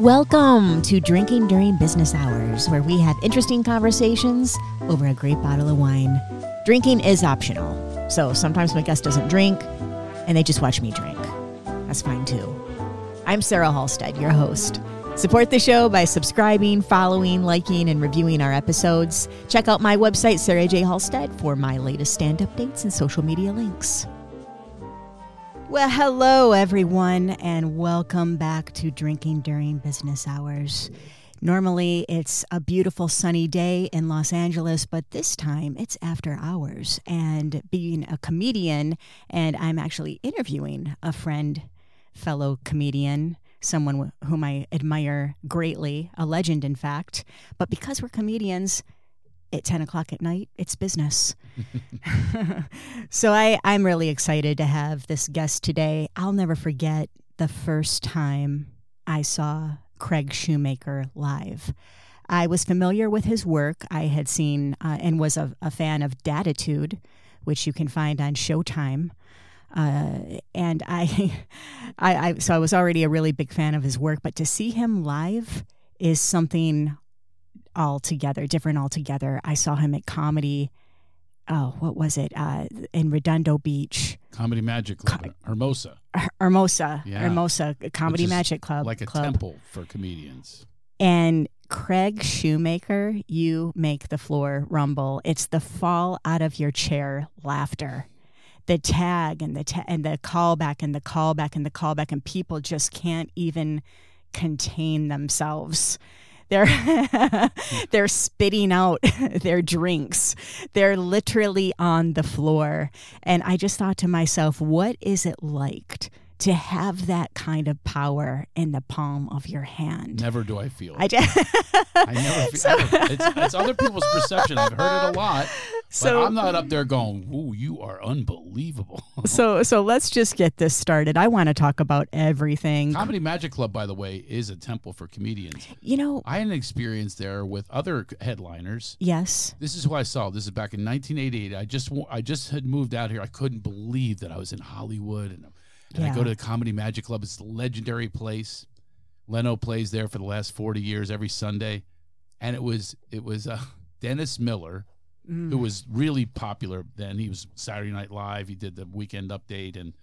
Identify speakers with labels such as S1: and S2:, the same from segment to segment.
S1: Welcome to Drinking During Business Hours, where we have interesting conversations over a great bottle of wine. Drinking is optional, so sometimes my guest doesn't drink and they just watch me drink. That's fine too. I'm Sarah Halstead, your host. Support the show by subscribing, following, liking, and reviewing our episodes. Check out my website, Sarah J. Halstead, for my latest stand updates and social media links. Well, hello, everyone, and welcome back to Drinking During Business Hours. Normally, it's a beautiful sunny day in Los Angeles, but this time it's after hours. And being a comedian, and I'm actually interviewing a friend, fellow comedian, someone wh- whom I admire greatly, a legend, in fact. But because we're comedians, at 10 o'clock at night, it's business. so I, I'm really excited to have this guest today. I'll never forget the first time I saw Craig Shoemaker live. I was familiar with his work. I had seen uh, and was a, a fan of Datitude, which you can find on Showtime. Uh, and I, I, I, so I was already a really big fan of his work, but to see him live is something altogether, different altogether. I saw him at comedy. Oh, what was it? Uh, in Redondo Beach,
S2: Comedy Magic Club, in Hermosa,
S1: Hermosa,
S2: Yeah.
S1: Hermosa Comedy
S2: is
S1: Magic Club,
S2: like a
S1: club.
S2: temple for comedians.
S1: and Craig Shoemaker, you make the floor rumble. It's the fall out of your chair laughter. The tag and the ta- and the callback and the callback and the callback and people just can't even contain themselves. They're they're spitting out their drinks. They're literally on the floor. And I just thought to myself, what is it like to have that kind of power in the palm of your hand?
S2: Never do I feel
S1: I
S2: it.
S1: just
S2: I never feel it. It's, it's other people's perception. I've heard it a lot, but
S1: So-
S2: I'm not up there going, "Ooh, you are unbelievable."
S1: so so let's just get this started. I want to talk about everything.
S2: Comedy Magic Club, by the way, is a temple for comedians.
S1: You know,
S2: I had an experience there with other headliners.
S1: yes.
S2: This is who I saw. This is back in 1988. I just wa- I just had moved out here. I couldn't believe that I was in Hollywood, and, and
S1: Yeah.
S2: I go to the Comedy Magic Club. It's a legendary place. Leno plays there for the last 40 years every Sunday, and it was it was uh, Dennis Miller
S1: Mm.
S2: who was really popular then. He was Saturday Night Live. He did the Weekend Update, and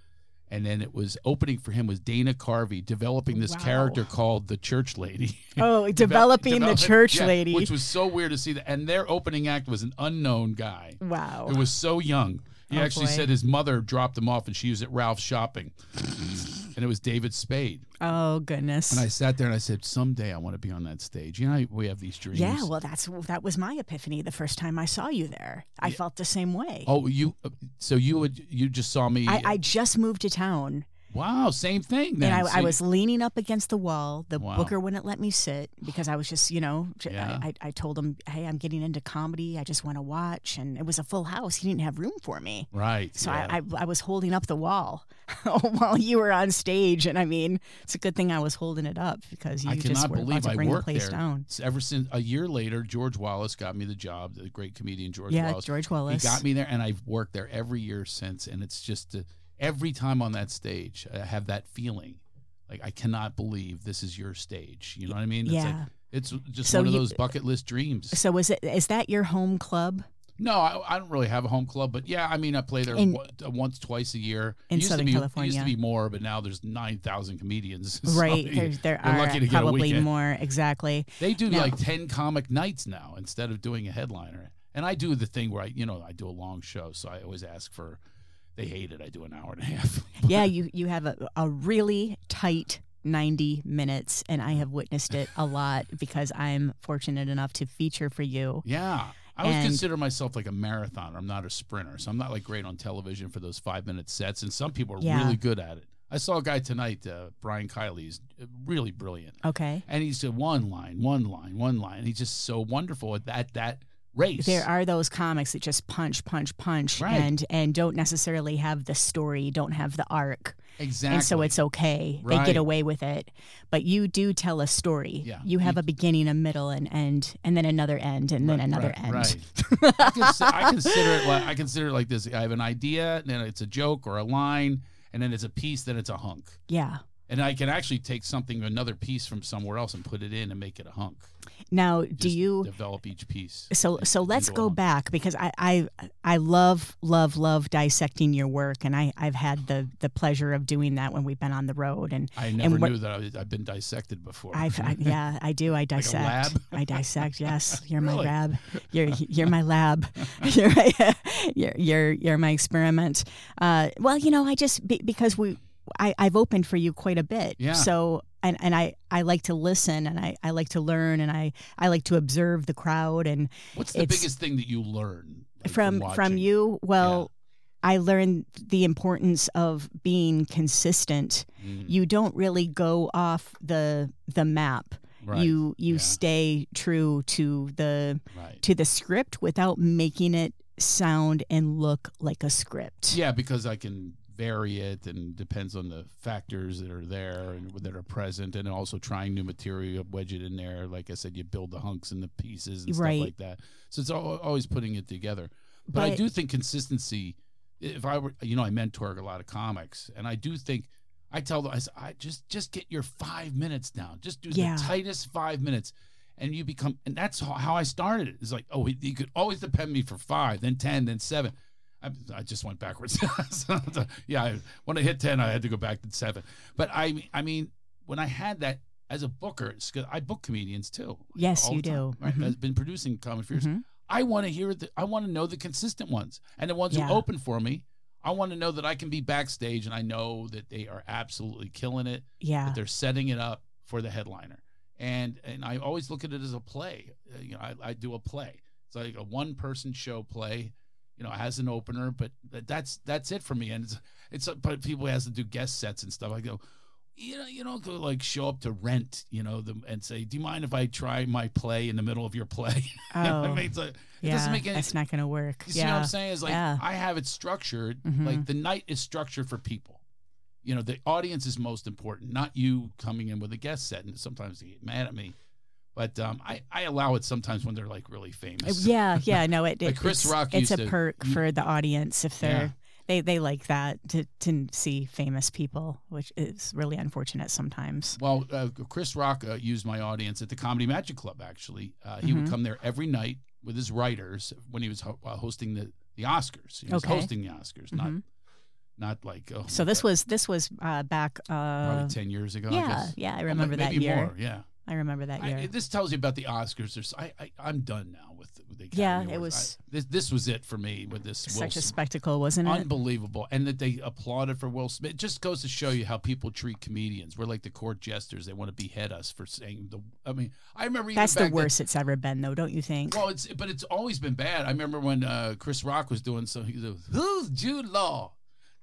S2: and then it was opening for him was Dana Carvey developing this
S1: Wow.
S2: character called the Church Lady.
S1: Oh,
S2: Develop-
S1: developing the
S2: develop-
S1: church
S2: yeah,
S1: lady.
S2: which was so weird to see that. And their opening act was an unknown guy.
S1: wow.
S2: It was so young. He
S1: Oh,
S2: actually
S1: boy.
S2: said his mother dropped him off, and she was at Ralph's shopping, and it was David Spade.
S1: oh goodness.
S2: And I sat there and I said, "Someday I want to be on that stage." You know, we have these dreams.
S1: yeah, well that's that was my epiphany the first time I saw you there. I felt the same way.
S2: oh, you. So you would you just saw me? uh,
S1: I, I just moved to town
S2: wow, same thing. Then
S1: and I, I
S2: See,
S1: was leaning up against the wall. The
S2: Wow.
S1: booker wouldn't let me sit because I was just, you know, j-
S2: Yeah.
S1: I, I, I told him, hey, I'm getting into comedy. I just want to watch. And it was a full house. He didn't have room for me.
S2: right.
S1: So
S2: yeah.
S1: I, I, I was holding up the wall while you were on stage, and I mean, it's a good thing I was holding it up because you
S2: I
S1: just
S2: cannot
S1: were
S2: believe
S1: about to
S2: I
S1: bring the
S2: worked
S1: place
S2: there.
S1: down.
S2: S- Ever since a year later, George Wallace got me the job. The great comedian George
S1: yeah,
S2: Wallace.
S1: George Wallace.
S2: He got me there, and I've worked there every year since. And it's just uh, every time on that stage, I have that feeling like I cannot believe this is your stage. You know what I mean?
S1: Yeah.
S2: It's, like, it's just
S1: So
S2: one of
S1: you-
S2: those bucket list dreams.
S1: So is it is that your home club?
S2: No, I, I don't really have a home club, but yeah, I mean, I play there
S1: In-
S2: one- uh, once, twice a year.
S1: in
S2: It used to
S1: Southern
S2: be- it
S1: California.
S2: used to be more, but now there's nine thousand comedians. So
S1: Right,
S2: you-
S1: there, there
S2: you're
S1: are
S2: lucky to get a
S1: probably
S2: weekend.
S1: more exactly.
S2: They do
S1: Now-
S2: like 10 comic nights now instead of doing a headliner. And I do the thing where I, you know, I do a long show. So I always ask for, they hate it. I do an hour and a half.
S1: Yeah, you you have a, a really tight. 90 minutes and I have witnessed it a lot because I'm fortunate enough to feature for you.
S2: yeah. I always
S1: And-
S2: consider myself like a marathoner. I'm not a sprinter. So I'm not like great on television for those five minute sets. And some people are
S1: Yeah.
S2: really good at it. I saw a guy tonight, uh, Brian Kiley. He's uh, really brilliant.
S1: Okay.
S2: And he's a one line, one line, one line. He's just so wonderful at that, that race.
S1: there are those comics that just punch punch punch
S2: Right.
S1: and and don't necessarily have the story don't have the arc
S2: exactly.
S1: and so it's okay they get
S2: Right.
S1: away with it but you do tell a story
S2: Yeah.
S1: you have a beginning a middle an end and then another end and then another
S2: right,
S1: end
S2: Right. I, consi- I consider it like I consider it like this. I have an idea, and then it's a joke or a line, and then it's a piece, then it's a hunk.
S1: yeah
S2: and I can actually take something, another piece from somewhere else, and put it in and make it a hunk.
S1: Now, do
S2: Just
S1: you
S2: develop each piece?
S1: so
S2: and-
S1: so
S2: and
S1: let's go
S2: on.
S1: back because I, I I love love love dissecting your work and I I've had the the pleasure of doing that when we've been on the road and
S2: I never
S1: what-
S2: knew that I was, I've been dissected before.
S1: I've I, yeah I do I
S2: a
S1: dissect
S2: lab?
S1: I dissect yes you're my
S2: Really?
S1: lab you're you're my lab you're my, you're, you're you're my experiment uh, well you know I just be, because we I, I've opened for you quite a bit
S2: Yeah.
S1: so and, and I, I like to listen and I, I like to learn and I, I like to observe the crowd and
S2: What's the
S1: it's-
S2: biggest thing that you learn like,
S1: from from
S2: watching?
S1: you well i learned the importance of being consistent
S2: Mm,
S1: you don't really go off the the map
S2: right,
S1: you you
S2: yeah,
S1: stay true to the
S2: right.
S1: to the script without making it sound and look like a script
S2: Yeah, because I can vary it and depends on the factors that are there and that are present and also trying new material wedge it in there like i said you build the hunks and the pieces and
S1: Right.
S2: stuff like that so it's al- always putting it together but, i
S1: But-
S2: do think consistency if i were you know i mentor a lot of comics and i do think i tell them i, s- I just just get your five minutes down just do
S1: Yeah.
S2: the tightest five minutes and you become and that's how, how i started it. it's like oh he- you could always depend me for five then ten then seven I, I just went backwards. So, yeah, I, when I hit ten, I had to go back to seven. But I, I mean, when I had that as a booker, it's 'cause I book comedians too.
S1: Yes,
S2: all
S1: you
S2: the time,
S1: do.
S2: Right,
S1: Mhm.
S2: I've been producing comic for years.
S1: Mhm.
S2: I want to hear the, I want to know the consistent ones and the ones
S1: Yeah.
S2: who open for me. I want to know that I can be backstage and I know that they are absolutely killing it
S1: yeah
S2: that they're setting it up for the headliner. And and I always look at it as a play. Uh, You know, I, I do a play. It's like a one person show play. You know, as an opener, but th- that's that's it for me. And it's it's uh, but people has to do guest sets and stuff. I go, you know, you don't go like show up to rent, you know, the, and say, do you mind if I try my play in the middle of your play? You know what
S1: oh
S2: I mean, it's like,
S1: yeah
S2: doesn't make any-
S1: that's not gonna work
S2: you see what
S1: yeah Uh,
S2: I'm saying? Is like
S1: Yeah.
S2: I have it structured.
S1: Mhm.
S2: Like the night is structured for people. You know, the audience is most important, not you coming in with a guest set. And sometimes they get mad at me, but um, I I allow it sometimes when they're like really famous.
S1: Oh, yeah yeah no it,
S2: Like
S1: it-
S2: Chris
S1: it's,
S2: Rock
S1: it's
S2: used
S1: a
S2: to-
S1: perk for the audience if they're
S2: Yeah.
S1: they, they like that to, to see famous people which is really unfortunate sometimes
S2: Well, uh, Chris Rock uh, used my audience at the Comedy Magic Club. Actually, uh, he
S1: Mhm.
S2: would come there every night with his writers when he was ho- uh, hosting the the Oscars. He was
S1: Okay.
S2: hosting the Oscars,
S1: Mhm.
S2: not not like oh,
S1: So this was this was uh, back. Uh,
S2: probably ten years ago. I
S1: yeah,
S2: guess.
S1: yeah, I remember that
S2: maybe
S1: year.
S2: More, yeah.
S1: I remember that year.
S2: I, this tells you about the Oscars. There's, I, I, I'm done now with the, with the
S1: Yeah,
S2: Academy
S1: it
S2: Awards.
S1: was-
S2: I- this, this was it for me with this. Will
S1: Such a
S2: Smith.
S1: spectacle, wasn't it?
S2: Unbelievable, and that they applauded for Will Smith. It just goes to show you how people treat comedians. We're like the court jesters; they want to behead us for saying the. I mean, I remember even
S1: That's the
S2: back then-
S1: worst it's ever been, though, don't you think?
S2: well, it's but it's always been bad. I remember when uh, Chris Rock was doing so. He was "Who's Jude Law?"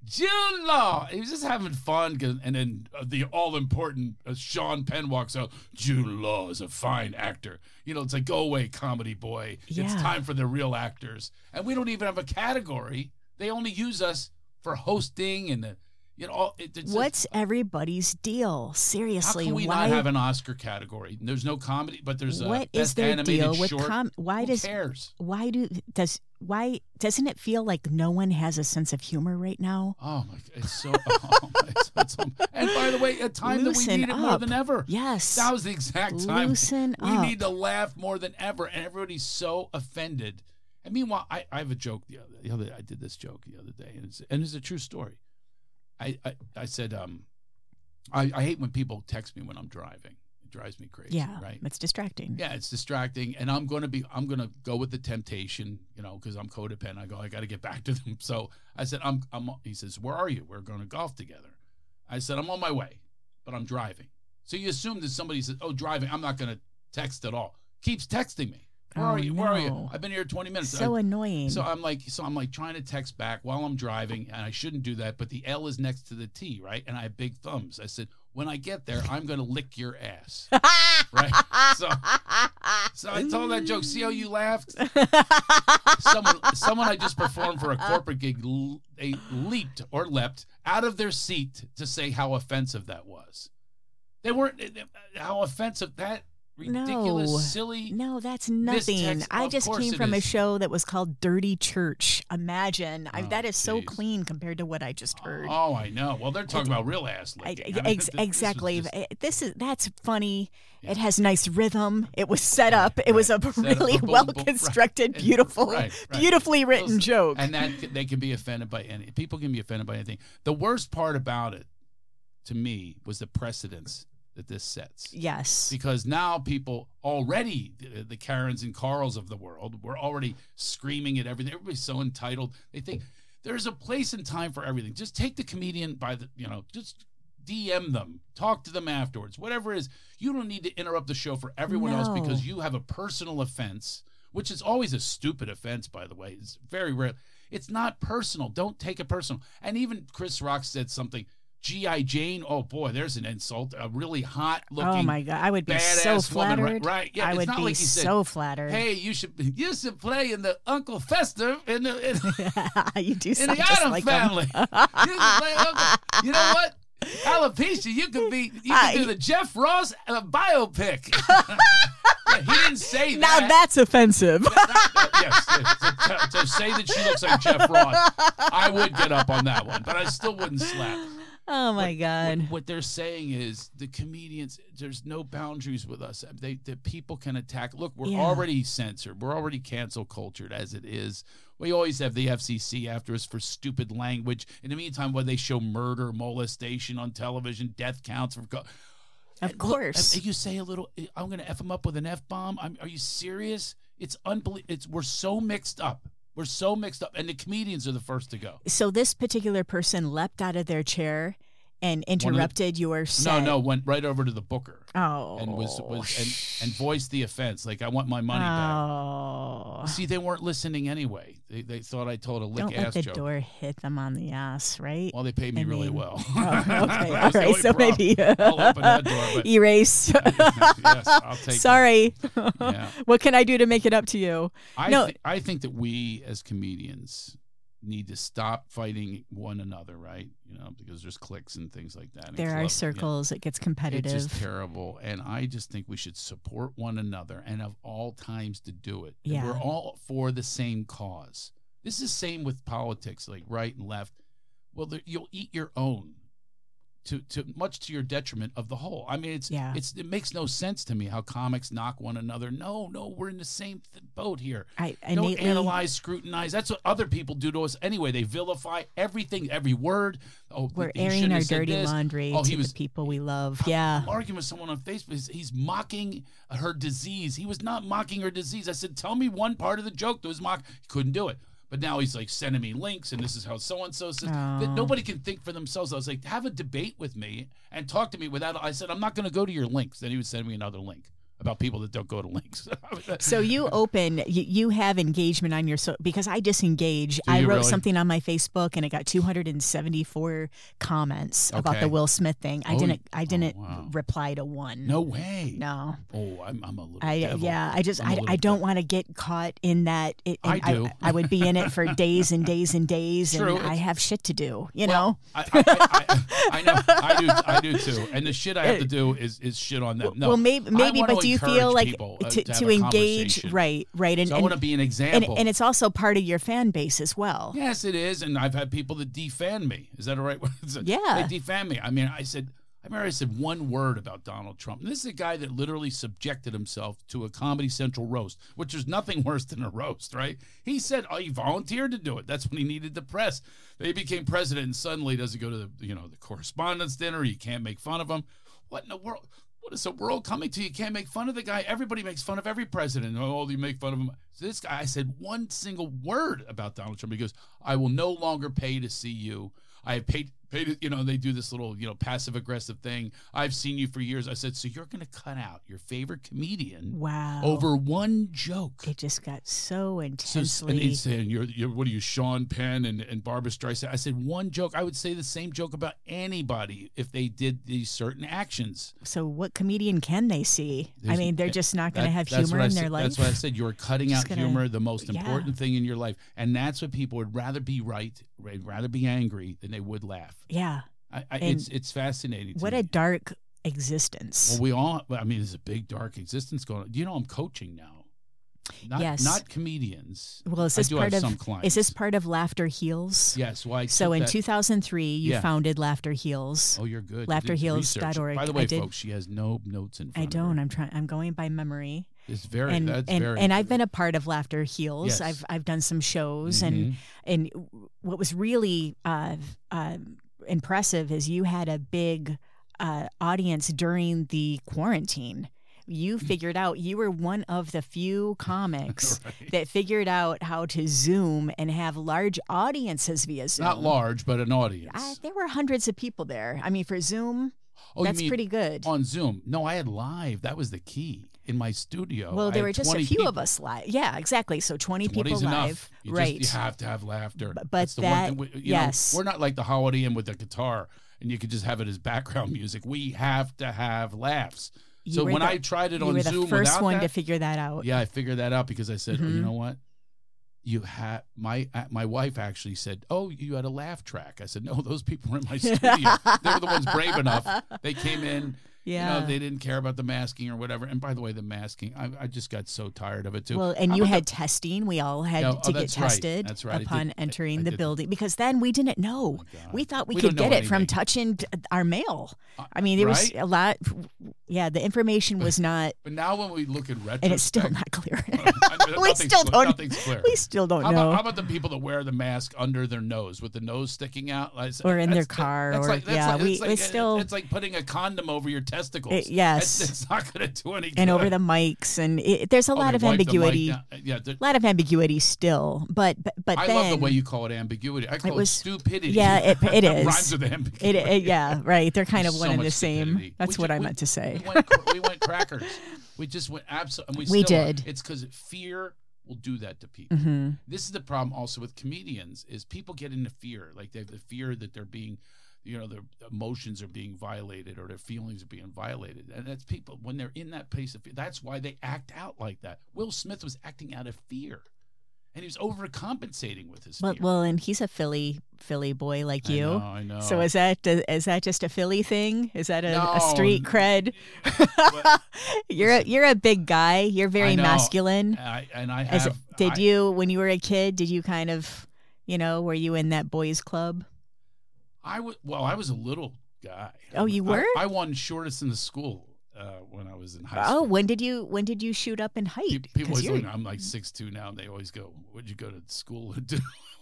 S2: Jude Law. He was just having fun, 'cause- and then uh, the all important uh, Sean Penn walks out. Jude Law is a fine actor. You know, it's like go away, comedy boy. It's
S1: Yeah.
S2: time for the real actors, and we don't even have a category. They only use us for hosting and the, you know, all, it, it's
S1: What's everybody's deal?
S2: how
S1: Seriously,
S2: can we
S1: why?
S2: not have an Oscar category? There's no comedy, but there's a
S1: what
S2: best
S1: is their
S2: animated
S1: deal with
S2: short.
S1: com? Why
S2: Who
S1: does
S2: cares?
S1: why do does why doesn't it feel like no one has a sense of humor right now?
S2: Oh my! It's so. oh my, it's, it's, and by the way, a time that
S1: Loosen
S2: we need it more
S1: up.
S2: than ever.
S1: Yes,
S2: That was the exact time
S1: loosen
S2: we
S1: up.
S2: need to laugh more than ever, and everybody's so offended. And meanwhile, I, I have a joke. The other, the other, I did this joke the other day, and it's, and it's a true story. I, I, I said, um, I, I hate when people text me when I'm driving. It drives me crazy.
S1: yeah,
S2: Right.
S1: it's distracting.
S2: Yeah, it's distracting, and I'm gonna be, I'm gonna go with the temptation, you know, because I'm codependent. I go, I got to get back to them. So I said, I'm, I'm. He says, Where are you? We're going to golf together. I said, I'm on my way, but I'm driving. So you assume that somebody says, Oh, driving. I'm not gonna text at all. Keeps texting me. Where
S1: Oh,
S2: are you? Where are
S1: no.
S2: you? I've been here 20 minutes.
S1: So
S2: I-
S1: annoying.
S2: uh, so I'm like, so I'm like trying to text back while I'm driving, and I shouldn't do that. But the L is next to the T, right? And I have big thumbs. I said, When I get there, I'm gonna lick your ass, right? So. So I told that joke. See how you laughed? Someone, someone I just performed for a corporate gig, l- they leaped or leapt out of their seat to say how offensive that was. They weren't how offensive that ridiculous,
S1: No.
S2: silly.
S1: No, that's nothing.
S2: text-
S1: I
S2: of
S1: just
S2: course
S1: came
S2: it
S1: from a
S2: is.
S1: show that was called Dirty Church. Imagine I,
S2: Oh,
S1: that is so
S2: jeez.
S1: clean compared to what I just heard.
S2: Oh, I know. Well, they're talking about real ass
S1: I,
S2: licking. I mean,
S1: ex-
S2: th- this was
S1: exactly.
S2: just-
S1: Eh, This is that's funny.
S2: Yeah.
S1: It has nice rhythm. It was set up. It was a
S2: Right. Set up.
S1: really
S2: Boom, boom,
S1: well
S2: boom. Right.
S1: constructed,
S2: And-
S1: beautiful,
S2: right, right.
S1: beautifully written
S2: Those-
S1: joke.
S2: and that c- they can be offended by any. People can be offended by anything. The worst part about it, to me, was the precedence that this sets.
S1: yes.
S2: Because now people already, the, the Karens and Carls of the world, were already screaming at everything. Everybody's so entitled. They think there's a place and time for everything. Just take the comedian by the, you know, just DM them, talk to them afterwards, whatever it is. You don't need to interrupt the show for everyone else
S1: No.
S2: because you have a personal offense, which is always a stupid offense, by the way. It's very rare. It's not personal. Don't take it personal. And even Chris Rock said something. G.I. Jane, oh boy, there's an insult. A really hot looking
S1: Oh my god, I would be
S2: badass
S1: so
S2: woman,
S1: flattered.
S2: right? right? Yeah,
S1: I
S2: it's
S1: would
S2: not
S1: be
S2: like he said,
S1: so flattered.
S2: "Hey, you should you should play in the Uncle Fester in the in,
S1: you do
S2: in the
S1: sound just
S2: Adam
S1: like him.
S2: family. you, should play Uncle, you know what? Alopecia, you could be you
S1: Ah,
S2: could do
S1: he-
S2: the Jeff Ross uh, biopic." Yeah, he didn't say
S1: Now that's offensive.
S2: yes, to, to- to say that she looks like Jeff Ross, I would get up on that one, but I still wouldn't slap.
S1: oh my god.
S2: What they're saying is the comedians, there's no boundaries with us. They, the people can attack. Look, we're
S1: Yeah.
S2: already censored. We're already cancel cultured as it is. We always have the FCC after us for stupid language. In the meantime, when they show murder, molestation on television, death counts for. Co-
S1: Of course.
S2: you say a little. I'm going to f them up with an f bomb. I'm. Are you serious? It's unbelievable. It's we're so mixed up. We're so mixed up, and the comedians are the first to go.
S1: so this particular person leapt out of their chair and
S2: the-
S1: interrupted your set.
S2: No, no, went right over to the booker.
S1: Oh.
S2: and was, was and, and voiced the offense like I want my money back.
S1: oh.
S2: See, they weren't listening anyway. They, they thought I told a lick
S1: Don't let
S2: ass
S1: the
S2: joke.
S1: door hit them on the ass, right?
S2: Well, they paid me
S1: I
S2: really
S1: mean-
S2: well.
S1: Oh, okay.
S2: That
S1: All
S2: was the
S1: right.
S2: only
S1: So
S2: problem.
S1: maybe
S2: I'll open that door, but
S1: erase.
S2: yes, I'll take. that.
S1: Sorry.
S2: Yeah.
S1: what can I do to make it up to you?
S2: I
S1: No.
S2: thi- I think that we as comedians need to stop fighting one another, right? You know, because there's cliques and things like that. and
S1: There
S2: clubs, yeah.
S1: are circles. It gets competitive.
S2: It's just terrible. And I just think we should support one another and of all times to do it. And
S1: Yeah.
S2: We're all for the same cause. This is same with politics, like right and left. Well, there, you'll eat your own to, to much to your detriment of the whole. I mean, it's,
S1: Yeah.
S2: it's, it makes no sense to me how comics knock one another. No, no, we're in the same th- boat here.
S1: I
S2: Don't
S1: innately
S2: analyze, scrutinize. That's what other people do to us anyway. They vilify everything, every word. Oh,
S1: we're
S2: he
S1: airing
S2: shouldn't
S1: our
S2: have said
S1: dirty
S2: this.
S1: laundry
S2: Oh,
S1: to
S2: he was-
S1: the people we love. Yeah.
S2: arguing with someone on Facebook. He's, he's mocking her disease. He was not mocking her disease. I said, tell me one part of the joke that was mock. He couldn't do it. But now he's like sending me links, and this is how so and so says that
S1: Oh.
S2: nobody can think for themselves. I was like, have a debate with me and talk to me without. I said, I'm not going to go to your links. Then he would send me another link about people that don't go to links.
S1: So you open, you, you have engagement on your so because I disengage. I
S2: you
S1: wrote
S2: really?
S1: something on my Facebook and it got 274 comments about
S2: Okay.
S1: the Will Smith thing. I
S2: Oh,
S1: didn't,
S2: you-
S1: I didn't
S2: oh, wow.
S1: reply to one.
S2: no way.
S1: no.
S2: Oh, I'm, I'm a little.
S1: I uh,
S2: devil.
S1: yeah, I just
S2: I'm a
S1: I,
S2: little
S1: I don't want to get caught in that. It,
S2: I
S1: and
S2: do.
S1: I, would be in it for days and days and days,
S2: True,
S1: and I
S2: it's-
S1: have shit to do. You
S2: Well,
S1: know.
S2: I, I, I, I, I know. I do. I do too. And the shit I have to do is is shit on them. No.
S1: well, maybe,
S2: I
S1: maybe,
S2: want to
S1: but do you feel
S2: encourage
S1: like
S2: people, uh,
S1: to,
S2: to have
S1: to
S2: a
S1: engage?
S2: conversation.
S1: Right, right, and
S2: so I want to
S1: and,
S2: be an
S1: and
S2: example.
S1: and it's also part of your fan base as well.
S2: yes, it is. And I've had people that defan me. Is that a right word? So
S1: Yeah.
S2: They defan me. I mean, I said, I remember I said one word about Donald Trump. And this is a guy that literally subjected himself to a Comedy Central roast, which is nothing worse than a roast, right? He said, oh, he volunteered to do it. That's when he needed the press. They became president and suddenly he doesn't go to the, you know, the correspondence dinner. You can't make fun of him. What in the world? What is the world coming to? You can't make fun of the guy. Everybody makes fun of every president. Oh, you make fun of him. So this guy, I said one single word about Donald Trump. He goes, I will no longer pay to see you. I have paid, paid, you know, they do this little, you know, passive aggressive thing. I've seen you for years. I said, so you're going to cut out your favorite comedian
S1: Wow.
S2: over one joke.
S1: It just got so
S2: So, and
S1: intensely.
S2: he's saying, you're, you're, what are you, Sean Penn and, and Barbara Streisand? I said, one joke. I would say the same joke about anybody if they did these certain actions.
S1: so, what comedian can they see? I
S2: There's-
S1: mean, they're just not going to
S2: That-
S1: have
S2: that's
S1: humor
S2: what I
S1: in
S2: said-
S1: their life.
S2: That's what I said. You're cutting
S1: Just
S2: out
S1: gonna-
S2: humor, the most
S1: yeah.
S2: important thing in your life, and that's what people would rather be right, they'd rather be angry than they would laugh.
S1: yeah.
S2: I, I,
S1: And
S2: it's it's fascinating. To
S1: What
S2: me.
S1: a dark existence.
S2: Well, we all. I mean, there's a big dark existence going. on. You know, I'm coaching now. Not,
S1: Yes.
S2: Not comedians.
S1: Well, is
S2: I
S1: this
S2: do
S1: part
S2: have
S1: of
S2: some clients.
S1: is this part of Laughter Heals?
S2: Yes. Why?
S1: So in
S2: that,
S1: 2003, you
S2: Yeah.
S1: founded Laughter Heals.
S2: Oh, you're good. You did
S1: laughterheels.org.
S2: research. By the way,
S1: I did-
S2: folks, she has no notes in
S1: I
S2: front. of her.
S1: don't. I'm trying. I'm going by memory.
S2: It's very.
S1: and
S2: that's
S1: and,
S2: very.
S1: and I've been a part of Laughter Heals.
S2: Yes. Mm-hmm.
S1: I've I've done some shows and and what was really uh, uh, impressive is you had a big uh, audience during the quarantine. You
S2: Mm.
S1: figured out you were one of the few comics
S2: Right.
S1: that figured out how to Zoom and have large audiences via Zoom.
S2: Not large, but an audience.
S1: I, there were hundreds of people there. I mean, for Zoom,
S2: oh,
S1: that's
S2: you mean
S1: pretty good.
S2: on Zoom? No, I had live. That was the key in my studio.
S1: well,
S2: I
S1: there
S2: had
S1: were just a
S2: 20
S1: few of
S2: people.
S1: us live. Yeah, exactly. So 20
S2: 20
S1: people
S2: is
S1: live.
S2: enough. You just-
S1: right.
S2: you have to have laughter.
S1: but
S2: That's the
S1: that-
S2: one thing we- you
S1: yes.
S2: Know, we're not like the Holiday Inn with the guitar, and you could just have it as background music. We have to have laughs.
S1: You
S2: so
S1: were
S2: when
S1: the-
S2: I tried it
S1: you
S2: on
S1: were the
S2: Zoom
S1: first
S2: without
S1: one
S2: that,
S1: to figure that out.
S2: Yeah, I figured that out because I said, oh,
S1: Mhm.
S2: you know what? You had my uh, my wife actually said, "Oh, you had a laugh track." I said, "No, those people were in my studio. they were the ones brave enough. They came in.
S1: Yeah.
S2: You know, they didn't care about the masking or whatever. And by the way, the masking, I, I just got so tired of it too.
S1: well, and
S2: How
S1: you
S2: about
S1: had testing. We all had
S2: Yeah,
S1: to
S2: oh,
S1: get
S2: that's right.
S1: tested
S2: That's right. I
S1: upon
S2: did- I-
S1: entering
S2: I
S1: the
S2: did.
S1: building because then we didn't know.
S2: the- God.
S1: we thought we,
S2: We
S1: could
S2: don't know
S1: get it from
S2: anything.
S1: touching t- our mail.
S2: Uh,
S1: I mean, there was
S2: right?
S1: a lot. Yeah, the information was not,
S2: But now when we look in retrospect,
S1: and it's still not clear. we
S2: nothing's
S1: still
S2: clear-
S1: don't.
S2: Nothing's clear.
S1: We still don't
S2: how,
S1: know.
S2: about, how about the people that wear the mask under their nose with the nose sticking out, Like,
S1: Or in their
S2: that's-
S1: car,
S2: that's
S1: or-
S2: like, that's
S1: yeah,
S2: like-
S1: we-
S2: it's like,
S1: it's still-
S2: it's like putting a condom over your testicles.
S1: It- yes.
S2: That's- it's not going to do any.
S1: and
S2: good.
S1: over the mics, and it, there's a
S2: Oh,
S1: lot
S2: they
S1: of
S2: wipe the mic
S1: ambiguity.
S2: down. Uh, Yeah, the-
S1: A lot of ambiguity still, but but, but
S2: I
S1: then
S2: love the way you call it ambiguity. I call it,
S1: was-
S2: stupidity.
S1: yeah, it- it
S2: That
S1: is.
S2: rhymes with
S1: It,
S2: ambiguity.
S1: it, yeah, right. They're kind of
S2: So
S1: one and
S2: much
S1: the same.
S2: stupidity.
S1: That's
S2: We
S1: what
S2: ju-
S1: I
S2: we-
S1: meant to say.
S2: We went, cr- we went crackers. We just went absolutely. We,
S1: We
S2: still are.
S1: did.
S2: It's because fear will do that to people.
S1: hmm
S2: This is the problem also with comedians is people get into fear, like they have the fear that they're being, you know, their emotions are being violated or their feelings are being violated, and that's people when they're in that place of fear. That's why they act out like that. Will Smith was acting out of fear, and he was overcompensating with his
S1: Well,
S2: fear.
S1: well, and he's a Philly Philly boy like
S2: I
S1: you.
S2: know, I know.
S1: So is that is that just a Philly thing? Is that a, a
S2: No,
S1: street cred?
S2: But
S1: you're a, you're a big guy. You're very
S2: I know.
S1: masculine.
S2: I, and I
S1: As
S2: have.
S1: did
S2: I-
S1: you when you were a kid? Did you kind of you know were you in that boys club?
S2: I was well. I was a little guy.
S1: Oh, you
S2: I-
S1: were?
S2: I, won shortest in the school uh, when I was in high
S1: Oh,
S2: school.
S1: when did you when did you shoot up in
S2: Pe-
S1: height?
S2: people
S1: 'Cause
S2: always
S1: you're-
S2: look, I'm like six two now, and they always go, "Would you go to school with,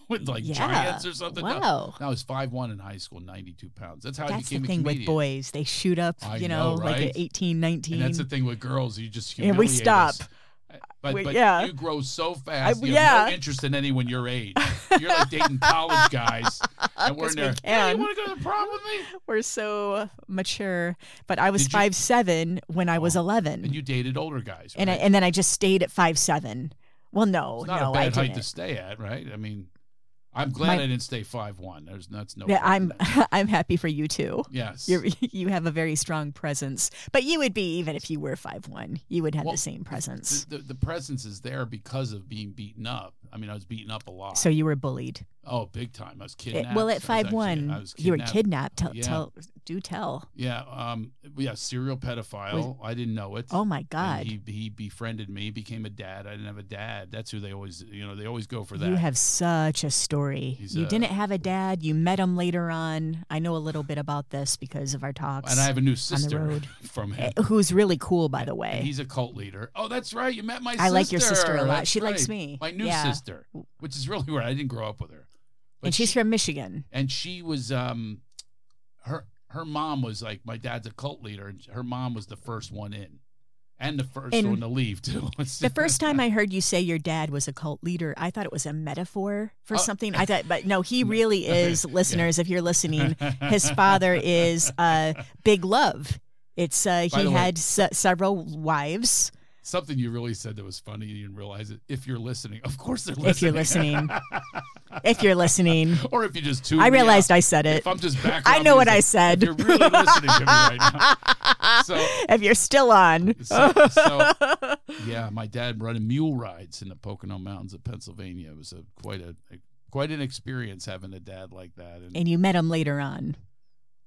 S2: with like
S1: Yeah.
S2: giants or something?" No.
S1: wow.
S2: No, I was five one in high school, ninety two pounds. That's how I
S1: That's the
S2: became
S1: thing
S2: a comedian.
S1: with boys. They shoot up,
S2: I
S1: you know,
S2: know,
S1: like
S2: right?
S1: at 18, 19.
S2: and that's the thing with girls. You just
S1: And
S2: humiliate
S1: we
S2: us. Uh,
S1: stop.
S2: But,
S1: We-
S2: but
S1: yeah.
S2: you grow so fast. you
S1: yeah.
S2: have no interest in anyone your age. You're like dating college guys, and we're
S1: 'Cause
S2: in
S1: we
S2: there. "Yeah,
S1: can."
S2: you want to go to the prom with me?
S1: We're so mature. But I was
S2: Did you-
S1: five seven when I was
S2: Oh,
S1: eleven,
S2: And you dated older guys,
S1: and I,
S2: right?
S1: and then I just stayed at five seven. Well, no,
S2: It's not
S1: no,
S2: a bad
S1: I
S2: height
S1: didn't.
S2: to stay at, right? I mean, I'm glad
S1: My-
S2: I didn't stay five one. There's that's no.
S1: Yeah,
S2: point in
S1: I'm
S2: that.
S1: I'm happy for you too.
S2: Yes.
S1: You you have a very strong presence, but you would be even if you were five one. You would have
S2: Well,
S1: the same presence.
S2: the, the, the presence is there because of being beaten up. I mean, I was beaten up a lot.
S1: So you were bullied.
S2: oh, big time. I was
S1: It-
S2: kidnapped.
S1: well,
S2: I
S1: at
S2: was
S1: five
S2: actually- I
S1: one,
S2: was
S1: you were kidnapped. Tell,
S2: Yeah.
S1: tell do tell.
S2: Yeah. Um. Yeah. Serial pedophile. I didn't know it.
S1: Oh my God,
S2: And He he befriended me. Became a dad. I didn't have a dad. That's who they always you know they always go for that.
S1: you have such a story.
S2: He's
S1: you
S2: a-
S1: didn't have a dad. You met him later on. I know a little bit about this because of our talks.
S2: and I have a new sister
S1: road.
S2: from him.
S1: who's really cool, by the
S2: And
S1: way.
S2: he's a cult leader. Oh, that's right. You met my sister.
S1: I like your sister a lot.
S2: That's
S1: She likes
S2: right.
S1: me.
S2: My new
S1: Yeah.
S2: sister, which is really weird. I didn't grow up with her. But
S1: And she's
S2: she,
S1: from Michigan.
S2: and she was um her her mom was like my dad's a cult leader and her mom was the first one in. And the first
S1: And
S2: one to leave too.
S1: The first time I heard you say your dad was a cult leader, I thought it was a metaphor for
S2: Oh.
S1: something. I thought, but no, he really is. Listeners, if you're listening, his father is uh, Big Love. It's uh,
S2: By
S1: he
S2: the way-
S1: had se- several wives.
S2: something you really said that was funny. You didn't realize it. If you're listening, of course they're listening.
S1: If you're If you're listening,
S2: or if you just tuned
S1: I
S2: me out.
S1: realized I said it.
S2: if I'm just background.
S1: I know what I
S2: music,
S1: said.
S2: If you're really listening to me right now. So
S1: if you're still on,
S2: So, so yeah, my dad running mule rides in the Pocono Mountains of Pennsylvania. It was a quite a, quite an experience having a dad like that. And,
S1: and you met him later on.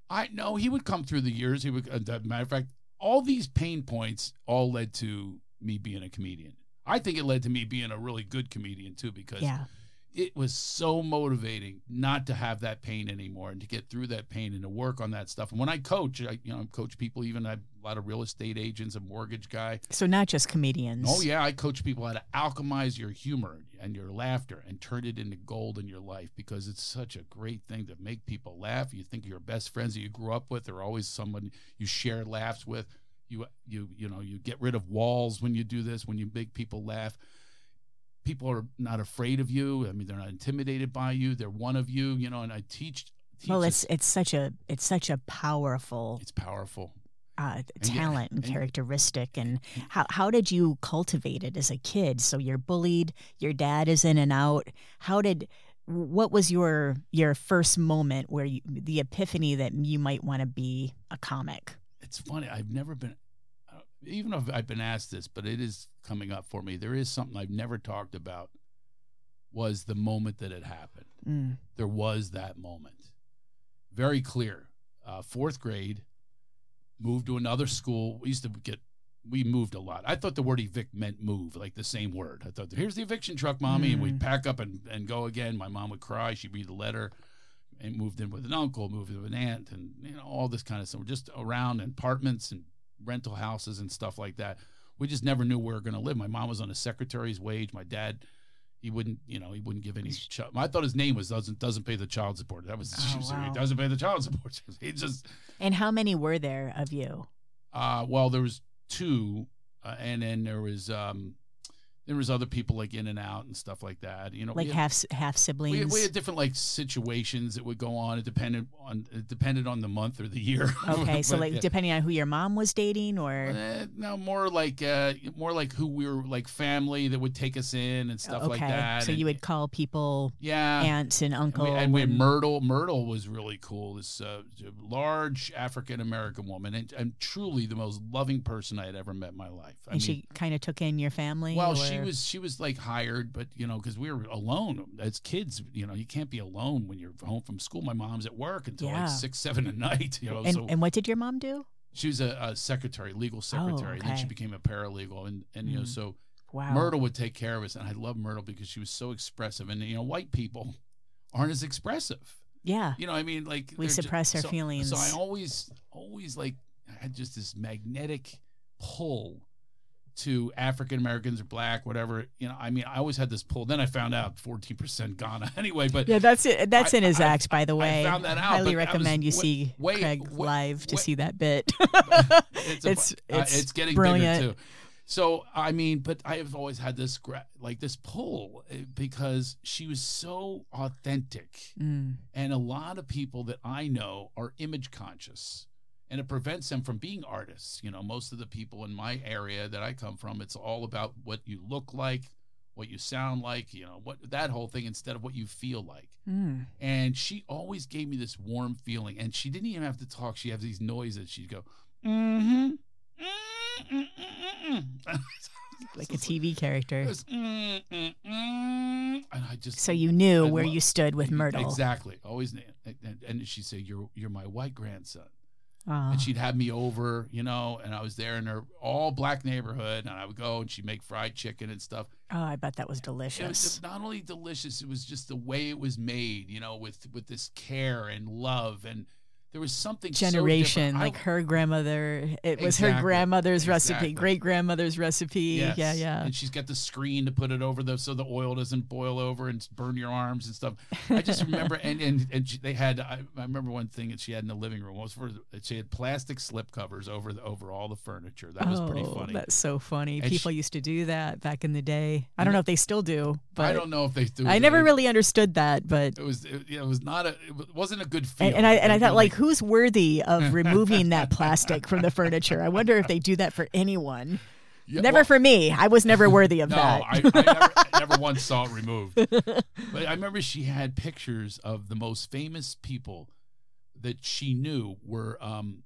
S2: I know he would come through the years. He would, uh, matter of fact, all these pain points all led to me being a comedian. I think it led to me being a really good comedian too, because
S1: Yeah.
S2: it was so motivating not to have that pain anymore and to get through that pain and to work on that stuff. And when I coach, I you know I coach people. Even I have a lot of real estate agents, a mortgage guy.
S1: So not just comedians.
S2: Oh yeah, I coach people how to alchemize your humor and your laughter and turn it into gold in your life because it's such a great thing to make people laugh. You think your best friends that you grew up with are always someone you share laughs with. You you you know you get rid of walls when you do this when you make people laugh. People are not afraid of you. I mean, they're not intimidated by you. They're one of you. You know, and I teach. teach
S1: Well,
S2: it-
S1: it's it's such a it's such a powerful
S2: it's powerful.
S1: uh,
S2: yeah,
S1: talent and
S2: and-
S1: characteristic. And how how did you cultivate it as a kid? So you're bullied. Your dad is in and out. How did what was your your first moment where you, the epiphany that you might want to be a comic?
S2: it's funny. I've never been, uh, even if I've been asked this, but it is coming up for me. There is something I've never talked about. Was the moment that it happened?
S1: Mm.
S2: There was that moment, very clear. Uh, fourth grade, moved to another school. We used to get, we moved a lot. I thought the word evict meant move, like the same word. I thought, here's the eviction truck, mommy, and we'd pack up and, and go again. My mom would cry. She'd read the letter and moved in with an uncle, moved in with an aunt, and you know all this kind of stuff. We're just around in apartments and rental houses and stuff like that. We just never knew where we were going to live. My mom was on a secretary's wage. My dad, he wouldn't, you know, he wouldn't give any. Ch- I thought his name was doesn't doesn't pay the child support. That was,
S1: Oh, wow.
S2: he doesn't pay the child support. he just
S1: And how many were there of you?
S2: uh, well, there was two, uh, and then there was um, there was other people like in and out and stuff like that. You know,
S1: Like
S2: we had,
S1: half s- half
S2: we,
S1: siblings.
S2: we had different like situations that would go on. It depended on it depended on the month or the year.
S1: okay, so
S2: But,
S1: like
S2: yeah.
S1: depending on who your mom was dating, or
S2: Eh, no, more like uh, more like who we were like family that would take us in and stuff
S1: okay,
S2: like that.
S1: so
S2: and-
S1: you would call people
S2: yeah.
S1: aunts and
S2: And
S1: uncle.
S2: we, and we had
S1: when-
S2: Myrtle. Myrtle was really cool. This uh, large African American woman, and, and truly the most loving person I had ever met in my life. I
S1: and she kind of took in your family.
S2: Well, she
S1: or-
S2: was she was like hired, but you know, because we were alone as kids. You know, you can't be alone when you're home from school. My mom's at work until
S1: Yeah.
S2: like six, seven at night. You know,
S1: And,
S2: so
S1: and what did your mom do?
S2: she was a, a secretary, legal secretary. and Then she
S1: okay.
S2: became a paralegal, and and you know,
S1: Mm.
S2: so
S1: Wow.
S2: Myrtle would take care of us, and I love Myrtle because she was so expressive, and you know, white people aren't as expressive.
S1: Yeah.
S2: You know, I mean, like
S1: We
S2: they're ju-
S1: suppress our
S2: so-
S1: feelings.
S2: So I always, always like I had just this magnetic pull to African Americans or black, whatever. You know, I mean, I always had this pull. Then I found out fourteen percent Ghana. Anyway, but
S1: Yeah, that's it. That's
S2: I-
S1: in his
S2: I-
S1: act, by the way.
S2: found that out,
S1: Highly
S2: but that was
S1: recommend you
S2: wa-
S1: see
S2: way-
S1: Craig
S2: wa-
S1: live to
S2: way-
S1: see that bit.
S2: it's a-
S1: it's,
S2: uh,
S1: it's
S2: it's getting
S1: brilliant.
S2: bigger too. So I mean, but I have always had this gra- like this pull eh, because she was so authentic.
S1: Mm.
S2: And a lot of people that I know are image conscious and it prevents them from being artists. You know, most of the people in my area that I come from, it's all about what you look like, what you sound like, you know, what that whole thing instead of what you feel like.
S1: Mm.
S2: And she always gave me this warm feeling. And she didn't even have to talk. She had these noises. She'd go,
S1: Mm-hmm.
S2: mm hmm.
S1: Like a TV character.
S2: And I just
S1: Mm, So you knew
S2: I
S1: where
S2: lo-
S1: you stood with Myrtle.
S2: E, Exactly. Always, na- and, and she'd say, "You're you're my white grandson,"
S1: Aw.
S2: and she'd have me over, you know, and I was there in her all black neighborhood, and I would go and she'd make fried chicken and stuff.
S1: oh, I bet that was
S2: It was
S1: delicious.
S2: just not only delicious, it was just the way it was made, you know, with with this care and love, and there was something so different.
S1: Generation,
S2: I-
S1: like her grandmother. It was her
S2: Exactly,
S1: grandmother's recipe,
S2: exactly.
S1: great grandmother's recipe.
S2: Yes.
S1: Yeah, yeah.
S2: And she's got the screen to put it over the so the oil doesn't boil over and burn your arms and stuff. I just remember and and and she, they had I, I remember one thing that she had in the living room was for she had plastic slip covers over the over all the furniture. That was pretty
S1: Oh,
S2: funny.
S1: That's so funny.
S2: And
S1: People used to do that back in the day. I don't know if they still do, but
S2: I don't know if they do.
S1: I never
S2: it,
S1: really understood that, but
S2: It was it, yeah, it was not a it wasn't a good feeling.
S1: and, and I and I
S2: Like,
S1: thought like who's worthy of removing that plastic from the furniture? I wonder if they do that for anyone.
S2: yeah,
S1: never
S2: well,
S1: for me. I was never worthy of
S2: No,
S1: that.
S2: I, I, never, I never once saw it removed. But I remember she had pictures of the most famous people that she knew were um,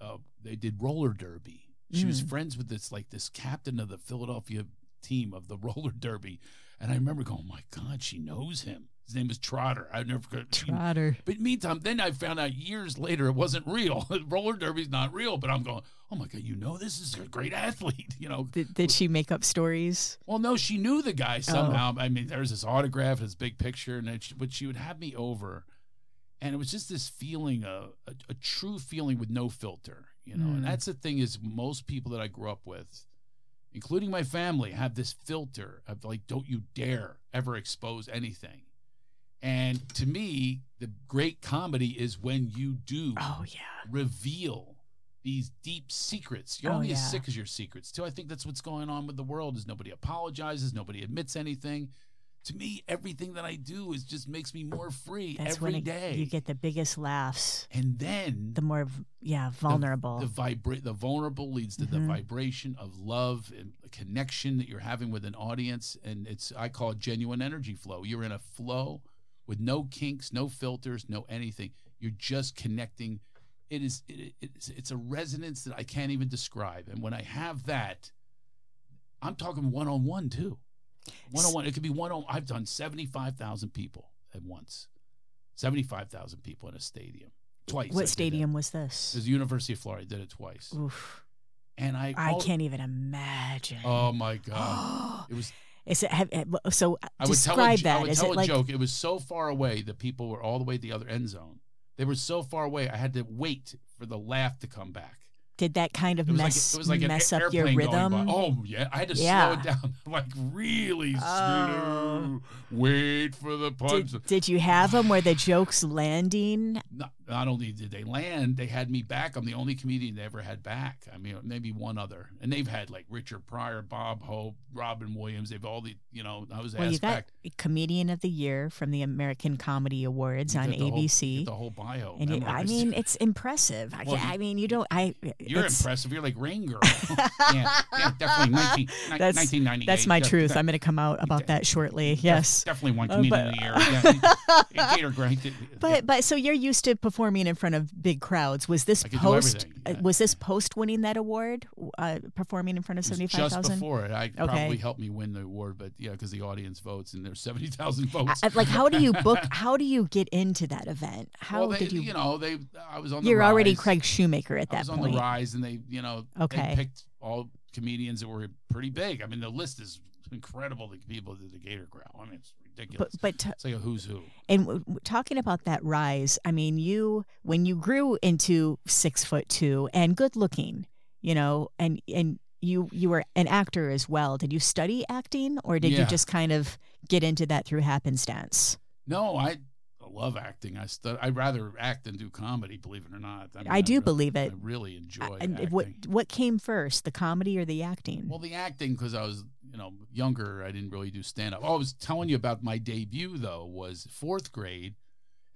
S2: uh, they did roller derby. She was friends with this like this captain of the Philadelphia team of the roller derby, and I remember going, "My God, she knows him." His name was Trotter. I never could.
S1: Trotter.
S2: But meantime, then I found out years later it wasn't real. Roller derby's not real. But I'm going, oh my god, you know this is a great athlete. You know,
S1: Did, did she make up stories?
S2: well, no, she knew the guy somehow. I mean, there's his autograph, his big picture, and it, but she would have me over, and it was just this feeling, uh, a, a true feeling with no filter, you know.
S1: Mm.
S2: And that's the thing is, most people that I grew up with, including my family, have this filter of like, don't you dare ever expose anything. And to me, the great comedy is when you do
S1: Oh yeah.
S2: reveal these deep secrets. You're
S1: Oh,
S2: only
S1: yeah.
S2: as sick as your secrets, too. I think that's what's going on with the world is nobody apologizes, nobody admits anything. To me, everything that I do is just makes me more free
S1: That's
S2: every
S1: when it-
S2: day.
S1: you get the biggest laughs.
S2: and then
S1: The more v- yeah vulnerable.
S2: the vibra- the vulnerable leads to
S1: Mhm.
S2: the vibration of love and the connection that you're having with an audience and it's I call it genuine energy flow. You're in a flow with no kinks, no filters, no anything. You're just connecting. It is it, it's, it's a resonance that I can't even describe. And when I have that, I'm talking one on one too. One on one. It could be one on. I've done seventy five thousand people at once. Seventy five thousand people in a stadium twice. I did
S1: what
S2: that.
S1: stadium was
S2: It was
S1: this?
S2: the University of Florida. Did it twice,
S1: Oof.
S2: and I.
S1: I
S2: al-
S1: can't even imagine.
S2: Oh my god! It was.
S1: Is it have, have- so? uh,
S2: I would
S1: describe
S2: tell. A, jo-
S1: that.
S2: I would
S1: Is
S2: tell
S1: it
S2: a
S1: like
S2: joke. It was so far away that people were all the way at the other end zone. They were so far away. I had to wait for the laugh to come back.
S1: did that kind of
S2: It was
S1: mess
S2: like it was like an
S1: mess up your
S2: airplane
S1: rhythm?
S2: going by. Oh yeah, I had to
S1: Yeah.
S2: slow it down. Like really
S1: Oh.
S2: slow. Wait for the punch.
S1: did, did you have them where the joke's landing?
S2: not, not only did they land, they had me back. I'm the only comedian they ever had back. I mean, maybe one other, and they've had like Richard Pryor, Bob Hope, Robin Williams. They've all the you know. I was
S1: Well, you
S2: asked
S1: got
S2: back
S1: Comedian of the Year from the American Comedy Awards
S2: You
S1: on
S2: get the whole- you
S1: ABC.
S2: get the whole bio.
S1: and it, I
S2: memorized.
S1: mean, it's impressive. I,
S2: Well,
S1: can't-
S2: you-
S1: I mean, you don't. I.
S2: you're
S1: it's-
S2: impressive. You're like Rain Girl. yeah, yeah, definitely. 19, ni-
S1: That's-
S2: 1998.
S1: That's my
S2: Yeah,
S1: truth.
S2: de-
S1: I'm going to come out about
S2: def-
S1: that shortly.
S2: def-
S1: Yes.
S2: definitely one
S1: Uh,
S2: comedian
S1: but-
S2: of the year. Yeah, yeah, Gator Grant.
S1: But but so you're used to performing in front of big crowds. Was this
S2: I could do
S1: post?
S2: everything,
S1: uh,
S2: yeah.
S1: Was this post winning that award? Uh, performing in front of
S2: It was
S1: seventy five
S2: Just
S1: thousand.
S2: before it, I
S1: Okay.
S2: probably helped me win the award, but yeah, because the audience votes and there's seventy thousand votes.
S1: Like how do you book? How do you get into that event? How
S2: well, they,
S1: did you?
S2: You know, they. I was on.
S1: you're
S2: the rise.
S1: already Craig Shoemaker at
S2: I
S1: that
S2: was on
S1: point.
S2: the rise, and they, you know,
S1: Okay.
S2: they picked all comedians that were pretty big. I mean, the list is incredible. The people that did the Gator Growl. I mean, it's
S1: But
S2: ridiculous.
S1: but t-
S2: it's like a who's who.
S1: And w- w- talking about that rise, I mean, you when you grew into six foot two and good looking, you know, and and you you were an actor as well. Did you study acting, or did you
S2: Yeah.
S1: just kind of get into that through happenstance?
S2: No, I love acting. I stud. I'd rather act than do comedy. Believe it or not, mean,
S1: I do
S2: really-
S1: believe
S2: I
S1: it.
S2: really enjoy
S1: and
S2: acting.
S1: what what came first, the comedy or the acting?
S2: Well, the acting because I was, you know, younger. I didn't really do stand up. I was telling you about my debut though was fourth grade,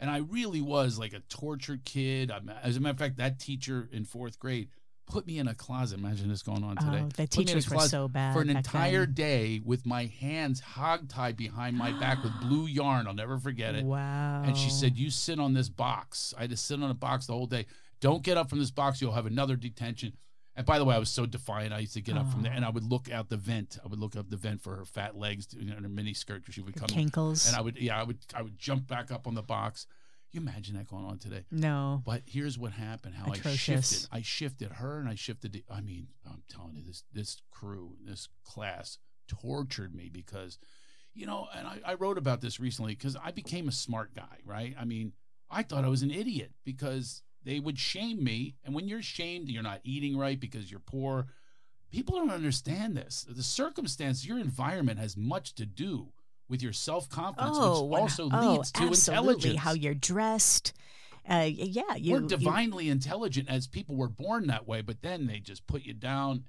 S2: and I really was like a tortured kid. I'm, as a matter of fact, that teacher in fourth grade put me in a closet. Imagine this going on today.
S1: oh, the
S2: Put me in a
S1: teachers were
S2: closet
S1: so bad
S2: for an
S1: back
S2: entire
S1: then.
S2: day with my hands hogtied behind my back with blue yarn. I'll never forget it.
S1: Wow.
S2: And she
S1: Oh.
S2: said, "You sit on this box." I had to sit on a box the whole day. Don't get up from this box. You'll have another detention. And by the way, I was so defiant. I used to get up from there, and I would look out the vent. I would look out the vent for her fat legs you know, and her mini skirt. She would come,
S1: "Kinkles."
S2: and I would, yeah, I would, I would jump back up on the box. You imagine that going on today?
S1: no.
S2: But here's what happened: how I
S1: Atrocious.
S2: shifted. I shifted her, and I shifted. The, I mean, I'm telling you, this this crew, this class tortured me because, you know, and I, I wrote about this recently because I became a smart guy, right? I mean, I thought I was an idiot because they would shame me, and when you're shamed, you're not eating right because you're poor. People don't understand this. The circumstance, your environment, has much to do with your self confidence,
S1: Oh,
S2: which
S1: when-
S2: also
S1: oh,
S2: leads to
S1: absolutely.
S2: intelligence
S1: How you're dressed. Uh, y- yeah, you,
S2: we're
S1: you-
S2: divinely intelligent as people were born that way, but then they just put you down,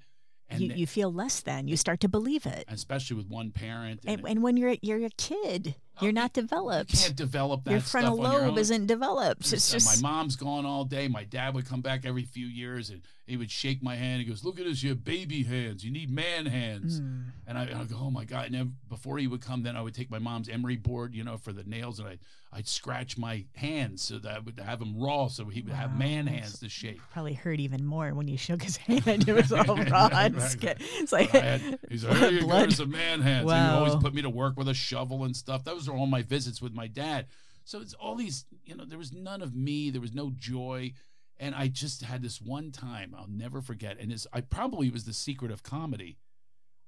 S2: and
S1: you,
S2: they-
S1: you feel less than. You start to believe it.
S2: especially with one parent,
S1: And,
S2: it-
S1: and when you're you're a kid,
S2: Oh,
S1: you're not
S2: you
S1: developed.
S2: can't develop that
S1: Your
S2: stuff
S1: frontal
S2: on your
S1: lobe
S2: own.
S1: isn't developed. It's
S2: Uh,
S1: just
S2: my mom's gone all day. My dad would come back every few years, and he would shake my hand. He goes, "Look at this, you have baby hands. You need man hands."
S1: Mm.
S2: And I, I go, "Oh my god!" And then before he would come, then I would take my mom's emery board, you know, for the nails, and I I'd scratch my hands so that I would have them raw, so he would have
S1: Wow.
S2: man hands to shake.
S1: probably hurt even more when you shook his hand. It was all raw. and
S2: Exactly.
S1: sca- It's
S2: But
S1: like
S2: I had, he's like, here you go,
S1: blood.
S2: it's a man hands. And he
S1: Wow.
S2: always put me to work with a shovel and stuff. That was those are all my visits with my dad. So it's all these, you know, there was none of me, there was no joy. And I just had this one time I'll never forget. And it's, I probably was the secret of comedy.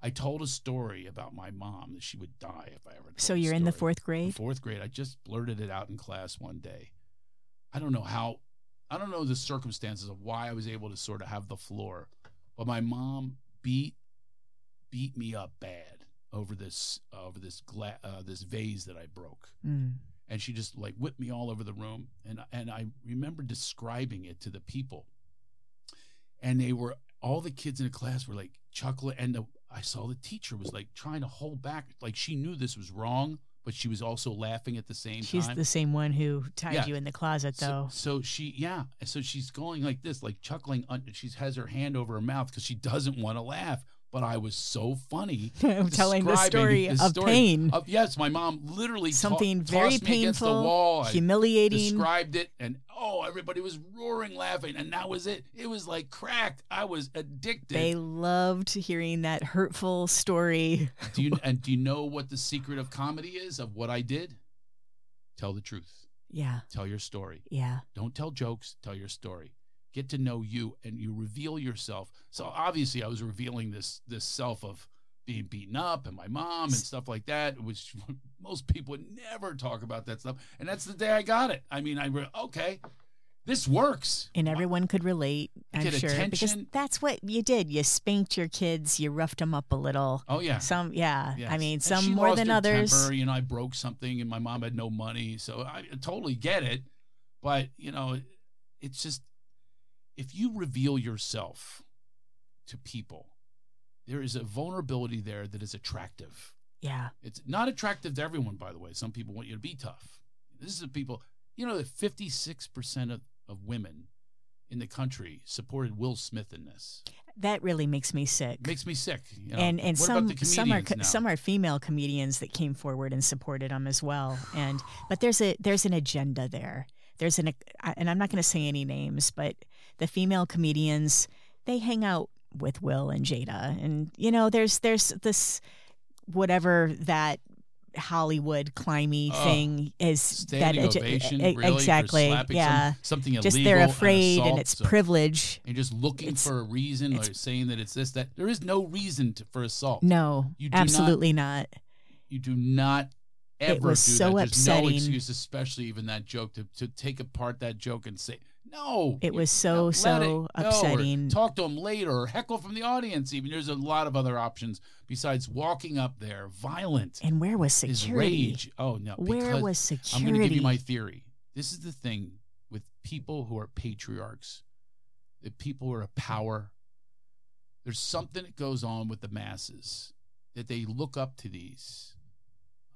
S2: I told a story about my mom that she would die if I ever. Told
S1: So
S2: a
S1: you're in the
S2: story.
S1: fourth
S2: In
S1: grade?
S2: fourth grade. I just blurted it out in class one day. I don't know how, I don't know the circumstances of why I was able to sort of have the floor, but my mom beat beat me up bad over this over this gla- uh, this vase that I broke,
S1: Mm.
S2: and she just like whipped me all over the room, and and I remember describing it to the people, and they were all the kids in the class were like chuckling, and the, I saw the teacher was like trying to hold back, like she knew this was wrong, but she was also laughing at the same
S1: She's
S2: time.
S1: the same one who tied
S2: Yeah.
S1: you in the closet,
S2: So,
S1: though.
S2: so she, yeah. So she's going like this, like chuckling. un- She has her hand over her mouth because she doesn't want to laugh. But I was so funny.
S1: I'm telling the
S2: describing
S1: story
S2: this
S1: of
S2: story
S1: pain,
S2: Of, yes, my mom literally to-
S1: something
S2: tossed
S1: very
S2: me against the
S1: painful,
S2: wall. I
S1: humiliating.
S2: described it, and oh, everybody was roaring, laughing, and that was it. It was like cracked. I was addicted.
S1: They loved hearing that hurtful story.
S2: do you and do you know what the secret of comedy is? Of what I did? Tell the truth.
S1: Yeah,
S2: Tell your story.
S1: yeah.
S2: Don't tell jokes, tell your story. Get to know you and you reveal yourself. So obviously I was revealing this this self of being beaten up and my mom and stuff like that, which most people would never talk about that stuff. And that's the day I got it. I mean, I re- okay, this works.
S1: And everyone could relate, I'm
S2: Get
S1: sure, because
S2: attention.
S1: that's what you did. You spanked your kids, you roughed them up a little.
S2: Oh yeah.
S1: Some, yeah.
S2: Yes.
S1: I mean,
S2: And
S1: some
S2: she
S1: more
S2: lost
S1: than
S2: her
S1: others.
S2: Temper, you know, I broke something, and my mom had no money, so I totally get it. But you know, it's just if you reveal yourself to people, there is a vulnerability there that is attractive.
S1: Yeah,
S2: It's not attractive to everyone, by the way. Some people want you to be tough. This is the people, you know, that fifty-six percent of of women in the country supported Will Smith in this.
S1: that really makes me sick.
S2: makes me sick. You know?
S1: and and
S2: what
S1: some
S2: about the
S1: some are
S2: comedians now?
S1: some are female comedians that came forward and supported him as well. And but there's a there's an agenda there. There's an I- and I'm not going to say any names, but the female comedians they hang out with Will and Jada, and you know there's there's this whatever that Hollywood climby
S2: Oh,
S1: thing is
S2: standing
S1: that ag-
S2: ovation,
S1: e-
S2: really, for
S1: exactly
S2: slapping
S1: yeah.
S2: some- something illegal.
S1: Just they're
S2: an
S1: afraid and,
S2: assault,
S1: it's
S2: so-
S1: privilege.
S2: And just looking
S1: it's-
S2: for a reason or
S1: it's-
S2: saying that it's this, that. There is no reason to, for assault.
S1: No,
S2: You do not-
S1: absolutely not.
S2: You do not ever
S1: It was
S2: do
S1: so
S2: that. There's
S1: upsetting.
S2: no excuse, especially even that joke, to, to take apart that joke and say, no.
S1: It
S2: you-
S1: was so,
S2: let
S1: so
S2: it go," or
S1: upsetting.
S2: talk to them later or heckle from the audience, even. There's a lot of other options besides walking up there, violent,
S1: And where was
S2: is
S1: security?
S2: rage. Oh, no.
S1: Where
S2: because-
S1: was
S2: I'm
S1: security?
S2: going to give you my theory. This is the thing with people who are patriarchs, the people who are a power. There's something that goes on with the masses that they look up to these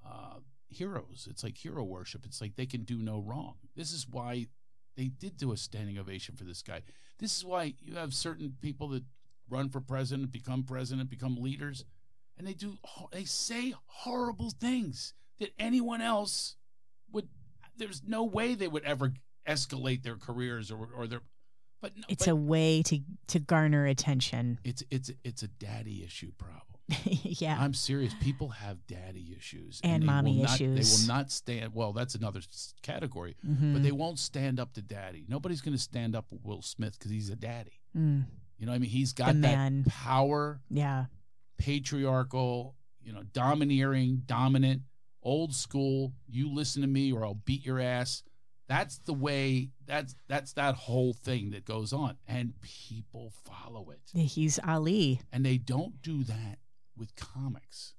S2: uh, heroes. It's like hero worship. It's like they can do no wrong. This is why they did do a standing ovation for this guy. This is why you have certain people that run for president, become president, become leaders, and they do ho- they say horrible things that anyone else would. There's no way they would ever escalate their careers or or their. But no,
S1: it's
S2: but
S1: a way to to garner attention.
S2: it's it's it's a daddy issue problem.
S1: yeah.
S2: I'm serious. People have daddy issues
S1: And
S2: they will
S1: mommy
S2: not-
S1: issues.
S2: They will not stand. Well, that's another s- category.
S1: Mhm.
S2: But they won't stand up to daddy. Nobody's going to stand up to Will Smith because he's a daddy.
S1: Mm,
S2: You know, what I mean, he's got
S1: man.
S2: that power,
S1: yeah.
S2: patriarchal, you know, domineering, dominant, old school. You listen to me, or I'll beat your ass. That's the way. That's that's that whole thing that goes on, and people follow it.
S1: He's Ali.
S2: And they don't do that with comics.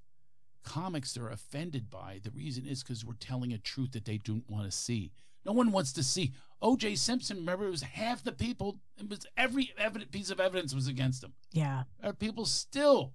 S2: Comics they're offended by. The reason is because we're telling a truth that they don't want to see. No one wants to see. O.J. Simpson, remember, it was half the people. It was every evident, piece of evidence was against him.
S1: Yeah.
S2: Are people still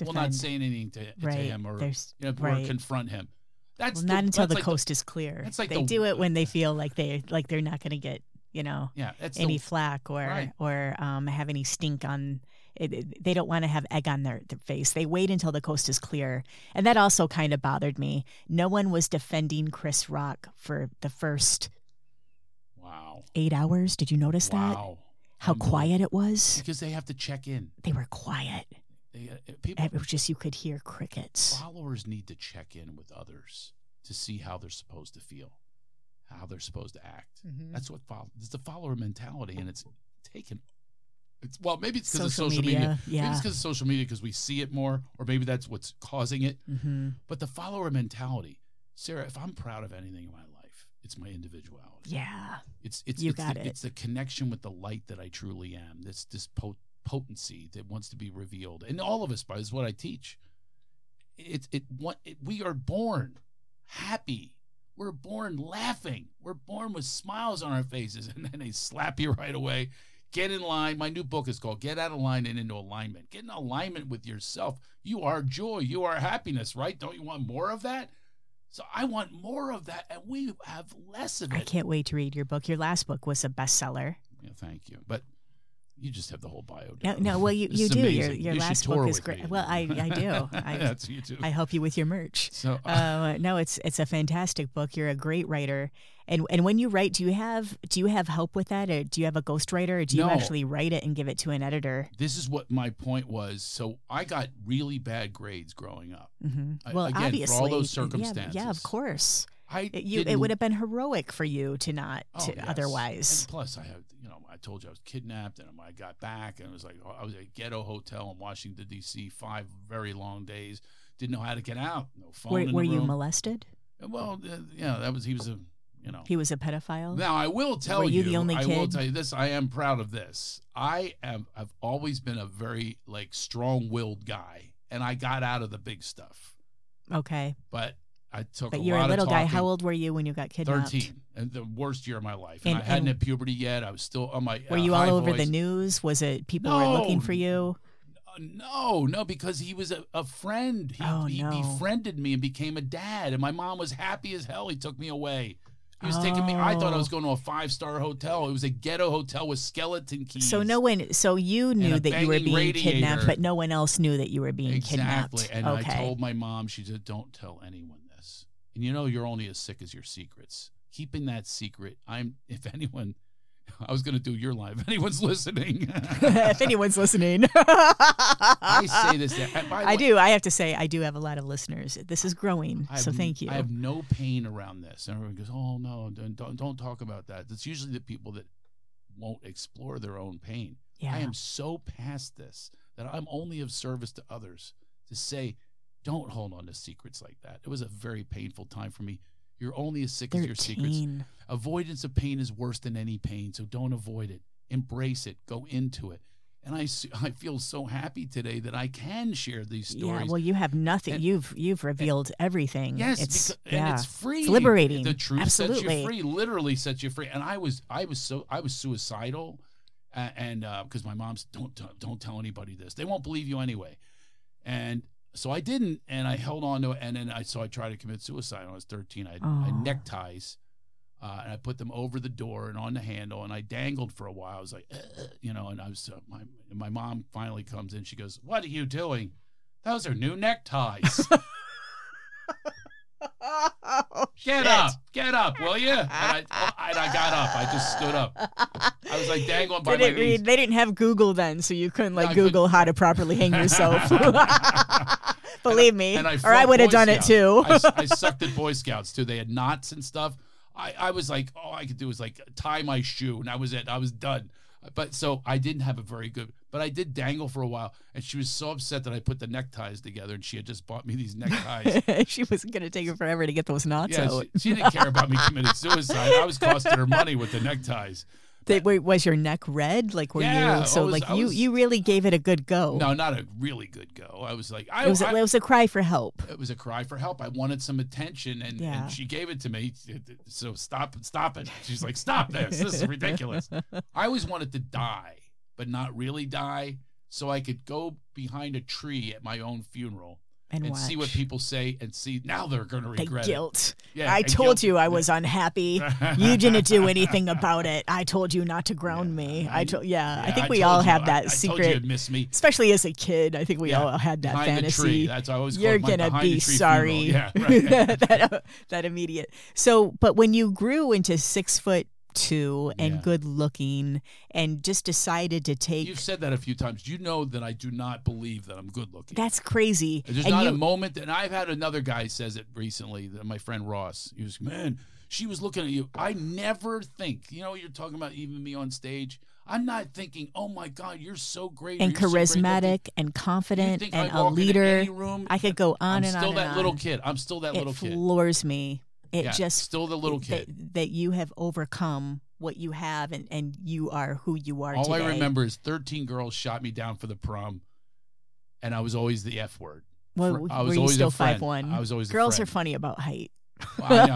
S2: will not
S1: defend-
S2: say anything to, to
S1: right.
S2: him or, you
S1: There's,
S2: know,
S1: right.
S2: or confront him. That's
S1: well, not
S2: the-
S1: until
S2: that's
S1: the
S2: like
S1: coast is clear.
S2: that's like
S1: they
S2: the-
S1: do it when they feel like they like they're not going to get you know
S2: yeah, that's
S1: any
S2: the,
S1: flack or
S2: Right.
S1: or um, have any stink on. It, it- they don't want to have egg on their, their face. They wait until the coast is clear, and that also kind of bothered me. No one was defending Chris Rock for the first
S2: wow,
S1: eight hours. Did you notice that?
S2: wow,
S1: How
S2: Unbelievable.
S1: quiet it was.
S2: because they have to check in.
S1: They were quiet.
S2: They, uh, people
S1: It was just you could hear crickets.
S2: followers need to check in with others. to see how they're supposed to feel, how they're supposed to act.
S1: Mhm.
S2: That's what follow. It's the follower mentality, and it's taken. It's well, maybe it's because of
S1: social
S2: social media.
S1: media.
S2: Maybe
S1: Yeah.
S2: it's because of social media because we see it more, or maybe that's what's causing it.
S1: Mm-hmm.
S2: But the follower mentality, Sarah. If I'm proud of anything in my life, it's my individuality.
S1: Yeah.
S2: It's it's
S1: You
S2: it's,
S1: got
S2: the,
S1: it.
S2: it's the connection with the light that I truly am. This this po- potency that wants to be revealed, and all of us, by is what I teach. It it what it, we are born happy. We're born laughing. We're born with smiles on our faces, and then they slap you right away. Get in line. My new book is called "Get Out of Line and Into Alignment." Get in alignment with yourself. You are joy. You are happiness. Right? Don't you want more of that? So I want more of that, and we have less of it.
S1: I can't wait to read your book. Your last book was a bestseller.
S2: Yeah, thank you. But you just have the whole bio.
S1: No,
S2: down.
S1: no well, you,
S2: This
S1: you
S2: is
S1: do. Your,
S2: amazing.
S1: your
S2: You should
S1: last
S2: tour
S1: book is
S2: with
S1: great.
S2: me.
S1: Well, I, I do. I,
S2: That's you too.
S1: I help you with your merch.
S2: so uh,
S1: Uh, no, it's it's a fantastic book. You're a great writer, and and when you write, do you have do you have help with that, or do you have a ghostwriter, or do you
S2: No.
S1: actually write it and give it to an editor?
S2: this is what my point was. So I got really bad grades growing up.
S1: hmm
S2: I-
S1: Well,
S2: again, for all
S1: obviously,
S2: those
S1: yeah, Yeah,
S2: circumstances.
S1: of course.
S2: I
S1: It, you, it
S2: didn't-
S1: would have been heroic for you to not
S2: Oh,
S1: to
S2: yes.
S1: otherwise.
S2: And plus, I had you know I told you I was kidnapped, and I got back, and it was like I was at a ghetto hotel in Washington D.C. Five very long days. Didn't know how to get out. No phone.
S1: Were,
S2: in the
S1: were you
S2: room.
S1: molested?
S2: well, uh, yeah, that was he was a you know
S1: He was a pedophile.
S2: Now I will tell
S1: Were you
S2: you,
S1: the only
S2: I will
S1: kid?
S2: tell you this. I am proud of this. I am. I've always been a very like strong-willed guy, and I got out of the big stuff.
S1: okay,
S2: But I took.
S1: but
S2: a
S1: you're a
S2: lot
S1: little
S2: of
S1: guy.
S2: talking.
S1: How old were you when you got kidnapped?
S2: Thirteen, and the worst year of my life. And,
S1: And-
S2: I hadn't
S1: and-
S2: had puberty yet. I was still on my.
S1: Were
S2: uh,
S1: you all
S2: high
S1: over the
S2: voice.
S1: news? Was it people were looking
S2: No.
S1: for you?
S2: Uh, no, no, because he was a, a friend. He,
S1: Oh,
S2: he
S1: no.
S2: befriended me and became a dad, and my mom was happy as hell. He took me away. He was taking me. I thought I was
S1: Oh.
S2: going to a five star hotel. It was a ghetto hotel with skeleton keys.
S1: So no one. So you knew
S2: a
S1: that you were
S2: banging
S1: being kidnapped,
S2: radiator.
S1: but no one else knew that you were being
S2: exactly.
S1: kidnapped.
S2: And
S1: okay.
S2: I told my mom. She said, "Don't tell anyone this." And you know, you're only as sick as your secrets. Keeping that secret. I'm. If anyone, I was going to do your live. If anyone's listening,
S1: if anyone's listening,
S2: I
S1: I
S2: say this. and by the
S1: I
S2: way,
S1: do. I have to say, I do have a lot of listeners. This is growing,
S2: I
S1: so
S2: have-
S1: thank you.
S2: I have no pain around this. And everyone goes, "Oh no, don't don't, don't talk about that." It's usually the people that won't explore their own pain.
S1: yeah.
S2: I am so past this that I'm only of service to others to say, don't hold on to secrets like that. It was a very painful time for me. You're only as sick as your secrets.
S1: Thirteen.
S2: Avoidance of pain is worse than any pain, so don't avoid it. Embrace it. Go into it. And I, s- I feel so happy today that I can share these stories.
S1: Yeah. Well, you have nothing.
S2: And-
S1: you've you've revealed everything.
S2: Yes,
S1: It's
S2: becau-
S1: yeah.
S2: and it's free.
S1: liberating.
S2: The truth sets
S1: Absolutely.
S2: you free. Literally sets you free. And I was, I was so, I was suicidal, uh, and because my mom's don't t- don't tell anybody this. They won't believe you anyway. And so I didn't, and I held on to it, and then I so I tried to commit suicide when I was thirteen. I, I
S1: Oh.
S2: neckties. Uh, and I put them over the door and on the handle, and I dangled for a while. I was like, you know, and I was uh, my my mom finally comes in. She goes, "What are you doing? Those are new neckties." Get up, get up, will you? And I, and I got up. I just stood up. I was like dangling by
S1: Did
S2: my
S1: it
S2: knees.
S1: read? They didn't have Google then, so you couldn't like
S2: I couldn't-
S1: Google how to properly hang yourself. Believe me,
S2: And I
S1: or I
S2: fought
S1: would have
S2: Boy
S1: done it
S2: Scouts.
S1: too.
S2: I, s- I sucked at Boy Scouts too. They had knots and stuff. I, I was like, all I could do was like tie my shoe, and I was it. I was done. But so I didn't have a very good. But I did dangle for a while, and she was so upset that I put the neckties together, and she had just bought me these neckties.
S1: she was going to take her forever to get those knots
S2: yeah,
S1: out.
S2: she, she didn't care about me committing suicide. I was costing her money with the neckties.
S1: They, wait, was your neck red? Like were
S2: Yeah,
S1: you?
S2: I
S1: So
S2: was-
S1: like
S2: I
S1: you,
S2: was-
S1: you really gave it a good go.
S2: No, not a really good go. I was like, I,
S1: it was a,
S2: I-
S1: it was a cry for help.
S2: cry for help. I wanted some attention, and,
S1: Yeah.
S2: and she gave it to me. So stop, stop it. She's like, stop this. This is ridiculous. I always wanted to die, but not really die, so I could go behind a tree at my own funeral
S1: And,
S2: and see what
S1: watch.
S2: people say and see now they're going to
S1: the
S2: regret
S1: guilt.
S2: it. Yeah,
S1: I
S2: and
S1: told
S2: guilt.
S1: you I was unhappy. you didn't do anything about it. I told you not to ground
S2: Yeah,
S1: me.
S2: I-
S1: I told. Yeah, I
S2: Yeah,
S1: think we all
S2: told you.
S1: have
S2: I-
S1: that
S2: I Told you
S1: secret,
S2: you'd miss me.
S1: especially as a kid. I think we
S2: Yeah,
S1: all had that
S2: behind
S1: fantasy.
S2: The tree. That's why I always
S1: You're
S2: called my
S1: gonna
S2: behind
S1: be
S2: the tree
S1: sorry. uh,
S2: Funeral. Yeah, right.
S1: that that immediate. So, but when you grew into six foot to and
S2: Yeah.
S1: good looking and just decided to take
S2: You've said that a few times. You know that I do not believe that I'm good looking.
S1: that's crazy.
S2: There's
S1: and
S2: not
S1: you,
S2: a moment, that- and I've had another guy says it recently. That my friend Ross, he was man, she was looking at you. I never think, you know, you're talking about even me on stage. I'm not thinking, oh my god, you're so great or
S1: and
S2: you're so great looking."
S1: charismatic and
S2: You
S1: confident
S2: think
S1: and
S2: I
S1: a
S2: walk into
S1: leader.
S2: any room,
S1: I could go on
S2: I'm
S1: and
S2: still
S1: on.
S2: that
S1: and
S2: little
S1: on.
S2: kid. I'm still that
S1: it
S2: little kid.
S1: floors me. It
S2: Yeah,
S1: just
S2: still the little
S1: that-
S2: kid.
S1: that, you have overcome what you have and and you are who you are
S2: All
S1: today.
S2: I remember is 13 girls shot me down for the prom, and I was always the F word.
S1: Well,
S2: Fr- I was
S1: were you
S2: always a
S1: still
S2: friend.
S1: five one?
S2: I was always a
S1: girls are
S2: friend.
S1: funny about height.
S2: I know,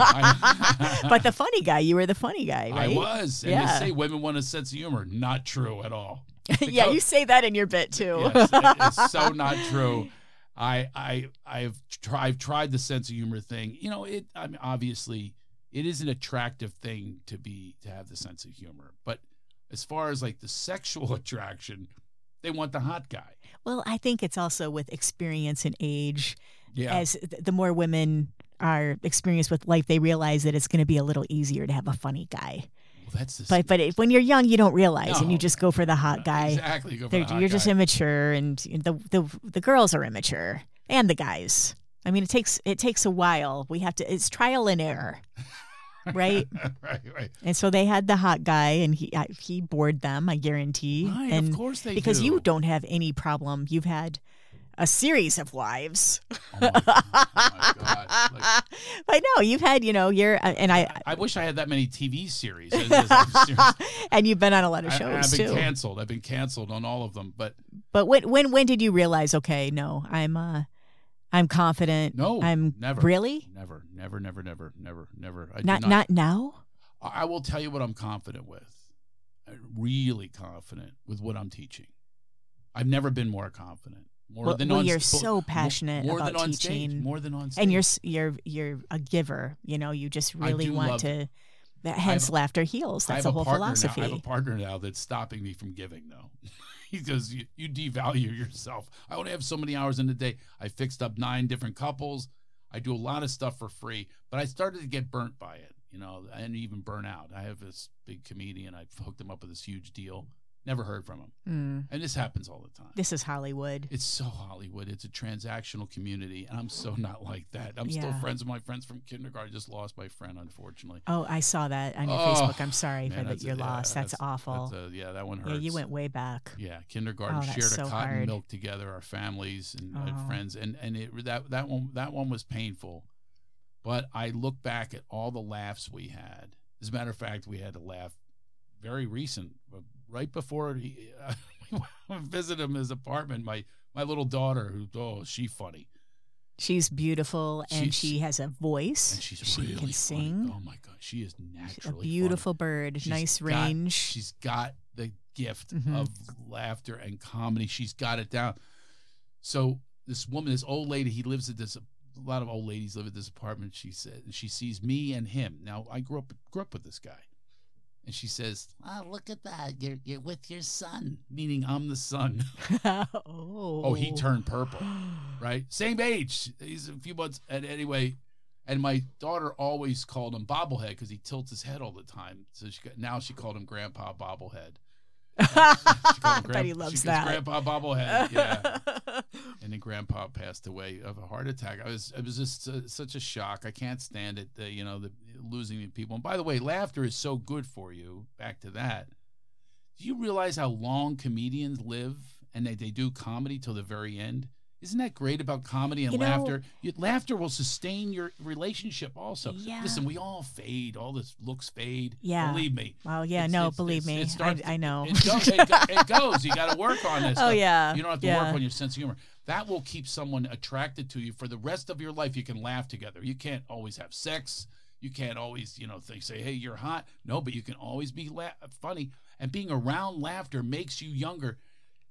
S2: I-
S1: but the funny guy, you were the funny guy,
S2: I
S1: right?
S2: was. And
S1: Yeah.
S2: they say women want a sense of humor. Not true at all.
S1: yeah, you say that in your bit too.
S2: Yes, it- it's so not true. I I I've tried I've tried the sense of humor thing. You know, it I mean obviously it is an attractive thing to be to have the sense of humor. But as far as like the sexual attraction, they want the hot guy.
S1: Well, I think it's also with experience and age.
S2: Yeah.
S1: As th- the more women are experienced with life, they realize that it's going to be a little easier to have a funny guy.
S2: well, that's the
S1: But but it, when you're young, you don't realize, and you
S2: No.
S1: just go for the hot guy.
S2: Exactly. Go for
S1: They're-
S2: the hot
S1: you're just
S2: guy.
S1: immature, and you know, the the the girls are immature, and the guys. I mean, it takes it takes a while. We have to. It's trial and error, right?
S2: right, right.
S1: And so they had the hot guy, and he I, he bored them. I guarantee.
S2: Right,
S1: and
S2: of course they
S1: because
S2: do.
S1: you don't have any problem. You've had a series of wives.
S2: Oh my, God. Oh my God.
S1: I
S2: Like,
S1: know you've had, you know, you're uh, and I
S2: I wish I had that many TV series. It is- I'm serious.
S1: and you've been on a lot of
S2: I, have
S1: shows
S2: been
S1: too.
S2: canceled. I've been canceled on all of them. But
S1: But when when when did you realize? Okay, no, I'm uh, I'm confident.
S2: no,
S1: I'm
S2: never
S1: really
S2: Never, never, never, never, never, never. I do
S1: not,
S2: not,
S1: not now.
S2: I I will tell you what I'm confident with. I'm really confident with what I'm teaching. I've never been more confident. More
S1: Well-
S2: than
S1: well,
S2: on
S1: you're
S2: sta-
S1: so
S2: more-
S1: passionate
S2: more
S1: about
S2: than on
S1: teaching.
S2: Stage, more than on stage.
S1: And you're s- you're you're a giver. You know, you just
S2: I
S1: really
S2: do
S1: want
S2: love
S1: to. That hence,
S2: have-
S1: laughter heals.
S2: I
S1: That's the
S2: have
S1: whole
S2: partner now-
S1: philosophy.
S2: I have a partner now that's stopping me from giving, though. he goes, you, you devalue yourself. I only have so many hours in the day. I fixed up nine different couples. I do a lot of stuff for free, but I started to get burnt by it, you know, and even burn out. I have this big comedian. I hooked him up with this huge deal. Never heard from him.
S1: Mm.
S2: And this happens all the time.
S1: This is Hollywood.
S2: It's so Hollywood. It's a transactional community. And I'm so not like that. I'm still
S1: Yeah.
S2: friends with my friends from kindergarten. I just lost my friend, unfortunately.
S1: Oh, I saw that on your
S2: Oh,
S1: Facebook. I'm sorry
S2: Man,
S1: for that
S2: that's a-
S1: your
S2: yeah,
S1: loss. That's, awful.
S2: that's a- yeah, that one hurts.
S1: yeah, you went way back.
S2: Yeah, kindergarten
S1: Oh, that's
S2: shared a
S1: so
S2: cotton
S1: hard.
S2: milk together, our families and uh,
S1: Oh.
S2: friends, and and it that that one that one was painful, but I look back at all the laughs we had. As a matter of fact, we had a laugh very recent, uh, right before he, uh, we went to visit him in his apartment. My my little daughter, who oh is she funny,
S1: She's beautiful and
S2: She's-
S1: she has a voice.
S2: and she's
S1: she
S2: really
S1: can
S2: funny.
S1: sing.
S2: Oh my god, she is
S1: She's
S2: naturally
S1: a beautiful bird.
S2: She's
S1: nice
S2: got-
S1: range.
S2: She's got the gift
S1: Mhm.
S2: of laughter and comedy. She's got it down. So this woman, this old lady, he lives at this. A lot of old ladies live at this apartment. She said, and she sees me and him. Now I grew up grew up with this guy, and she says, "Ah, look at that! You're you're with your son," meaning I'm the son.
S1: oh.
S2: Oh, he turned purple, right? Same age. He's a few months. And anyway, and my daughter always called him bobblehead because he tilts his head all the time. So she got, now she called him Grandpa Bobblehead. She called
S1: I
S2: him
S1: bet he
S2: Grand-
S1: loves
S2: she goes,
S1: that.
S2: Grandpa Bobblehead. Yeah. and then Grandpa passed away of a heart attack. I was it was just uh, such a shock. I can't stand it. The, you know, the losing the people. And by the way, laughter is so good for you. Back to that. Do you realize how long comedians live and they, they do comedy till the very end? Isn't that great about comedy and
S1: You know-
S2: laughter? You, laughter will sustain your relationship also.
S1: Yeah.
S2: Listen, we all fade. All this looks fade.
S1: Yeah.
S2: Believe me.
S1: Well, yeah,
S2: It's-
S1: no,
S2: it's-
S1: believe
S2: it's-
S1: me.
S2: it starts-
S1: I, I know.
S2: It, go, it, go- it goes. You got to work on this.
S1: oh,
S2: stuff.
S1: yeah.
S2: You don't have to
S1: yeah.
S2: work on your sense of humor. That will keep someone attracted to you for the rest of your life. You can laugh together. You can't always have sex. You can't always, you know, they say, "Hey, you're hot." No, but you can always be la- funny. And being around laughter makes you younger.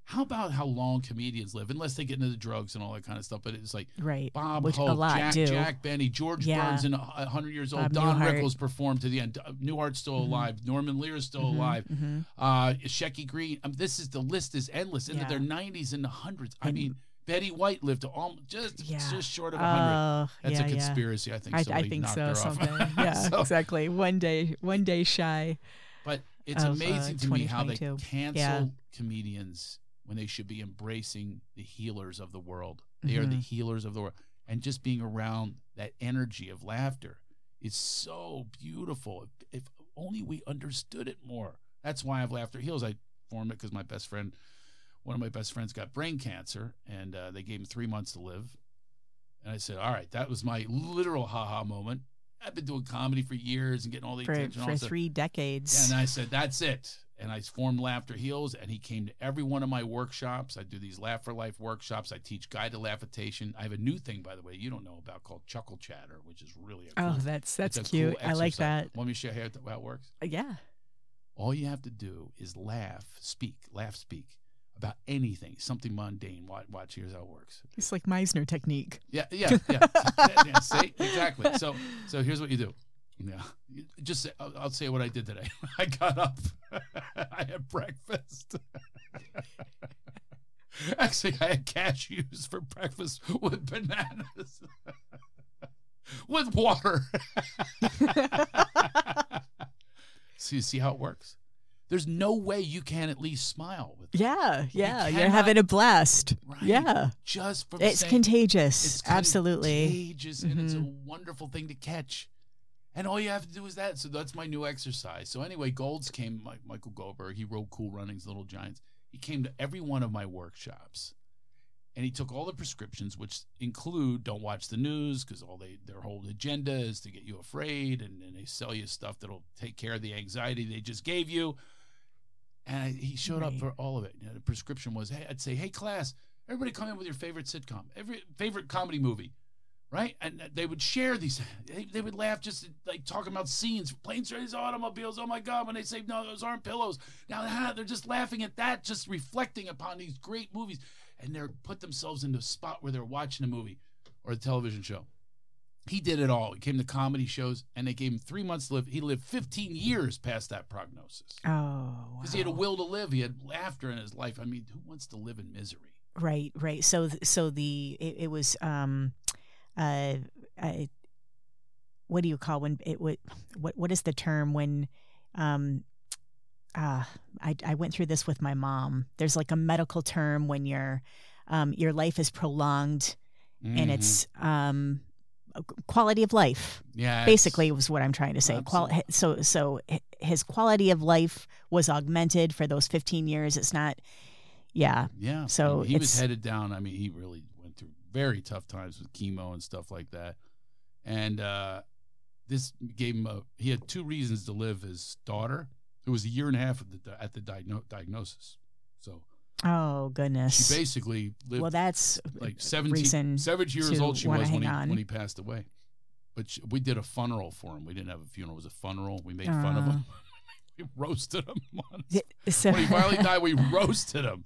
S2: How about how long comedians live? Unless they get into the drugs and all that kind of stuff. But it's like
S1: Right.
S2: Bob
S1: Which
S2: Hope,
S1: a lot
S2: Jack,
S1: do.
S2: Jack Benny, George
S1: Yeah.
S2: Burns, and a hundred years old.
S1: Bob
S2: Don
S1: Newhart.
S2: Rickles performed to the end. Newhart's still
S1: Mhm.
S2: alive. Norman Lear's still
S1: Mhm,
S2: alive
S1: mhm.
S2: uh Shecky Green. Um, this is the list is endless. Into
S1: Yeah.
S2: their nineties and the hundreds. I
S1: And-
S2: mean, Betty White lived to almost just
S1: Yeah.
S2: just short of hundred.
S1: Oh,
S2: That's
S1: yeah,
S2: a
S1: yeah.
S2: conspiracy. I think.
S1: I, I
S2: somebody
S1: think
S2: knocked
S1: so.
S2: her
S1: Something.
S2: Off.
S1: Yeah,
S2: So-
S1: exactly. One day, one day shy.
S2: But it's
S1: of, uh,
S2: amazing to me how they
S1: 2022.
S2: cancel
S1: Yeah.
S2: comedians when they should be embracing the healers of the world. They are the
S1: Mhm.
S2: healers of the world. And just being around that energy of laughter is so beautiful. If, if only we understood it more. That's why I have Laughter Heals. I formed it because my best friend, one of my best friends, got brain cancer and uh, they gave him three months to live. And I said, All right, that was my literal haha moment. I've been doing comedy for years and getting all the
S1: for
S2: attention. all
S1: for
S2: this stuff.
S1: three decades.
S2: And I said, that's it. And I formed Laughter Heals, and he came to every one of my workshops. I do these Laugh for Life workshops. I teach guided laughitation. I have a new thing, by the way, you don't know about called Chuckle Chatter, which is really a cool,
S1: oh, that's that's
S2: it's a
S1: cute.
S2: cool
S1: I like that.
S2: exercise. Let me show you how it- how it works.
S1: Yeah.
S2: All you have to do is laugh, speak, laugh, speak about anything, something mundane. Watch, watch here's how it works.
S1: It's like Meisner technique.
S2: Yeah, yeah, yeah. yeah see, exactly. So, so here's what you do. Yeah, You- just say, I'll, I'll say what I did today. I got up. I had breakfast. Actually, I had cashews for breakfast with bananas, with water. so you see how it works. There's no way you can at least smile with that,
S1: Yeah, yeah. You are
S2: cannot-
S1: having a blast.
S2: right?
S1: Yeah.
S2: just from
S1: It's
S2: saying-
S1: contagious.
S2: it's
S1: Absolutely.
S2: contagious and it's a wonderful thing to catch. And all you have to do is that. So that's my new exercise. So anyway, Golds came, Mi- Michael Goldberg. He wrote Cool Runnings, Little Giants. He came to every one of my workshops, and he took all the prescriptions, which include don't watch the news because all they their whole agenda is to get you afraid, and, and they sell you stuff that'll take care of the anxiety they just gave you. And I, he showed up
S1: Right.
S2: for all of it. You know, the prescription was, hey, I'd say, hey class, everybody come in with your favorite sitcom, every favorite comedy movie right? And they would share these. They, they would laugh just like talking about scenes, planes, trains, automobiles. Oh my God! When they say no, those aren't pillows. Now ah, they're just laughing at that, just reflecting upon these great movies, and they're put themselves into a spot where they're watching a movie or a television show. He did it all. He came to comedy shows, and they gave him three months to live. He lived 15 years past that prognosis
S1: Oh, wow.
S2: because he had a will to live. He had laughter in his life. I mean, who wants to live in misery?
S1: Right, right. So, th- so the it, it was um, uh, I, what do you call when it would what what is the term when um, uh, I I went through this with my mom. There's like a medical term when your um your life is prolonged
S2: Mm-hmm.
S1: and it's um a q- quality of life
S2: Mm-hmm. yeah, it's-
S1: basically was what I'm trying to say. Qual- so
S2: Absolutely.
S1: so h- his quality of life was augmented for those 15 years. It's not, yeah,
S2: Yeah. I
S1: So
S2: mean, he was
S1: it's-
S2: headed down. I mean, he really went through very tough times with chemo and stuff like that. And uh, this gave him a. He had two reasons to live. His daughter, who was a year and a half at the di- at the diagno- diagnosis, so
S1: oh goodness.
S2: she basically lived
S1: well, that's
S2: like
S1: reason
S2: 17, 17 years
S1: to
S2: old she
S1: wanna
S2: was when he,
S1: hang on.
S2: when he passed away. But she, we did a funeral for him. We didn't have a funeral. It was a funeral. We made fun of him. we roasted him. on
S1: Yeah, so,
S2: when he finally died, we roasted him.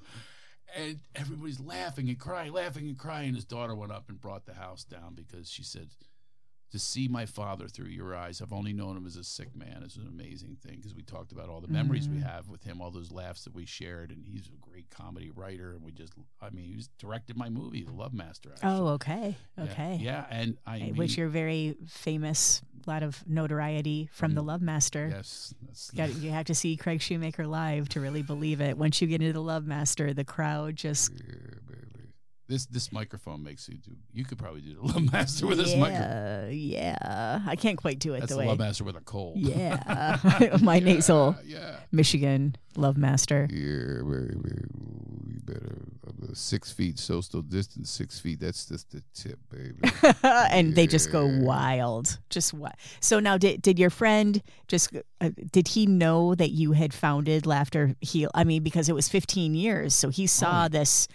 S2: And everybody's laughing and crying, laughing and crying. His daughter went up and brought the house down because she said, To see my father through your eyes, I've only known him as a sick man, is an amazing thing because we talked about all the memories we
S1: Mhm.
S2: have with him, all those laughs that we shared. And he's a great comedy writer. And we just, I mean, he was directed my movie, The Love Master. Actually.
S1: oh, okay,
S2: Yeah.
S1: okay.
S2: Yeah. And I, mean,
S1: Which you're very famous, a lot of notoriety from the
S2: From-
S1: Love Master.
S2: yes. That's,
S1: Got you have to see Craig Shoemaker live to really believe it. Once you get into the Love Master, the crowd just
S2: This, this microphone makes you do. You could probably do the Love Master with this
S1: yeah,
S2: microphone.
S1: yeah. I can't quite do it
S2: That's
S1: the
S2: the
S1: way
S2: love master with a cold.
S1: Yeah. My
S2: Yeah,
S1: nasal.
S2: Yeah.
S1: Michigan Love Master.
S2: Yeah, baby. We better uh, six feet social distance. Six feet. That's just the tip, baby.
S1: and they just go
S2: Yeah.
S1: wild. Just what? So now, did did your friend just uh, did he know that you had founded Laughter Heal? I mean, because it was 15 years, so he saw
S2: Oh,
S1: this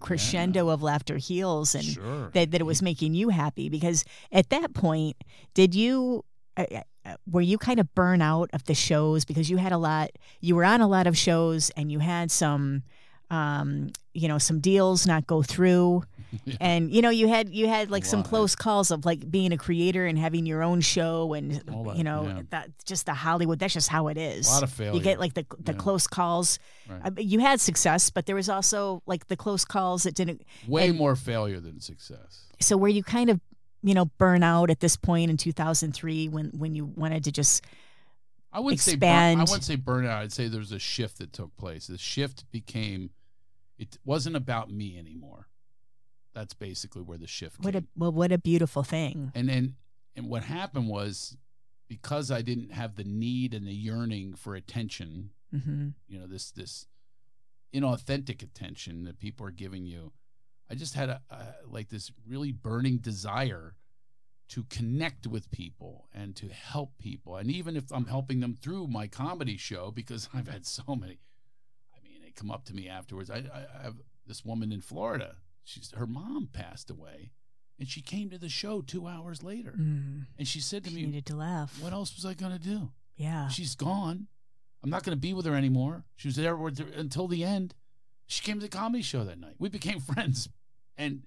S1: crescendo of Laughter Heals and
S2: sure.
S1: that that it was making you happy. Because at that point, did you? uh, uh, Were you kind of burnt out of the shows because you had a lot? You were on a lot of shows and you had some, um, you know, some deals not go through.
S2: Yeah.
S1: and you know you had you had like some
S2: Live.
S1: close calls of like being a creator and having your own show and
S2: All that,
S1: you know
S2: yeah.
S1: that just the Hollywood that's just how it
S2: A
S1: is.
S2: lot of failure.
S1: you get like the the
S2: yeah.
S1: close calls.
S2: Right.
S1: I mean, you had success, but there was also like the close calls that didn't.
S2: way
S1: and-
S2: more failure than success.
S1: So where you kind of you know burn out at this point in 2003 when when you wanted to just
S2: I wouldn't say burn, I
S1: Expand.
S2: wouldn't say burnout. I'd say there's a shift that took place. The shift became it wasn't about me anymore. That's basically where the shift
S1: what a
S2: came.
S1: well what a beautiful thing.
S2: and then and what happened was because I didn't have the need and the yearning for attention,
S1: hmm
S2: you know, this this inauthentic attention that people are giving you, I just had a, a like this really burning desire to connect with people and to help people. And even if I'm helping them through my comedy show, because I've had so many, I mean, they come up to me afterwards. I, I, I have this woman in Florida. She's her mom passed away, and she came to the show two hours later,
S1: Mm.
S2: and she said to
S1: She
S2: me,
S1: needed to laugh.
S2: "What else was I gonna do?
S1: Yeah.
S2: She's gone. I'm not gonna be with her anymore. She was there with her until the end. She came to the comedy show that night. We became friends, and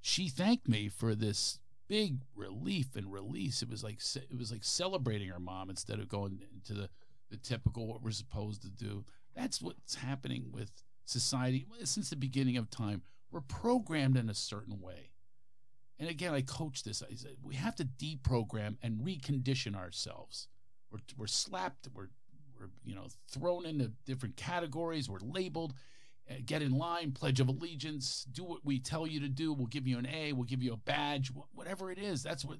S2: she thanked me for this big relief and release. It was like ce- it was like celebrating her mom instead of going into the the typical what we're supposed to do. That's what's happening with society since the beginning of time. We're programmed in a certain way. And again, I coach this. I said we have to deprogram and recondition ourselves. We're, we're slapped. We're we're you know thrown into different categories. We're labeled. Uh, Get in line. Pledge of allegiance. Do what we tell you to do. We'll give you an A. We'll give you a badge. wh- Whatever it is. That's what.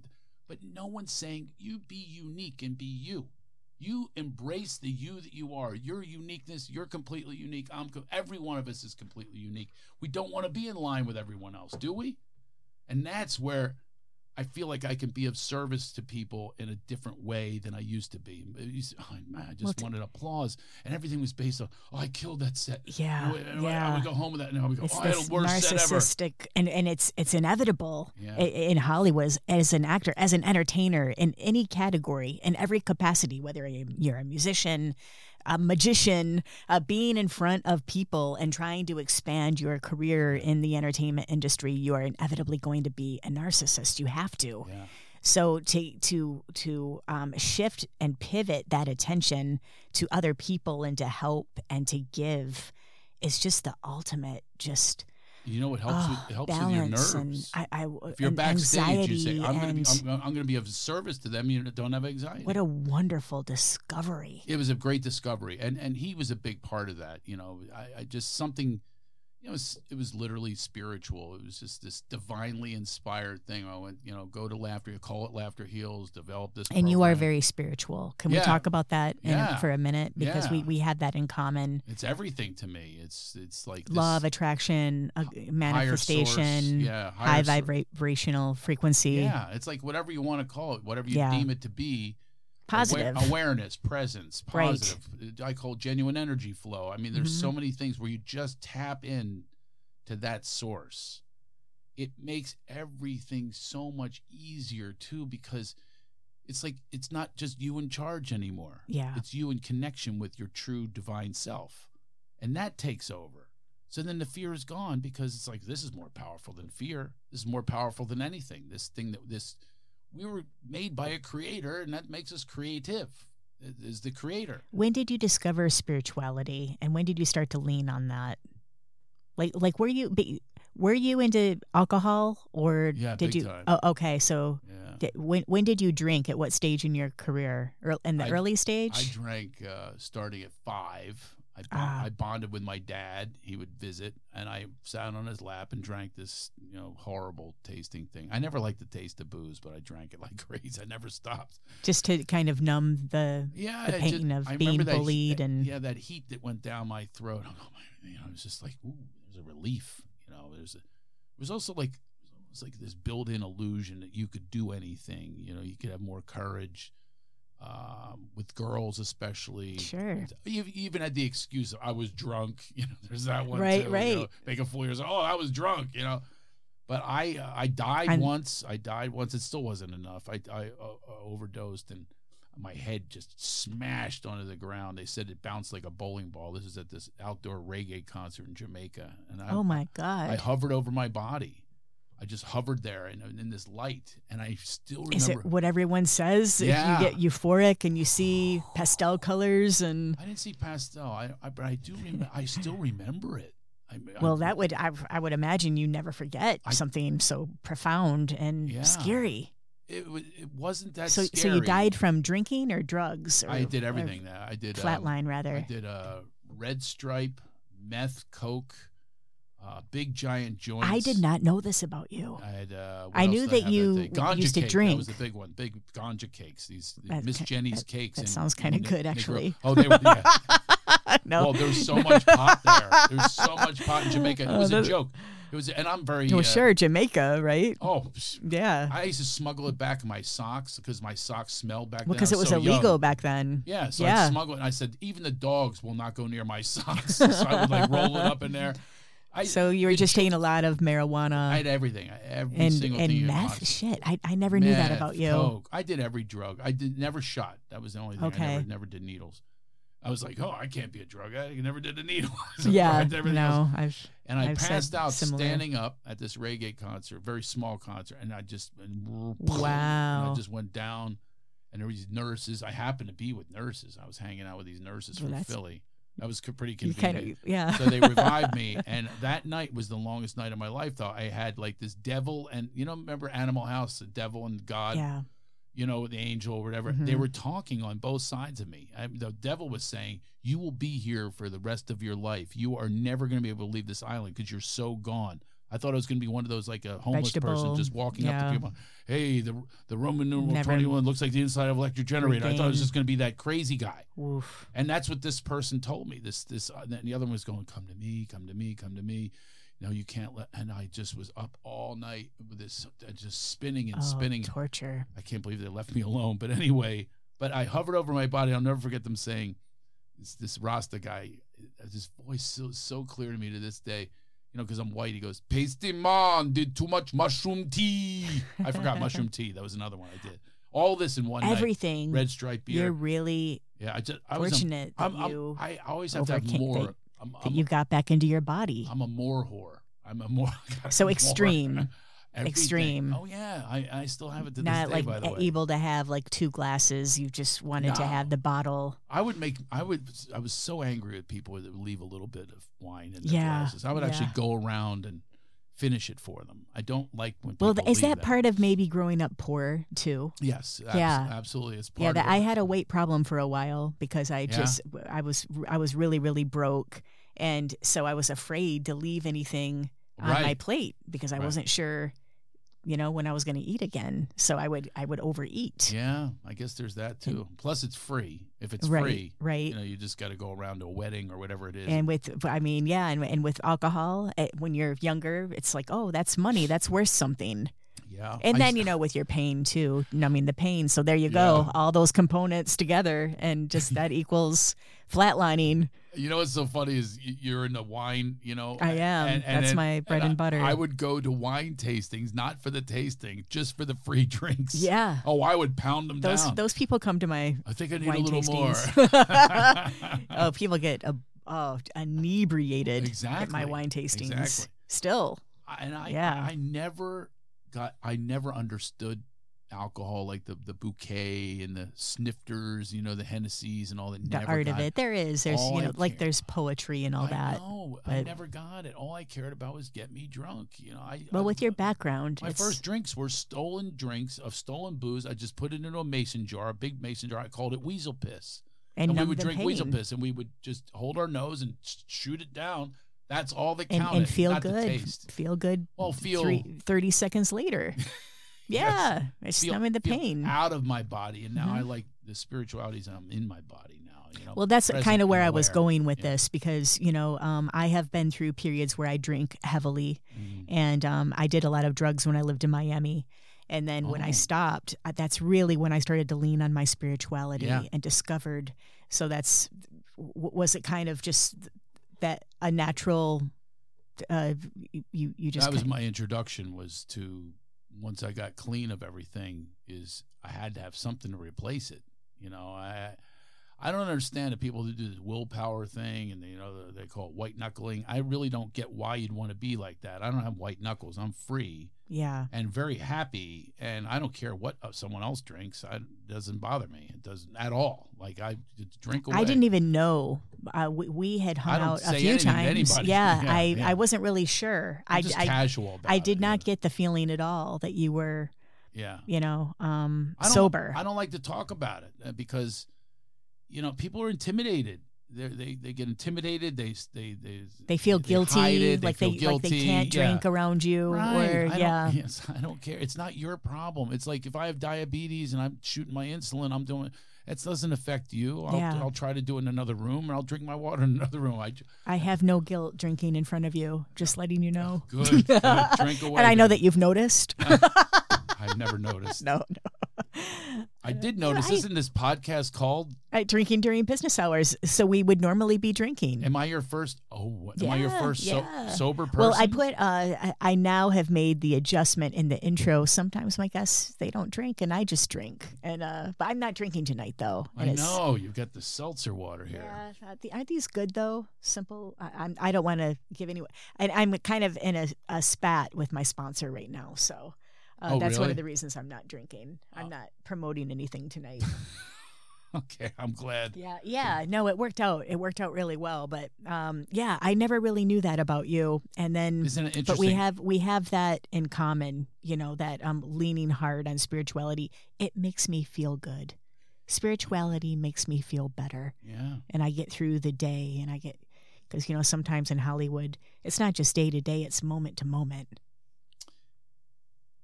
S2: But no one's saying you be unique and be you. You embrace the you that you are. Your uniqueness. You're completely unique. I'm. co- Every one of us is completely unique. We don't want to be in line with everyone else, do we? And that's where I feel like I can be of service to people in a different way than I used to be. It used- oh, man, I just
S1: Well, it's-
S2: wanted applause, and everything was based on, oh, I killed that set.
S1: Yeah.
S2: Oh, and I- I
S1: yeah.
S2: would go home with that, and I would go,
S1: It's
S2: oh, I had
S1: this
S2: the worst set ever.
S1: narcissistic, and and it's it's inevitable
S2: Yeah.
S1: i in Hollywood as- as an actor, as an entertainer, in any category, in every capacity, whether you- you're a musician, a magician, uh, being in front of people and trying to expand your career in the entertainment industry, you are inevitably going to be a narcissist. You have to.
S2: Yeah.
S1: So to to to um, shift and pivot that attention to other people and to help and to give is just the ultimate. Just
S2: You know what helps?
S1: ah,
S2: with, it helps with your
S1: balance
S2: nerves.
S1: and I, I
S2: if you're
S1: and
S2: backstage, you say,
S1: anxiety
S2: I'm going to be,
S1: and
S2: I'm, I'm going to be of service to them. You don't have anxiety.
S1: what a wonderful discovery.
S2: it was a great discovery and and he was a big part of that you know i, I just something you know it was, it was literally spiritual it was just this divinely inspired thing i went you know go to laughter you call it laughter heals develop this
S1: And you are
S2: program.
S1: very spiritual. Can
S2: Yeah.
S1: we talk about that in a-
S2: Yeah.
S1: for a minute? Because we,
S2: Yeah.
S1: we had that in common.
S2: it's everything to me it's it's like this
S1: Love, attraction, uh,
S2: higher source.
S1: manifestation,
S2: yeah
S1: high
S2: higher sour-
S1: vibrational frequency,
S2: yeah it's like whatever you want to call it whatever you
S1: Yeah.
S2: deem it to be aware-
S1: positive.
S2: awareness presence
S1: Right. Mm-hmm.
S2: positive uh, i call genuine energy flow i mean there's so many things where you just tap in to that source it makes everything so much easier too because it's like it's not just you in charge anymore
S1: Yeah.
S2: it's you in connection with your true divine self and that takes over so then the fear is gone because it's like this is more powerful than fear this is more powerful than anything this thing that this we were made by a creator and that makes us creative i- is the creator
S1: When did you discover spirituality, and when did you start to lean on that? Like, like were you but you- were you into alcohol, or
S2: Yeah,
S1: did
S2: big
S1: you?
S2: time.
S1: Oh, okay. So,
S2: yeah
S1: did, when when did you drink? At what stage in your career? Ear- In the
S2: I-
S1: early stage?
S2: I drank uh, starting at five. I, bon-
S1: Ah.
S2: I bonded with my dad. He would visit, and I sat on his lap and drank this, you know, horrible tasting thing. I never liked the taste of booze, but I drank it like crazy. I never stopped.
S1: Just to kind of numb the.
S2: Yeah,
S1: The
S2: I just-
S1: pain of
S2: I remember
S1: being
S2: that he-
S1: bullied
S2: that-
S1: and-
S2: yeah, that heat that went down my throat. I'm like, "Oh my, you know, it was just like, ooh, there's a relief. You know, there's a, it was also like, it was like this built-in illusion that you could do anything. You know, you could have more courage. Um, with girls, especially,
S1: Sure.
S2: you even had the excuse of, I was drunk. You know, there's that one
S1: Right,
S2: too, You
S1: right.
S2: know, they can fool yourself. Oh, I was drunk. You know, but I uh, I died
S1: And-
S2: once. I died once. It still wasn't enough. I I uh, uh, overdosed and my head just smashed onto the ground. They said it bounced like a bowling ball. This is at this outdoor reggae concert in Jamaica, and I
S1: oh my god.
S2: I hovered over my body. I just hovered there and in, in this light, and I still
S1: Is
S2: remember.
S1: it what everyone says? If
S2: Yeah.
S1: You get euphoric and you see pastel colors and.
S2: I didn't see pastel. I, I but I do remember. I still remember it. I, I-
S1: Well, that would I, I would imagine you never forget
S2: I-
S1: something so profound and
S2: Yeah.
S1: scary.
S2: it, wa- it wasn't that
S1: so
S2: scary.
S1: so you died from drinking or drugs? Or,
S2: I did
S1: or
S2: everything. That I did um,
S1: Flatline rather.
S2: I did uh, red stripe, meth, coke, uh, big giant joints.
S1: I did not know this about you.
S2: I had. Uh, what
S1: I
S2: else
S1: knew
S2: did
S1: that
S2: have
S1: you
S2: day? ganja
S1: used to
S2: cake, That was the
S1: drink.
S2: big one. Big ganja cakes. These
S1: That
S2: Miss
S1: ki-
S2: Jenny's
S1: that-
S2: cakes.
S1: that
S2: in-
S1: sounds kinda
S2: in Ni-
S1: good,
S2: Nicar-
S1: actually.
S2: Oh, they were. Yeah.
S1: no.
S2: Well, there's so much pot there. There's so much pot in Jamaica. It
S1: Oh,
S2: was a
S1: that-
S2: joke. It was, and I'm very.
S1: Well,
S2: uh,
S1: sure, Jamaica, right?
S2: Oh, psh,
S1: Yeah.
S2: I used to smuggle it back in my socks because my socks smelled back then. I
S1: Because it was
S2: so young.
S1: illegal back then.
S2: Yeah, so
S1: Yeah.
S2: I'd smuggle it. And I said, even the dogs will not go near my socks. so I would like roll it up in there. I,
S1: So you were
S2: it
S1: just
S2: changed-
S1: taking a lot of
S2: I
S1: marijuana
S2: had everything. I- Every
S1: and
S2: single thing.
S1: and
S2: you
S1: meth.
S2: possibly-
S1: Shit, I, I never knew that
S2: Meth,
S1: about you.
S2: coke. I did every drug. I did never shot. That was the only thing. I
S1: Okay.
S2: never, never did needles. I was like, oh, I can't be a drug addict. I never did a needle. So I
S1: Yeah,
S2: did everything else.
S1: no, I've
S2: And I
S1: I've said
S2: passed out
S1: similar.
S2: standing up at this reggae concert, very small concert, and I just and
S1: Wow.
S2: I just went down, and there were these nurses. I happened to be with nurses. I was hanging out with these nurses
S1: Well,
S2: from
S1: that's-
S2: Philly. That was co- pretty
S1: you kind
S2: convenient.
S1: of yeah.
S2: so they revived me, and that night was the longest night of my life. Though I had like this devil, and you know, remember Animal House, the devil and God,
S1: yeah.
S2: you know, the angel or whatever. They
S1: Mhm.
S2: were talking on both sides of me. I, the devil was saying, "You will be here for the rest of your life. You are never going to be able to leave this island because you're so gone." I thought I was going to be one of those like a homeless person
S1: Vegetable,
S2: just walking up
S1: yeah.
S2: to people. Hey, the the Roman numeral
S1: Never-
S2: twenty one looks like the inside of an electric generator. I thought I was
S1: Regain.
S2: just going to be that crazy guy,
S1: Oof.
S2: and that's what this person told me. This this uh, and the other one was going, "Come to me, come to me, come to me." No, you can't let. And I just was up all night with this, uh, just spinning and
S1: Oh,
S2: spinning.
S1: torture.
S2: I can't believe they left me alone. But anyway, but I hovered over my body. I'll never forget them saying, this, this Rasta guy, uh, his voice so, so clear to me to this day, you know, because I'm white. He goes, Pasty man did too much mushroom tea. I forgot mushroom tea. That was another one I did. All this in one
S1: Everything.
S2: night. Red stripe beer.
S1: You're really
S2: yeah, I just, I was, a-
S1: fortunate
S2: I'm,
S1: that
S2: I'm-
S1: you
S2: I always have to have
S1: overcame-
S2: more.
S1: that-
S2: I'm,
S1: that
S2: I'm,
S1: you got back into your body.
S2: I'm a more whore. I'm a more.
S1: So
S2: more.
S1: extreme.
S2: Everything.
S1: Extreme.
S2: Oh yeah, I, I still have it to
S1: Not
S2: this day.
S1: like
S2: by the way,
S1: able to have like two glasses. You just wanted to have
S2: No.
S1: the bottle.
S2: I would make I would I was so angry at people that would leave a little bit of wine in their
S1: Yeah,
S2: glasses. I would actually
S1: yeah.
S2: go around and finish it for them. I don't like when people
S1: Well, th- is
S2: leave
S1: that part of maybe growing up poor too?
S2: Yes, abs-
S1: Yeah.
S2: absolutely. It's part
S1: Yeah,
S2: of
S1: that
S2: it.
S1: I had a weight problem for a while because I just I was I was really really broke, and so I was afraid to leave anything on
S2: right.
S1: my plate because I
S2: Right.
S1: wasn't sure, you know, when I was going to eat again. So I would I would overeat.
S2: Yeah, I guess there's that too. Plus, it's free. If it's
S1: right,
S2: free,
S1: right.
S2: you know, you just got to go around to a wedding or whatever it is.
S1: and with i mean yeah and, and with alcohol eh, when you're younger it's like oh that's money that's worth something
S2: yeah,
S1: and
S2: I
S1: then
S2: used-
S1: you know with your pain too numbing the pain so there you
S2: Yeah.
S1: go all those components together and just that equals flatlining
S2: You know what's so funny is y- you're in the wine. You know,
S1: i am
S2: and- and
S1: that's
S2: then-
S1: my bread
S2: I-
S1: and, butter
S2: I would go to wine tastings not for the tasting, just for the free drinks.
S1: yeah
S2: Oh, I would pound them
S1: those
S2: down.
S1: those people come to my
S2: I think I need a
S1: wine
S2: little
S1: tastings.
S2: more.
S1: oh people get a, oh, inebriated at
S2: Exactly,
S1: my wine tastings
S2: exactly.
S1: still
S2: and I,
S1: Yeah.
S2: I, never got, I never understood alcohol like the the bouquet and the snifters, you know, the Hennessy's and all that.
S1: the
S2: never
S1: art of
S2: got
S1: it there is there's
S2: All
S1: you
S2: I
S1: know like
S2: care-
S1: there's poetry and all
S2: I
S1: that
S2: know. I
S1: but-
S2: never got it. All I cared about was get me drunk. You know, I I-
S1: well with your background
S2: My
S1: it's,
S2: first drinks were stolen drinks of stolen booze. I just put it into a mason jar, a big mason jar. I called it weasel piss.
S1: and,
S2: we
S1: numb
S2: would
S1: the
S2: drink weasel
S1: pain.
S2: piss and we would just hold our nose and sh- shoot it down. That's all that
S1: and,
S2: counted.
S1: and feel
S2: not the
S1: good.
S2: taste.
S1: Feel good.
S2: Well, feel
S1: three, 30 seconds later. Yeah, it's
S2: feel-
S1: numbing the
S2: feel
S1: pain.
S2: out of my body, and now I
S1: Mhm.
S2: like the spiritualities. I'm in my body now. You know,
S1: Well, that's
S2: present
S1: kind of
S2: and
S1: where I was
S2: aware.
S1: going with
S2: Yeah.
S1: this because you know um, I have been through periods where I drink heavily,
S2: Mhm.
S1: and um, I did a lot of drugs when I lived in Miami. And then when
S2: Oh.
S1: I stopped, uh, that's really when I started to lean on my spirituality
S2: Yeah.
S1: and discovered. So that's w- was it kind of just that a natural uh, you you just
S2: that was
S1: kind-
S2: my introduction. Was to once I got clean of everything, is I had to have something to replace it. You know, I I don't understand the people that do this willpower thing and they, you know they call it white knuckling. I really don't get why you'd want to be like that. I don't have white knuckles. I'm free
S1: Yeah.
S2: and very happy, and I don't care what uh, someone else drinks. I, it doesn't bother me. It doesn't at all. Like I just drink away.
S1: I didn't e, even know. Uh, we, we had hung
S2: don't
S1: out
S2: say
S1: a few
S2: anything to
S1: times.
S2: anybody.
S1: Yeah,
S2: Yeah,
S1: I,
S2: yeah.
S1: I wasn't really sure.
S2: I'm
S1: I,
S2: just
S1: I,
S2: casual. About
S1: I
S2: it,
S1: did
S2: yeah.
S1: not get the feeling at all that you were,
S2: Yeah.
S1: you know, um,
S2: I don't,
S1: sober.
S2: I don't like to talk about it uh, because, you know, people are intimidated. They're, they they get intimidated. They s- they they
S1: they feel guilty,
S2: hide it,
S1: like
S2: feel
S1: they like they
S2: guilty,
S1: can't
S2: yeah.
S1: drink around you,
S2: Right. I
S1: or
S2: don't-
S1: yeah,
S2: yes, I don't care. It's not your problem. It's like if I have diabetes and I'm shooting my insulin, I'm doing. It doesn't affect you. I'll,
S1: Yeah.
S2: I'll try to do it in another room, or I'll drink my water in another room. I j-
S1: I have no guilt drinking in front of you. Just letting you know.
S2: good, good. drink away.
S1: and I know
S2: baby.
S1: that you've noticed.
S2: I've never noticed.
S1: no,
S2: I did notice.
S1: I-
S2: isn't this podcast called
S1: I, drinking during business hours, so we would normally be drinking.
S2: "Am I Your First? Oh, what? Am I Your
S1: Yeah,
S2: First so-
S1: yeah.
S2: Sober Person?"
S1: Well, I put. Uh, I, I now have made the adjustment in the intro. Sometimes my guests they don't drink, and I just drink. And uh, but I'm not drinking tonight though.
S2: I
S1: And it's-
S2: know you've got the seltzer water here.
S1: Yeah, uh, the- aren't these good though? Simple. I, I'm. I don't want to give any. And I'm kind of in a, a spat with my sponsor right now, so uh,
S2: Oh,
S1: that's one
S2: really?
S1: of the reasons I'm not drinking.
S2: Oh.
S1: I'm not promoting anything tonight.
S2: Okay, I'm glad.
S1: yeah, yeah. No, it worked out. It worked out really well. But um, yeah, I never really knew that about you. And then,
S2: Isn't it interesting?
S1: but we have we have that in common. You know that um, leaning hard on spirituality. It makes me feel good. Spirituality makes me feel better
S2: yeah,
S1: and I get through the day and I get because you know sometimes in Hollywood it's not just day to day it's moment to moment.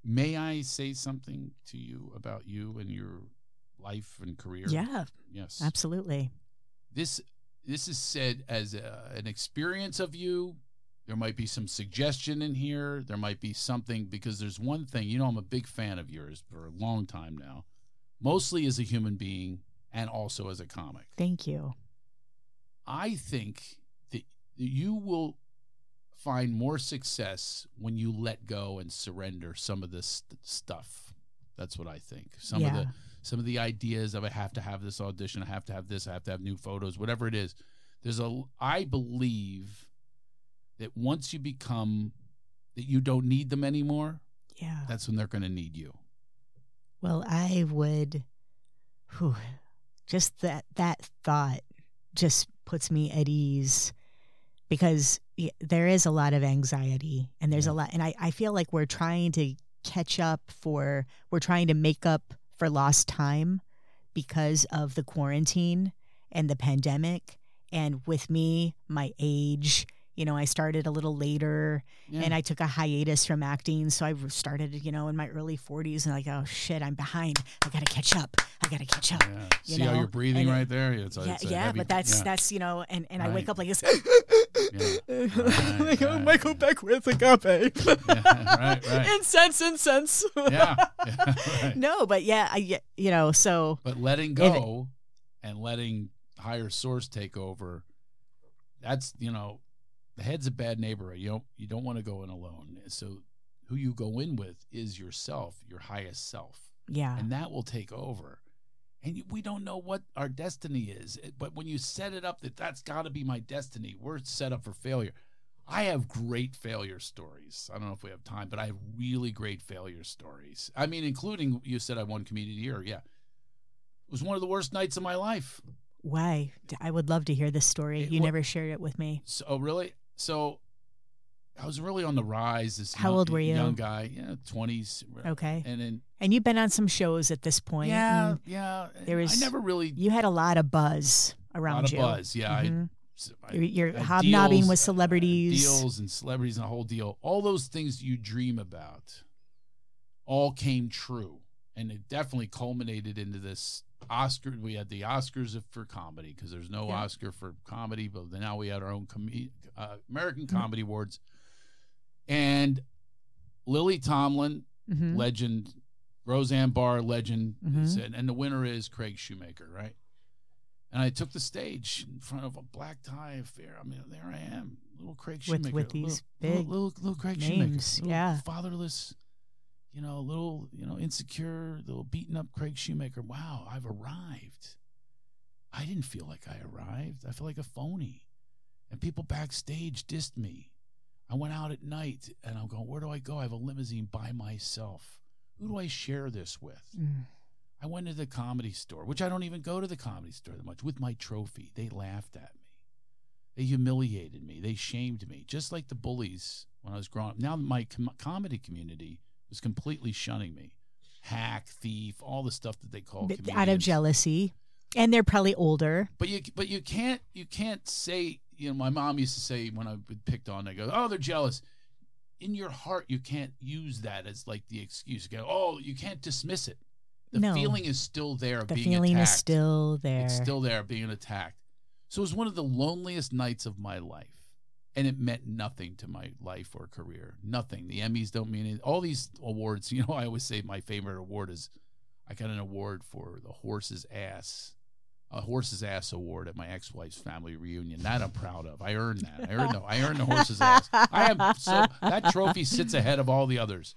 S2: May I say something to you about you and your life and career?
S1: Yeah,
S2: Yes.
S1: absolutely.
S2: This this is said as a, an experience of you. There might be some suggestion in here. There might be something because there's one thing. You know, I'm a big fan of yours for a long time now, mostly as a human being and also as a comic.
S1: Thank you.
S2: I think that you will find more success when you let go and surrender some of this st- stuff. That's what I think. Some of the
S1: Yeah.
S2: some of the ideas of I have to have this audition, I have to have this, I have to have new photos, whatever it is. There's a I believe that once you become that you don't need them anymore,
S1: Yeah.
S2: that's when they're going to need you.
S1: Well, I would whew, just that that thought just puts me at ease because y- there is a lot of anxiety and there's
S2: Yeah.
S1: a lot and I, I feel like we're trying to catch up for we're trying to make up for lost time because of the quarantine and the pandemic and with me my age you know i started a little later
S2: Yeah.
S1: and I took a hiatus from acting. So I started, you know, in my early 40s and like, oh shit, I'm behind. I got to catch up. I got to catch up.
S2: yeah.
S1: you
S2: See how
S1: know,
S2: you're breathing
S1: and-
S2: right there? It's a-
S1: yeah,
S2: it's a
S1: yeah,
S2: heavy-
S1: but that's
S2: yeah.
S1: that's you know, and and I
S2: Right.
S1: wake up like this.
S2: Right,
S1: like, oh,
S2: right.
S1: Michael Beckwith, agape.
S2: Yeah, right, right.
S1: Incense, incense.
S2: yeah. yeah right.
S1: no, but yeah, I you know, so
S2: But letting
S1: If-
S2: go and letting higher source take over, that's you know, the head's a bad neighbor. You don't you don't want to go in alone. So who you go in with is yourself, your highest self.
S1: yeah,
S2: And that will take over. And you- we don't know what our destiny is. It- But when you set it up that that's got to be my destiny, we're set up for failure. I have great failure stories. I don't know if we have time, but I have really great failure stories. I mean, including you said I won comedian of the year. Yeah. It was one of the worst nights of my life.
S1: why? I would love to hear this story.
S2: It
S1: you
S2: wa-
S1: never shared it with me.
S2: So, oh, really? So I was really on the rise. This
S1: How
S2: young-
S1: old were you?
S2: Young guy, yeah, 20s.
S1: Okay,
S2: And then,
S1: and you've been on some shows at this point.
S2: yeah,
S1: and
S2: yeah.
S1: There
S2: I
S1: was
S2: never really
S1: you had a lot of buzz
S2: a
S1: around
S2: lot of
S1: you.
S2: buzz. Yeah. I-
S1: Mhm.
S2: s- I-
S1: You're, you're
S2: uh,
S1: hobnobbing
S2: deals,
S1: with
S2: uh,
S1: celebrities.
S2: deals and celebrities and the whole deal. All those things you dream about all came true. And it definitely culminated into this Oscar. We had the Oscars of- for comedy because there's no
S1: Yeah.
S2: Oscar for comedy, but then now we had our own com- uh, American
S1: Mm-hmm.
S2: Comedy Awards. And Lily Tomlin,
S1: Mhm.
S2: legend, Roseanne Barr, legend,
S1: Mhm.
S2: said, and the winner is Craig Shoemaker, right? And I took the stage in front of a black tie affair. I mean, there I am, little Craig
S1: With-
S2: Shoemaker,
S1: with
S2: little-
S1: these
S2: little,
S1: big
S2: little, little Craig
S1: names,
S2: Shoemaker, little
S1: yeah.
S2: fatherless, you know, little, you know, insecure, little beaten up Craig Shoemaker. Wow, I've arrived. I didn't feel like I arrived. I felt like a phony. And people backstage dissed me. I went out at night and I'm going, where do I go? I have a limousine by myself. Who do I share this with?
S1: Mm.
S2: I went to the comedy store, which I don't even go to the comedy store that much, with my trophy. They laughed at me. They humiliated me. They shamed me, just like the bullies when I was growing up. Now my com- comedy community was completely shunning me. Hack, thief, all the stuff that they call
S1: But
S2: comedians.
S1: out of jealousy, and they're probably older.
S2: But you but you can't you can't say you know my mom used to say when I would picked on I go oh they're jealous. In your heart, you can't use that as like the excuse. You go oh you can't dismiss it. The
S1: No.
S2: feeling is still there. Of
S1: The
S2: being
S1: feeling
S2: attacked.
S1: is still there.
S2: It's still there being attacked. So it was one of the loneliest nights of my life. And it meant nothing to my life or career. Nothing. The Emmys don't mean it. All these awards, you know, I always say my favorite award is I got an award for the horse's ass, a horse's ass award at my ex wife's family reunion. That I'm proud of. I earned that. I earned the, I earned the horse's ass. I am so that trophy sits ahead of all the others.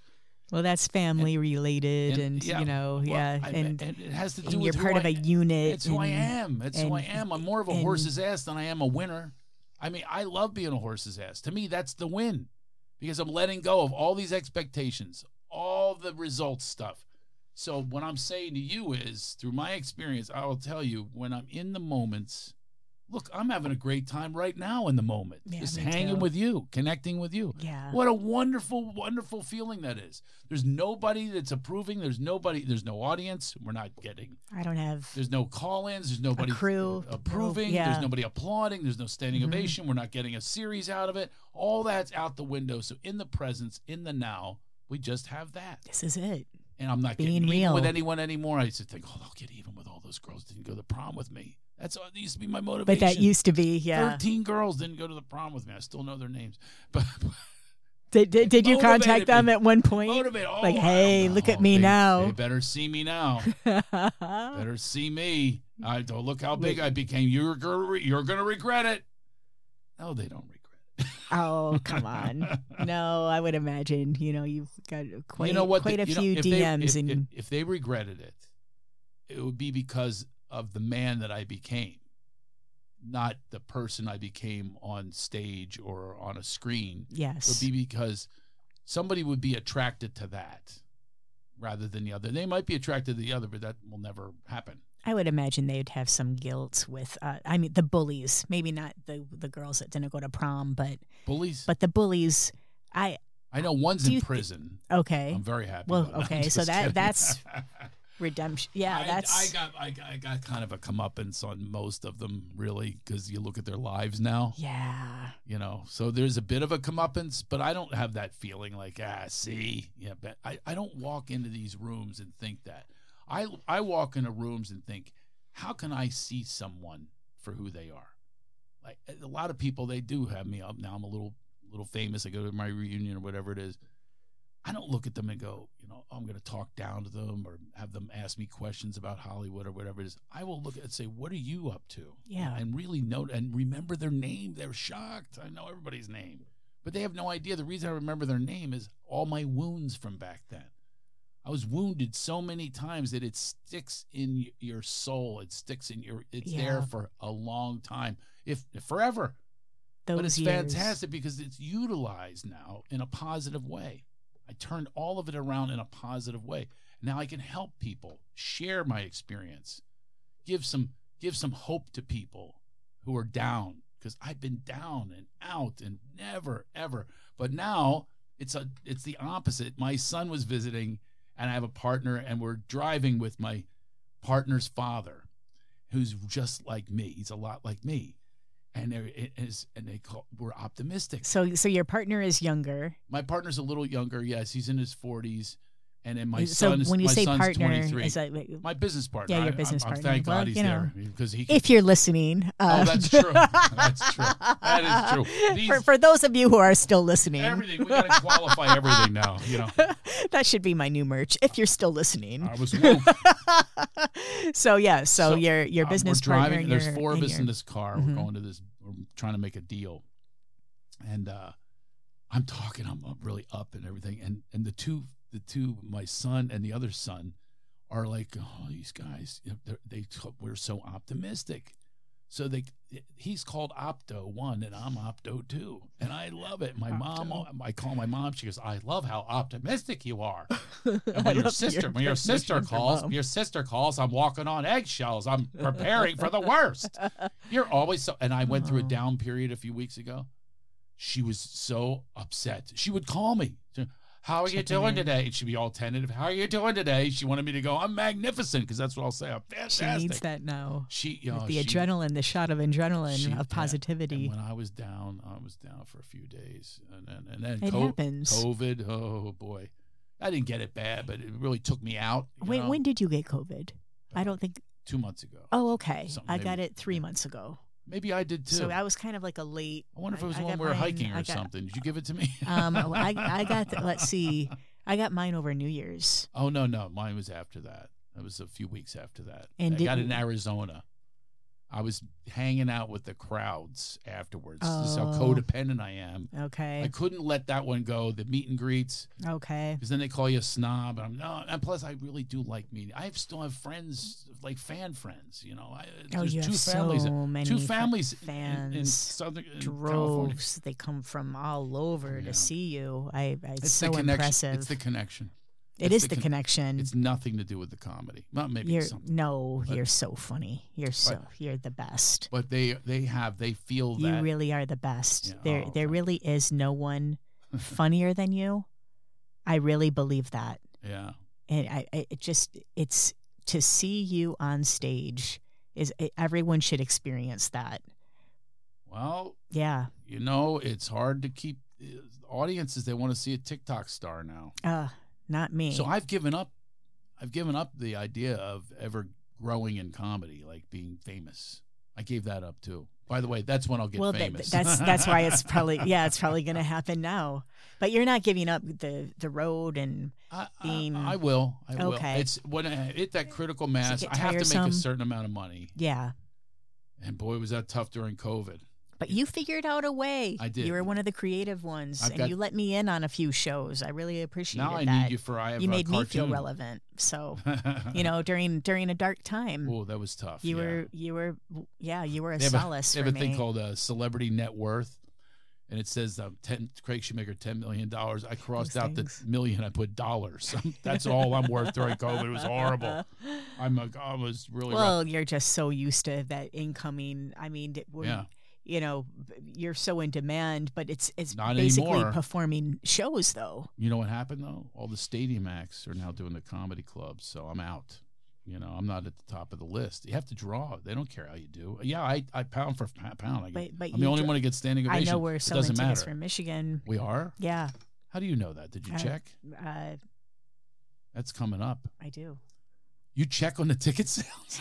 S1: well, that's family related,
S2: and-
S1: and,
S2: yeah,
S1: you know,
S2: Well,
S1: yeah,
S2: I-
S1: and, and,
S2: it has to do
S1: you're
S2: with who
S1: part of
S2: I
S1: a unit.
S2: it's who I
S1: and-
S2: am. It's who I
S1: and-
S2: am. I'm more of a
S1: and-
S2: horse's ass than I am a winner. I mean, I love being a horse's ass. To me, that's the win because I'm letting go of all these expectations, all the results stuff. So, what I'm saying to you is through my experience, I will tell you when I'm in the moments, look, I'm having a great time right now in the moment,
S1: Yeah,
S2: just
S1: me
S2: hanging
S1: too.
S2: with you, connecting with you.
S1: Yeah.
S2: What a wonderful, wonderful feeling that is. There's nobody that's approving. There's nobody, there's no audience. We're not getting
S1: I don't have.
S2: there's no call-ins. There's nobody uh,
S1: crew,
S2: approving.
S1: no- yeah.
S2: There's nobody applauding. There's no standing
S1: Mhm.
S2: ovation. We're not getting a series out of it. All that's out the window. So in the presence, in the now, we just have that.
S1: This is it.
S2: And I'm not
S1: Being
S2: getting even
S1: real.
S2: with anyone anymore. I used to think, oh, I'll get even with all those girls that didn't go to prom with me. That's all. That used to be my
S1: But
S2: motivation.
S1: that used to be, yeah.
S2: Thirteen girls didn't go to the prom with me. I still know their names, but
S1: Did, did, did you
S2: motivated
S1: contact them
S2: me.
S1: at one point?
S2: motivate. Oh,
S1: Like,
S2: I don't
S1: hey, look at
S2: know.
S1: me
S2: They-
S1: now.
S2: They better see me now.
S1: Oh.
S2: Better see me. I don't look how big I became. You're gonna re- you're gonna regret it. No, they don't regret it.
S1: oh, come on. No, I would imagine. You know, you've got quite,
S2: you know what?
S1: quite
S2: The-
S1: a
S2: you know,
S1: few
S2: if they-
S1: DMs,
S2: if-
S1: and
S2: if, if they regretted it, it would be because of the man that I became, not the person I became on stage or on a screen. It would
S1: yes,
S2: be because somebody would be attracted to that rather than the other. They might be attracted to the other, but that will never happen.
S1: I would imagine they'd have some guilt with. Uh, I mean, the bullies, maybe not the the girls that didn't go to prom, but
S2: Bullies.
S1: but the bullies. I
S2: I know one's
S1: Do
S2: in
S1: you thi-
S2: prison.
S1: okay,
S2: I'm very happy.
S1: Well,
S2: about that.
S1: okay,
S2: I'm
S1: so
S2: just
S1: that-
S2: kidding.
S1: that's- redemption. Yeah,
S2: I, I
S1: that's
S2: got I, got- I got kind of a comeuppance on most of them, really, because you look at their lives now,
S1: yeah.
S2: you know. So there's a bit of a comeuppance, but I don't have that feeling like ah, see, yeah. But I, I don't walk into these rooms and think that. I I walk into rooms and think, how can I see someone for who they are? Like eh, a lot of people, they do have me up now. I'm a little little famous. I go to my reunion or whatever it is. I don't look at them and go, you know, "Oh, I'm going to talk down to them or have them ask me questions about Hollywood or whatever it is. I will look at and say, what are you up to?
S1: Yeah.
S2: And really note and remember their name. They're shocked. I know everybody's name, but they have no idea. The reason I remember their name is all my wounds from back then. I was wounded so many times that it sticks in y- your soul. It sticks in your, it's there
S1: Yeah.
S2: for a long time, if forever
S1: Those
S2: but it's
S1: years.
S2: fantastic because it's utilized now in a positive way. I turned all of it around in a positive way. Now I can help people, share my experience, give some give some hope to people who are down because I've been down and out and never ever. But now it's a it's the opposite. My son was visiting and I have a partner and we're driving with my partner's father who's just like me. He's a lot like me. And there it is and they call we're optimistic.
S1: So so your partner is younger.
S2: My partner's a little younger. Yes, he's in his 40s and then my
S1: Uh, so
S2: son is
S1: when you
S2: my
S1: say
S2: son's
S1: partner,
S2: 23.
S1: is that,
S2: my business partner.
S1: Yeah, your
S2: I-
S1: business
S2: I'm, I'm-
S1: partner.
S2: Thank
S1: Well,
S2: God he's
S1: you know,
S2: there because he can
S1: if you're listening.
S2: Oh,
S1: uh,
S2: that's true. That's true. That is true. These-
S1: for, for those of you who are still listening,
S2: everything we got to qualify everything now, you know.
S1: that should be my new merch. If you're still listening,
S2: I was woke.
S1: so yeah, so,
S2: So,
S1: your your
S2: Uh,
S1: business
S2: we're driving,
S1: partner. and
S2: there's
S1: your-
S2: four of
S1: and
S2: us
S1: your-
S2: in this car.
S1: Mhm.
S2: We're going to this. We're trying to make a deal, and uh, I'm talking. I'm, I'm really up and everything. And and the two, the two, my son and the other son, are like, oh, these guys, they're- they we're so optimistic. So they, he's called Opto One, and I'm Opto Two, and I love it. My mom, I call my mom. She goes, "I love how optimistic you are." And when your sister, when your sister calls, your sister calls, I'm walking on eggshells. I'm preparing for the worst. You're always so. And I went through a
S1: Oh.
S2: down period a few weeks ago. She was so upset. She would call me. She- How are you
S1: Checking
S2: doing
S1: in.
S2: today? And she'd be all tentative. How are you doing today? She wanted me to go. I'm magnificent because that's what I'll say. I'm
S1: she
S2: fantastic.
S1: needs that now.
S2: She,
S1: With
S2: oh,
S1: the
S2: she-
S1: adrenaline, the shot of adrenaline
S2: she-
S1: of
S2: yeah. And
S1: positivity.
S2: when I was down, I was down for a few days, and then and then
S1: it
S2: co-
S1: happens.
S2: COVID. Oh boy, I didn't get it bad, but it really took me out. you
S1: Wait,
S2: know,
S1: when did you get COVID? I don't think.
S2: two months ago.
S1: Oh, okay.
S2: Something
S1: I
S2: maybe-
S1: got it three
S2: yeah.
S1: months ago.
S2: Maybe I did too.
S1: So
S2: I,
S1: I was kind of like a late.
S2: wonder if it was
S1: I- I
S2: when
S1: got
S2: we were
S1: mine-
S2: hiking or
S1: I got-
S2: something. Did you give it to me?
S1: Um, I, I got. The, let's see. I got mine over New Year's.
S2: Oh no, no, mine was after that. It was a few weeks after that.
S1: And
S2: I got it in
S1: didn't-
S2: Arizona. I was hanging out with the crowds afterwards. This is how
S1: Oh.
S2: codependent I am. I
S1: Okay.
S2: couldn't let that one go. The meet and greets.
S1: Okay.
S2: because then they call you a snob, and I'm no. And plus, I really do like meeting. I have still have friends, like fan friends. You know, I,
S1: Oh,
S2: there's
S1: you
S2: two
S1: have
S2: families,
S1: so many
S2: two
S1: fa-
S2: families in- in, in
S1: fans.
S2: Southern in California.
S1: droves. They come from all over
S2: Yeah.
S1: to see you. I, I it's,
S2: It's
S1: so
S2: the connection.
S1: impressive.
S2: It's the connection.
S1: It
S2: it's
S1: is
S2: the
S1: the
S2: con-
S1: connection.
S2: It's nothing to do with the comedy. Not maybe
S1: you're
S2: something,
S1: no,
S2: but-
S1: you're so funny. You're so you're the best.
S2: but they they have they feel
S1: You
S2: that
S1: really are the best.
S2: Yeah,
S1: There
S2: oh,
S1: there
S2: thank
S1: really is no one funnier than you. I really believe that.
S2: yeah.
S1: And I, I it just it's to see you on stage is e, everyone should experience that.
S2: Well,
S1: Yeah.
S2: you know, it's hard to keep uh, audiences. They want to see a TikTok star now.
S1: Uh not me.
S2: So I've given up. I've given up the idea of ever growing in comedy, like being famous. I gave that up too. By the way, that's when I'll get
S1: well, that-
S2: famous.
S1: that's that's why it's probably yeah, it's probably going to happen now. But you're not giving up the the road and
S2: I, I,
S1: being-
S2: I will. I will.
S1: Okay.
S2: It's when I hit that critical mass.
S1: get
S2: I have to make
S1: tiresome?
S2: a certain amount of money,
S1: yeah.
S2: and boy, was that tough during COVID.
S1: But you figured out a way.
S2: I did.
S1: You were one of the creative ones,
S2: I've
S1: and
S2: got-
S1: you let me in on a few shows. I really appreciated
S2: now I
S1: that.
S2: need you for I have
S1: you
S2: a
S1: made me feel
S2: cartoon.
S1: relevant. So you know, during during a dark time,
S2: oh, that was tough.
S1: you
S2: yeah.
S1: were you were yeah, you were a
S2: They have a-
S1: solace
S2: They have
S1: for
S2: a
S1: me.
S2: thing called uh, celebrity net worth, and it says um, ten, Craig Shoemaker ten million dollars. I crossed
S1: Those
S2: out
S1: things.
S2: the million. I put dollars. That's all I'm worth during COVID. It was horrible. I'm a, I was really rough.
S1: Well, you're just so used to that incoming. I mean, d- we're,
S2: Yeah.
S1: you know, b- you're so in demand, but it's it's
S2: Not
S1: basically
S2: anymore.
S1: performing shows though.
S2: You know what happened though? All the stadium acts are now doing the comedy clubs, so I'm out. You know, I'm not at the top of the list. You have to draw. They don't care how you do. Yeah, I, I pound for pa- pound. I get,
S1: But- but
S2: I'm
S1: you
S2: the only
S1: dr-
S2: one who gets standing
S1: I
S2: ovation.
S1: know we're
S2: It
S1: selling
S2: doesn't
S1: tickets
S2: matter.
S1: from Michigan.
S2: We are.
S1: Yeah,
S2: How do you know that? Did you
S1: I-
S2: check?
S1: uh,
S2: That's coming up.
S1: I do.
S2: You check on the ticket sales.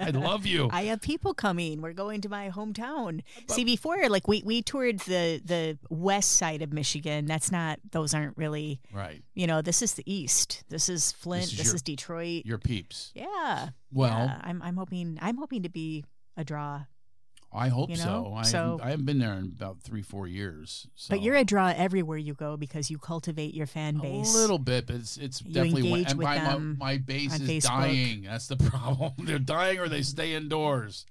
S2: I love you.
S1: I have people coming. We're going to my hometown.
S2: But-
S1: See, before like we we toured the the west side of Michigan. That's not; those aren't really.
S2: right.
S1: You know, this is the east. This is Flint. This
S2: is
S1: is,
S2: your-
S1: Detroit.
S2: Your peeps.
S1: yeah.
S2: Well,
S1: yeah. I'm I'm hoping I'm hoping to be a draw.
S2: I hope
S1: You know,
S2: so. I,
S1: so-
S2: haven't, I haven't been there in about three, four years. So.
S1: But you're a draw everywhere you go because you cultivate your fan
S2: a
S1: base.
S2: little bit, but it's it's
S1: You
S2: definitely
S1: engage
S2: and
S1: with
S2: my, my-
S1: them
S2: my base
S1: on
S2: is
S1: Facebook.
S2: dying. That's the problem. They're dying or they stay indoors.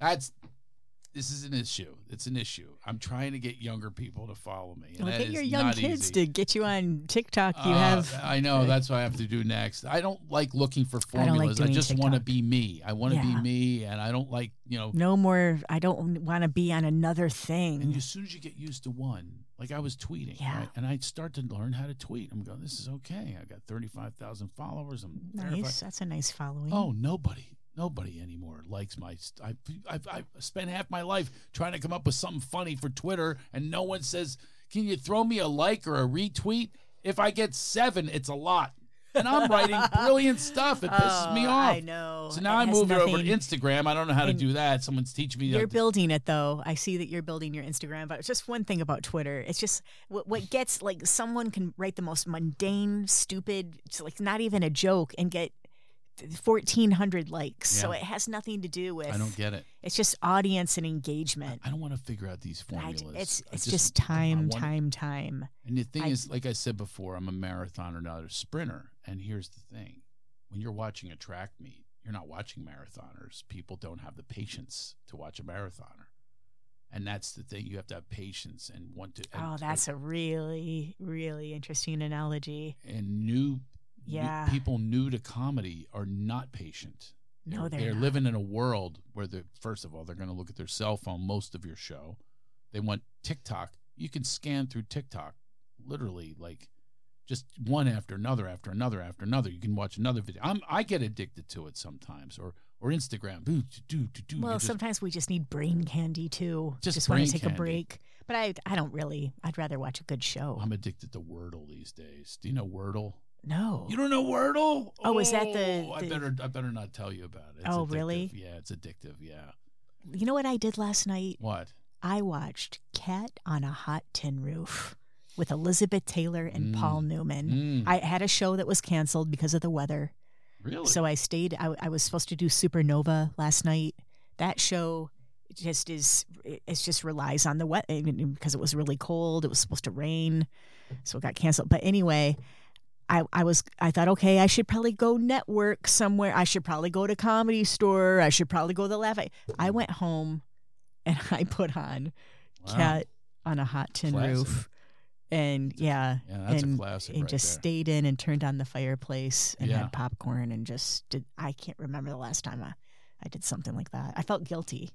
S2: That's this is an issue. It's an issue. I'm trying to get younger people to follow me. And
S1: Well,
S2: that
S1: get
S2: is
S1: your young
S2: not
S1: kids
S2: easy.
S1: to get you on TikTok. You
S2: Uh,
S1: have.
S2: I know that's what I have to do next. I don't like looking for
S1: I don't like
S2: formulas. I,
S1: doing
S2: just want to
S1: TikTok.
S2: be me. I want to
S1: Yeah.
S2: be me, and I don't like you know.
S1: no more. I don't want to be on another
S2: And
S1: thing.
S2: as soon as you get used to one, like I was tweeting,
S1: Yeah.
S2: right? and I start to learn how to tweet. I'm going, this is okay. I got thirty five thousand followers. I'm verified.
S1: Nice. That's a nice following.
S2: Oh, nobody, nobody anymore likes my. St- I, I've, I've spent half my life trying to come up with something funny for Twitter, and no one says, "Can you throw me a like or a retweet?" If I get seven, it's a lot, and I'm writing brilliant stuff. It pisses me
S1: Oh,
S2: off.
S1: I know.
S2: So now
S1: It
S2: I
S1: has
S2: move it over to
S1: nothing-
S2: Instagram. I don't know how to
S1: and
S2: do that. Someone's teaching me.
S1: You're
S2: that.
S1: building it though. I see that you're building your Instagram, but just one thing about Twitter. It's just what, what gets like someone can write the most mundane, stupid, it's like not even a joke and get 1400 likes. So
S2: Yeah.
S1: it has nothing to do with
S2: I don't get it.
S1: It's just audience and engagement.
S2: I don't want to figure out these
S1: I-
S2: formulas.
S1: it's
S2: I
S1: it's just,
S2: I
S1: time,
S2: want-
S1: time, time.
S2: And the thing
S1: I-
S2: is, like I said before, I'm a marathoner, not a sprinter. And here's the thing when you're watching a track meet, you're not watching marathoners. People don't have the patience to watch a marathoner. And that's the thing. You have to have patience and want to.
S1: Oh,
S2: and-
S1: that's a really, really interesting analogy.
S2: and new new-
S1: Yeah.
S2: people new to comedy are not patient.
S1: No, they're, not.
S2: living in a world where they're first of all they're going to look at their cell phone most of your show. They want TikTok. You can scan through TikTok, literally like just one after another after another after another. You can watch another video. I'm I get addicted to it sometimes, or or Instagram. Do do do do.
S1: Well,
S2: You just-
S1: sometimes we just need brain candy too.
S2: Just
S1: Just, want
S2: brain
S1: to take
S2: candy.
S1: a break. But I, I don't really. I'd rather watch a good show.
S2: I'm addicted to Wordle these days. Do you know Wordle?
S1: no.
S2: You don't know Wordle?
S1: Oh, is that the-
S2: Oh, I
S1: the-
S2: better I better not tell you about it. It's
S1: Oh,
S2: addictive.
S1: really?
S2: Yeah, it's addictive. Yeah.
S1: you know what I did last night?
S2: What?
S1: I watched Cat on a Hot Tin Roof with Elizabeth Taylor and
S2: Mm.
S1: Paul Newman.
S2: Mm,
S1: I had a show that was canceled because of the weather.
S2: really?
S1: So I stayed. I, I was supposed to do Supernova last night. That show just is. It it's just relies on the wet I mean, because it was really cold. It was supposed to rain, so it got canceled. But anyway, I I was I thought okay, I should probably go network somewhere. I should probably go to Comedy Store. I should probably go to the Laugh. I, I went home, and I put on
S2: Wow.
S1: Cat on a Hot Tin
S2: Classic.
S1: Roof, and yeah
S2: Yeah, that's a
S1: and-
S2: classic
S1: and
S2: right
S1: just
S2: there.
S1: stayed in and turned on the fireplace and
S2: Yeah.
S1: had popcorn and just did. I can't remember the last time I, I did something like that. I felt guilty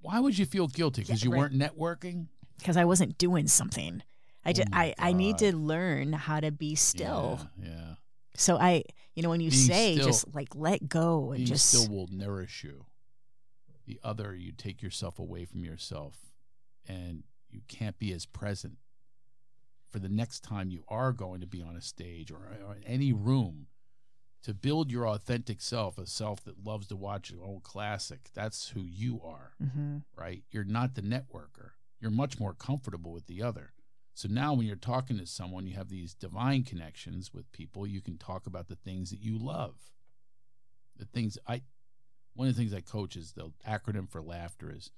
S2: Why would you feel guilty? Because
S1: Yeah,
S2: you
S1: right.
S2: weren't networking?
S1: because I wasn't doing something. I
S2: Oh
S1: did.
S2: my
S1: I, I need to
S2: God.
S1: learn how to be still.
S2: Yeah. yeah.
S1: So I, you know, when you
S2: Being
S1: say
S2: still-
S1: just like let go and
S2: Being
S1: just
S2: still will nourish you. The other, you take yourself away from yourself and you can't be as present. For the next time you are going to be on a stage or, or in any room, to build your authentic self, a self that loves to watch an old classic, that's who you are.
S1: Mhm.
S2: right? You're not the networker. You're much more comfortable with the other. So now when you're talking to someone, you have these divine connections with people. You can talk about the things that you love. The things I one of the things I coach is the acronym for laughter is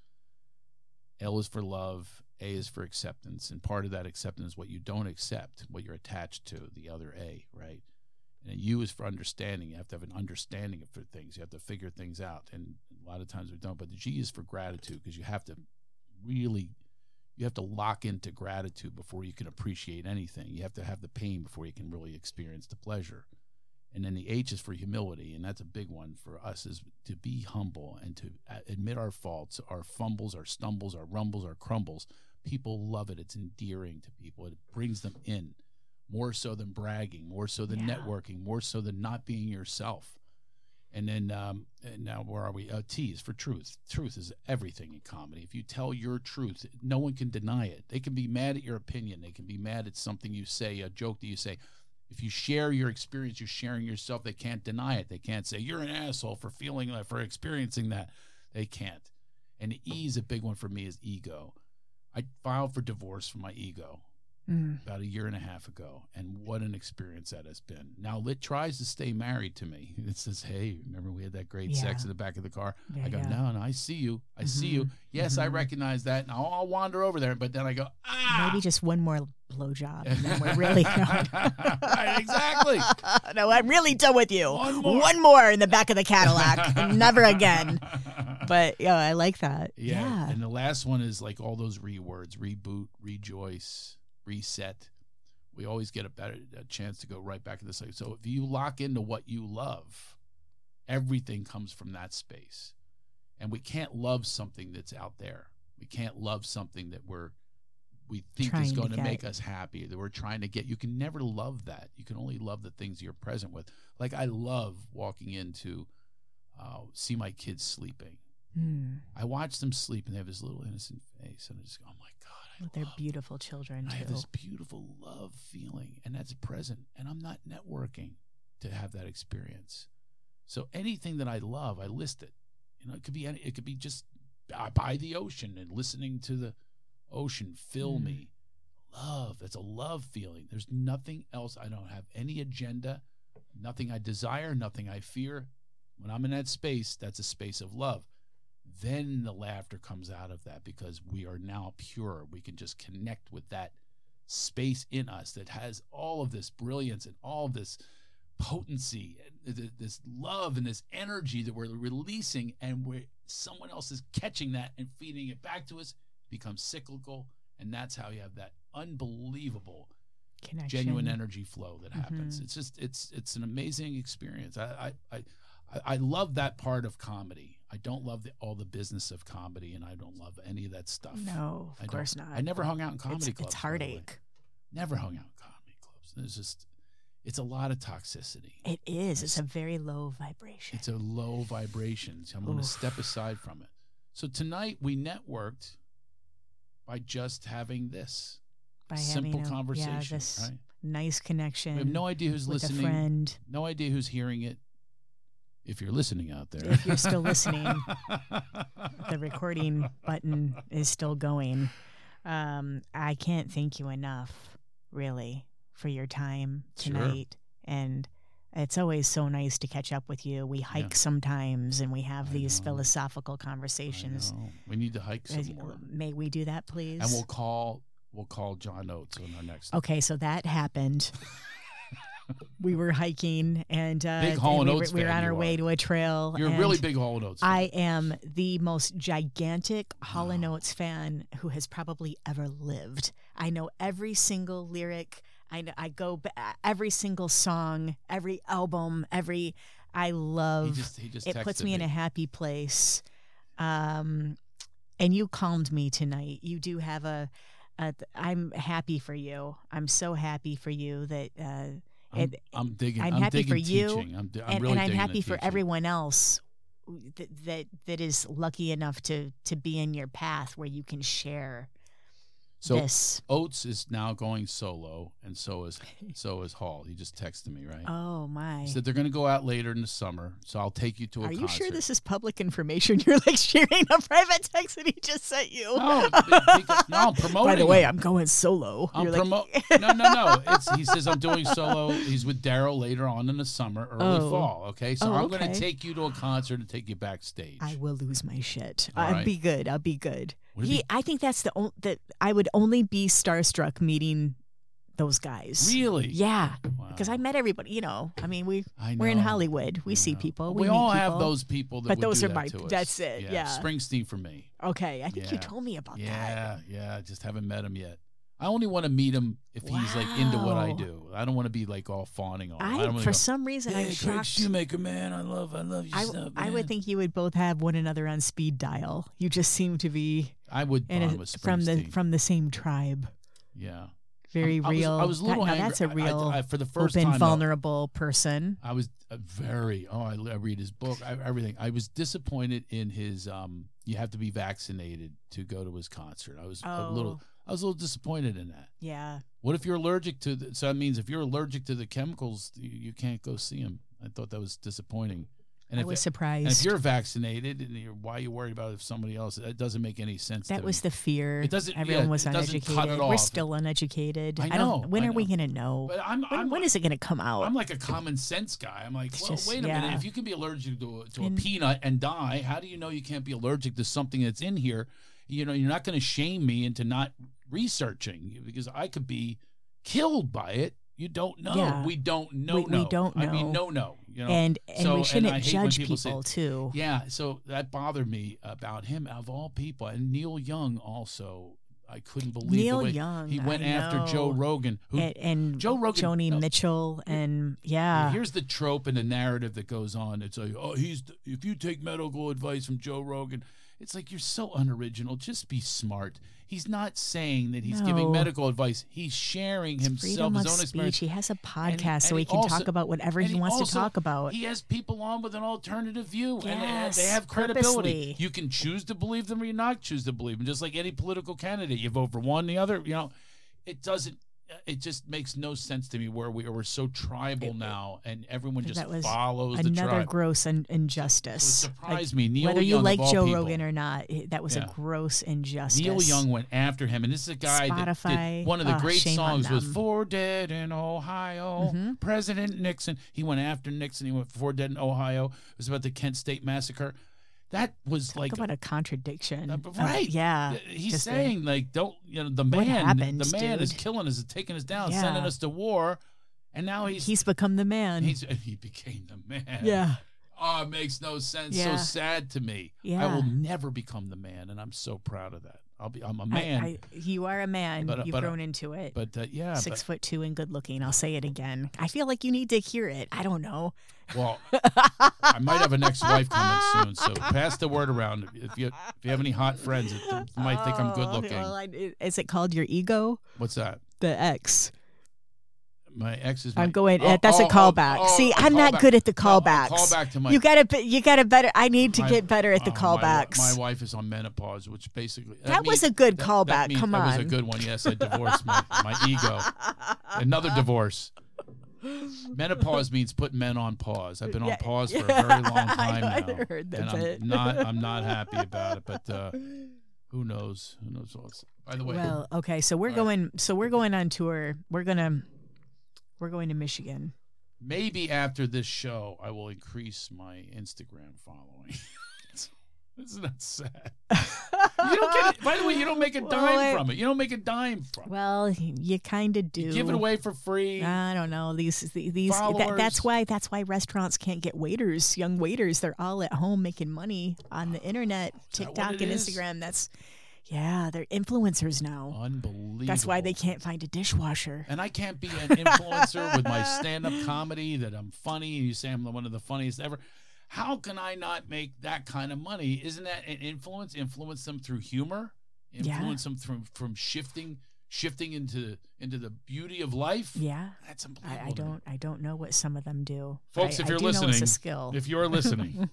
S2: L is for love, A is for acceptance, and part of that acceptance is what you don't accept, what you're attached to, the other A, right? And U is for understanding. You have to have an understanding of things. You have to figure things out, and a lot of times we don't. But the G is for gratitude because you have to really, you have to lock into gratitude before you can appreciate anything. You have to have the pain before you can really experience the pleasure. And then the H is for humility, and that's a big one for us is to be humble and to uh, admit our faults, our fumbles, our stumbles, our rumbles, our crumbles. People love it. It's endearing to people. It brings them in more so than bragging, more so than
S1: Yeah.
S2: networking, more so than not being yourself. And then um, and now where are we? Uh, T is for truth. Truth is everything in comedy. If you tell your truth, no one can deny it. They can be mad at your opinion. They can be mad at something you say, a joke that you say. If you share your experience, you're sharing yourself. They can't deny it. They can't say you're an asshole for feeling that, for experiencing that. They can't. And the E is a big one for me is ego. I filed for divorce from my ego
S1: Mm.
S2: about a year and a half ago, and what an experience that has been. Now Lit tries to stay married to me. It says, "Hey, remember we had that great sex
S1: Yeah.
S2: in the back of the car?"
S1: There
S2: I
S1: you
S2: go,
S1: go.
S2: "No, no, I see you. I see you. Yes, I
S1: Mhm.
S2: recognize that, and I'll, I'll wander over there." But then I go, "Ah,
S1: Maybe just one more blowjob and then we're really done.
S2: Right, exactly.
S1: no, I'm really done with you.
S2: One more.
S1: One more in the back of the Cadillac, and never again. But yeah, I like that.
S2: Yeah.
S1: Yeah.
S2: And the last one is like all those re words reboot, rejoice, reset. We always get a better a chance to go right back to the site. So if you lock into what you love, everything comes from that space. And we can't love something that's out there. We can't love something that we're we think
S1: Trying
S2: is
S1: to
S2: going to,
S1: get.
S2: make us happy that we're trying to get. You can never love that. You can only love the things you're present with. Like I love walking into uh, see my kids sleeping.
S1: Hmm.
S2: I watch them sleep and they have this little innocent face, and I just go, "Oh my god, I
S1: Well, they're
S2: love-
S1: beautiful children
S2: I
S1: too.
S2: have this beautiful love feeling, and that's present. And I'm not networking to have that experience. So anything that I love, I list it. You know, it could be any, it could be just by- by the ocean and listening to the ocean fill
S1: Mm.
S2: me. Love. It's a love feeling. There's nothing else. I don't have any agenda, nothing I desire, nothing I fear. When I'm in that space, that's a space of love then the laughter comes out of that because we are now pure. We can just connect with that space in us that has all of this brilliance and all of this potency and th- this love and this energy that we're releasing and where someone else is catching that and feeding it back to us becomes cyclical and that's how you have that unbelievable
S1: Connection. Mm-hmm.
S2: genuine energy flow that happens it's just it's it's an amazing experience I, I i I- i love that part of comedy i don't love the, all the business of comedy and i don't love any of that stuff
S1: No, of
S2: I don't-
S1: course not.
S2: i never hung out in comedy
S1: it's,
S2: clubs
S1: It's
S2: by the way.
S1: heartache.
S2: never hung out in comedy clubs there's just it's a lot of toxicity
S1: It is. It's
S2: It's-
S1: a very low vibration.
S2: it's a low vibrations. I'm going to
S1: Oof.
S2: step aside from it. So tonight we networked by just having this
S1: By
S2: simple
S1: having a,
S2: conversation.
S1: Yeah, this
S2: right?
S1: nice connection.
S2: We have no idea who's
S1: with a
S2: listening.
S1: friend.
S2: No idea who's hearing it. If you're listening out there,
S1: If you're still listening, The recording button is still going. Um, I can't thank you enough, really, for your time
S2: Sure.
S1: tonight. And it's always so nice to catch up with you. We hike sometimes and we have
S2: I
S1: these
S2: know.
S1: philosophical
S2: I
S1: conversations.
S2: know. We need to hike some
S1: As-
S2: more,
S1: May we do that, please?
S2: and we'll call we'll call John Oates on our next.
S1: Okay, so that happened. we were hiking and uh,
S2: Big Hall and
S1: we, were-
S2: Oates
S1: we were
S2: fan
S1: on
S2: you
S1: our way
S2: are.
S1: to a trail.
S2: You're a
S1: and
S2: really big Hall and Oates. fan.
S1: I am the most gigantic Hall and
S2: Wow.
S1: Oates fan who has probably ever lived. I know every single lyric. I know, I go ba- every single song, every album, every. I
S2: he
S1: love
S2: just he just
S1: it puts
S2: texted
S1: me in a happy place um and you calmed me tonight you do have a, a i'm happy for you i'm so happy for you that uh
S2: I'm,
S1: it-
S2: I'm digging.
S1: I'm
S2: I'm,
S1: happy
S2: digging
S1: for you,
S2: Teaching. I'm, di- I'm
S1: and,
S2: really
S1: and i'm
S2: digging the
S1: happy for
S2: teaching.
S1: everyone else that, that that is lucky enough to to be in your path where you can share
S2: So
S1: this
S2: Oates is now going solo, and so is so is Hall. He just texted me, right?
S1: oh my
S2: He said they're going to go out later in the summer, so I'll take you to a
S1: are
S2: concert.
S1: you sure this is public information you're like sharing a private text that he just sent you
S2: No, because, no, I'm promoting.
S1: by the way
S2: him.
S1: i'm going solo
S2: I'm
S1: You're like,
S2: promo- No, no, no. It's, he says I'm doing solo. He's with Daryl later on in the summer, early
S1: Oh.
S2: fall. Okay, so
S1: Oh,
S2: I'm going
S1: okay.
S2: to take you to a concert and take you backstage.
S1: I will lose my shit.
S2: All
S1: I'll
S2: right.
S1: be good. I'll be good.
S2: Would it
S1: He, I think that's the only that I would only be starstruck meeting those guys.
S2: really?
S1: Yeah,
S2: Wow.
S1: because I met everybody. You know, I mean, we
S2: I
S1: we're in
S2: know.
S1: Hollywood. We
S2: I
S1: see
S2: know.
S1: people.
S2: We,
S1: We, meet
S2: all have
S1: people.
S2: those people that
S1: But
S2: would
S1: those
S2: do
S1: are
S2: that
S1: my-
S2: to us.
S1: that's it, yeah.
S2: Springsteen for me.
S1: Okay, I think you
S2: Yeah.
S1: told me about that.
S2: Yeah, yeah. Just haven't met him yet. I only want to meet him if he's like into what I
S1: Wow.
S2: do. I don't want to be like all fawning on. him. Oh, I,
S1: I,
S2: don't wanna
S1: for
S2: go,
S1: some reason, I'm
S2: "Hey, Craig
S1: shocked.
S2: Shoemaker, man. I love, I love you.
S1: I, I would think you would both have one another on speed dial. You just seem to be
S2: I would
S1: in
S2: bond
S1: a,
S2: with
S1: from the
S2: Springsteen.
S1: from the same tribe.
S2: yeah.
S1: Very
S2: I was-
S1: real.
S2: I was a
S1: That-
S2: little.
S1: now
S2: angry.
S1: that's a
S2: I- I-
S1: real
S2: I- for the first
S1: open,
S2: time. though,
S1: vulnerable person.
S2: I was uh, very. Oh, I, I read his book. I, everything. I was disappointed in his. Um, you have to be vaccinated to go to his concert. I was a little. I was a little disappointed in that.
S1: Oh, Yeah.
S2: What if you're allergic to? The, so that means if you're allergic to the chemicals, you, you can't go see him. I thought that was disappointing. And
S1: I
S2: if,
S1: was
S2: and if
S1: surprised.
S2: you're vaccinated, and you're, why are you worried about if somebody else? It doesn't make any sense.
S1: That
S2: to
S1: was
S2: me.
S1: the fear.
S2: It doesn't-
S1: Everyone
S2: yeah,
S1: was
S2: it doesn't
S1: uneducated.
S2: cut it
S1: We're
S2: off.
S1: still uneducated.
S2: I
S1: don't.
S2: know,
S1: When
S2: I
S1: are we
S2: know.
S1: gonna know?
S2: But I'm,
S1: When,
S2: I'm,
S1: when is it gonna come out?
S2: I'm like a common sense guy. I'm like,
S1: Oh. It's
S2: well,
S1: just-
S2: wait a minute.
S1: yeah.
S2: If you can be allergic to a, to
S1: And-
S2: a peanut and die, how do you know you can't be allergic to something that's in here? You know, you're not going to shame me into not researching because I could be killed by it. You don't know.
S1: Yeah.
S2: We don't know.
S1: We- we
S2: no.
S1: don't
S2: I mean,
S1: know.
S2: no, no. You know.
S1: and and
S2: so-
S1: we
S2: and
S1: shouldn't
S2: I hate when
S1: judge people,
S2: people say-
S1: too.
S2: Yeah, so that bothered me about him of all people, and Neil Young also. I couldn't believe
S1: Neil
S2: the way
S1: Young,
S2: he went
S1: I
S2: after Joe
S1: know.
S2: Rogan. Who
S1: and, and
S2: Joe Rogan-
S1: Joni
S2: no.
S1: Mitchell, and yeah,
S2: here's the trope and the narrative that goes on. It's like, oh, he's if you take medical advice from Joe Rogan, it's like you're so unoriginal. Just be smart. He's not saying that he's
S1: No.
S2: giving medical advice. He's sharing himself
S1: freedom
S2: his
S1: of
S2: own experience.
S1: speech. He has a podcast,
S2: And he-
S1: so
S2: and
S1: he
S2: he
S1: can
S2: also-
S1: talk about whatever
S2: And
S1: he wants to
S2: also-
S1: talk about.
S2: He has people on with an alternative view, and they- they
S1: Yes,
S2: have credibility.
S1: purposely.
S2: You can choose to believe them or you not choose to believe them. Just like any political candidate, you vote for one, the other. You know, it doesn't. uh, It just makes no sense to me where we are. We're so tribal now, and everyone just
S1: That was
S2: follows the
S1: Another
S2: tribe.
S1: gross un-
S2: So it
S1: injustice. Like,
S2: surprised me. Neil
S1: whether you
S2: Young,
S1: like
S2: of all
S1: Joe
S2: people,
S1: Rogan or not, it- that was
S2: Yeah.
S1: a gross injustice.
S2: Neil Young went after him, and this is a guy that
S1: Spotify,
S2: did one of the
S1: ugh,
S2: great
S1: shame on
S2: songs was
S1: them.
S2: "For Dead in Ohio."
S1: Mhm.
S2: President Nixon. He went after Nixon. He went "For Dead in Ohio." It was about the Kent State massacre. That was
S1: Talk
S2: like
S1: about a contradiction.
S2: Uh,
S1: Uh,
S2: but right.
S1: yeah.
S2: he's
S1: just the-
S2: saying like don't you know the man
S1: happened,
S2: the man is
S1: dude?
S2: killing us, is taking us down,
S1: Yeah.
S2: sending us to war, And now he's
S1: He's become the man.
S2: he's he became the man.
S1: yeah.
S2: Oh, it makes no sense.
S1: Yeah.
S2: So sad to me. I
S1: Yeah.
S2: will never become the man, and I'm so proud of that. I'll be. I'm a
S1: I-
S2: man.
S1: I, you are a man.
S2: But, uh,
S1: You've
S2: but, uh,
S1: grown into it.
S2: but uh, yeah.
S1: Six foot two and good looking. I'll say it again. I feel like you need to hear it. I don't know.
S2: But, well, I might have an ex-wife coming soon, so pass the word around. If you if you have any hot friends that might think I'm good
S1: Oh,
S2: looking,
S1: well, I- is it called your ego?
S2: what's that?
S1: The X.
S2: My ex is. My,
S1: I'm going. eh,
S2: Oh,
S1: that's
S2: oh,
S1: a
S2: oh,
S1: callback.
S2: oh,
S1: See,
S2: a
S1: I'm not
S2: callback.
S1: good at the
S2: No, a
S1: callbacks.
S2: callback to my.
S1: you gotta. Be, you gotta better. I need to
S2: My-
S1: get better at the
S2: oh, my-
S1: callbacks.
S2: My, wife is on menopause, which basically
S1: that was a good
S2: that-
S1: callback.
S2: That means-
S1: Come
S2: that
S1: on.
S2: was a good one. Yes, I divorced my, my ego. Another divorce. Menopause means put men on pause. I've been on
S1: Yeah,
S2: pause for a
S1: yeah.
S2: very long time
S1: I know, I
S2: now,
S1: heard that
S2: and
S1: bit.
S2: I'm not I'm not happy about it. But uh, who knows? Who knows what's? By the way,
S1: Well, okay, so we're
S2: All right.
S1: going. So we're going on tour. We're gonna. We're going to Michigan.
S2: maybe after this show, I will increase my Instagram following. Isn't that sad? You don't get it. By the way, you don't make a
S1: Well,
S2: dime
S1: I-
S2: from it. You don't make a dime from it.
S1: Well, you kind of do.
S2: You give it away for free.
S1: I don't know these the- these. That,
S2: Followers.
S1: that's why that's why restaurants can't get waiters, young waiters. They're all at home making money on the internet,
S2: that what
S1: TikTok
S2: it
S1: and
S2: is?
S1: Instagram. That's yeah, they're influencers now.
S2: Unbelievable.
S1: That's why they can't find a dishwasher.
S2: And I can't be an influencer with my stand-up comedy that I'm funny. You say I'm the- one of the funniest ever. How can I not make that kind of money? Isn't that an influence? Influence them through humor.
S1: Yeah.
S2: Influence them from from shifting shifting into into the beauty of life.
S1: Yeah,
S2: That's unbelievable.
S1: I, I
S2: to me.
S1: don't I don't know what some of them do. but
S2: Folks,
S1: I-
S2: if
S1: I
S2: you're
S1: do know it's
S2: listening,
S1: a skill.
S2: If you're listening,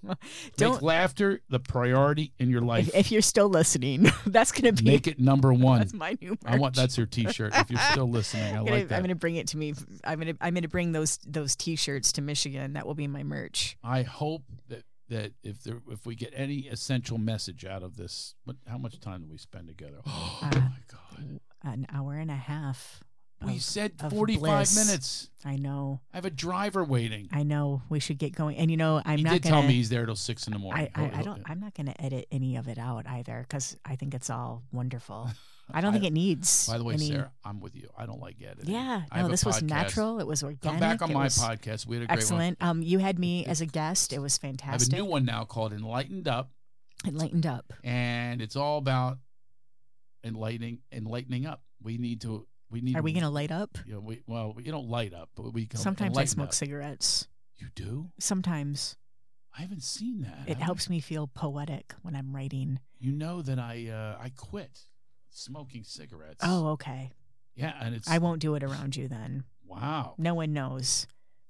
S1: don't
S2: make laughter the priority in your life.
S1: If, if you're still listening, that's gonna be
S2: make it number one.
S1: that's my new. Merch.
S2: I want that's your T-shirt. If you're still listening, I
S1: I'm gonna,
S2: like that.
S1: I'm gonna bring it to me. I'm gonna I'm gonna bring those those t-shirts to Michigan. That will be my merch.
S2: I hope that that if there if we get any essential message out of this, what, how much time do we spend together? Oh
S1: Uh,
S2: my god,
S1: An hour and a half.
S2: we
S1: of-
S2: said
S1: of
S2: forty five
S1: bliss.
S2: minutes.
S1: I know.
S2: I have a driver waiting.
S1: I know. We should get going. And you know, I'm
S2: he
S1: not
S2: did
S1: gonna.
S2: tell me he's there till six in the morning.
S1: I, I,
S2: He'll-
S1: I
S2: he'll-
S1: don't. I'm not gonna edit any of it out either because I think it's all wonderful. I don't
S2: I-
S1: think it needs.
S2: By the way,
S1: any,
S2: Sarah, I'm with you. I don't like editing.
S1: Yeah.
S2: I
S1: No,
S2: have a
S1: this was
S2: podcast.
S1: natural. It was
S2: Come
S1: organic.
S2: back on
S1: it
S2: my
S1: was
S2: podcast. We had a great one.
S1: Excellent. Um, you had me as a guest. It was
S2: I have a
S1: fantastic.
S2: new one now called Enlightened Up,
S1: It lightened up.
S2: and it's all about enlightening enlightening up. We need to. We need.
S1: Are we gonna light up?
S2: You know, we, well, you don't light up, but we can
S1: Sometimes I
S2: enlighten
S1: smoke
S2: up.
S1: cigarettes.
S2: You do?
S1: Sometimes
S2: I haven't seen that.
S1: it
S2: I-
S1: helps me feel poetic when I'm writing.
S2: You know that I uh, I quit smoking cigarettes.
S1: Oh, okay.
S2: yeah, and it's
S1: I won't do it around you then.
S2: wow.
S1: No one knows.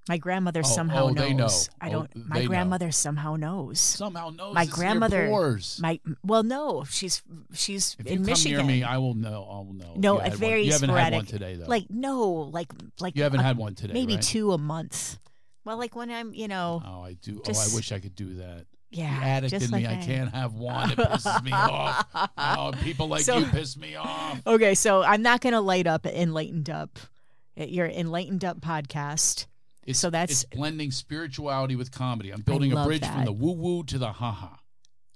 S1: My grandmother somehow
S2: oh,
S1: knows.
S2: they know.
S1: I
S2: Oh,
S1: don't.
S2: they
S1: my
S2: know.
S1: grandmother somehow knows.
S2: Somehow knows
S1: My
S2: it's in your
S1: grandmother-
S2: pores.
S1: My well, no, she's she's
S2: if you
S1: in
S2: come
S1: Michigan.
S2: near me, I will know. I will know. if
S1: No,
S2: you
S1: a
S2: had one.
S1: very
S2: You haven't had one
S1: sporadic-
S2: today though.
S1: like no, like like
S2: you haven't
S1: a-
S2: had one today.
S1: maybe
S2: right?
S1: two a month. Well, like when I'm, you know,
S2: Oh, I do. oh,
S1: Just-
S2: I wish I could do that.
S1: yeah,
S2: the addict
S1: just
S2: in
S1: like
S2: me, I can't have one. It pisses me off. Oh, people like
S1: So-
S2: you piss me off.
S1: Okay, so I'm not gonna light up enlightened up. eh, Your enlightened up podcast.
S2: It's,
S1: So that's-
S2: it's blending spirituality with comedy. I'm building a
S1: love
S2: bridge from
S1: that.
S2: the woo woo to the ha ha.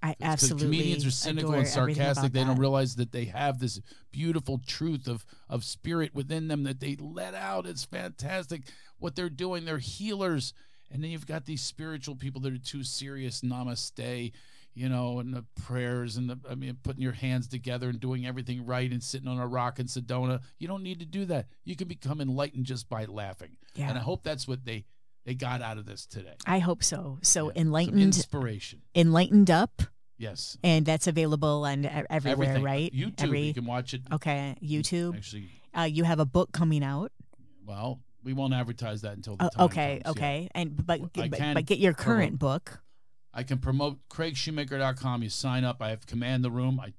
S1: I
S2: It's 'cause
S1: absolutely
S2: comedians are cynical
S1: adore
S2: and
S1: everything about
S2: sarcastic. They don't
S1: that.
S2: realize that they have this beautiful truth of of spirit within them that they let out. It's fantastic what they're doing. They're healers, and then you've got these spiritual people that are too serious. Namaste, you know, and the prayers and the I mean, putting your hands together and doing everything right and sitting on a rock in Sedona. You don't need to do that. You can become enlightened just by laughing.
S1: Yeah,
S2: And I hope that's what they they got out of this today.
S1: I hope so. So
S2: Yeah. Some
S1: enlightened,
S2: inspiration.
S1: enlightened up,
S2: Yes.
S1: and that's available and e- everywhere,
S2: everything.
S1: right?
S2: YouTube, you
S1: Every
S2: can watch it.
S1: okay, YouTube.
S2: Actually,
S1: Uh, you have a book coming out.
S2: well, we won't advertise that until the
S1: Uh,
S2: time
S1: okay,
S2: comes, yeah.
S1: okay, and but,
S2: Well, I
S1: but,
S2: can
S1: but get your current book.
S2: I can promote craigshoemaker.com. You sign up. I have Command the Room. I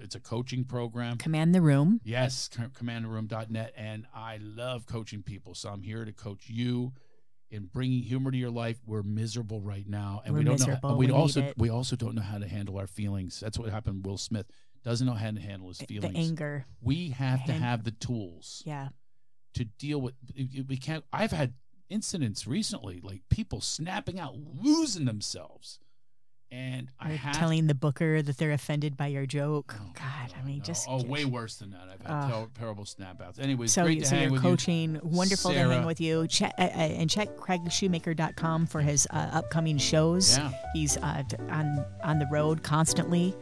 S2: it's a coaching program.
S1: Command the room.
S2: Yes, co- commandtheroom.net. And I love coaching people. So I'm here to coach you in bringing humor to your life. We're miserable right now. And
S1: We're
S2: we don't know.
S1: miserable.
S2: and we,
S1: We need
S2: also
S1: it.
S2: we also don't know how to handle our feelings. That's what happened. Will Smith doesn't know how to handle his feelings.
S1: The anger.
S2: we have to
S1: hand-
S2: have the tools.
S1: Yeah.
S2: to deal with we- we can't i've had incidents recently like people snapping out losing themselves and I
S1: Or
S2: have
S1: telling the booker that they're offended by your joke.
S2: Oh,
S1: God, I mean,
S2: no.
S1: just
S2: oh,
S1: get-
S2: way worse than that. I've had
S1: Ugh.
S2: ter- terrible snapouts. Anyways,
S1: So,
S2: great
S1: you-
S2: to
S1: so
S2: hang
S1: you're
S2: with
S1: coaching. Wonderful to hang
S2: Sarah.
S1: with you. Check, uh, uh, and check craigshoemaker.com for his uh, upcoming shows.
S2: Yeah.
S1: He's uh, t- on on the road constantly.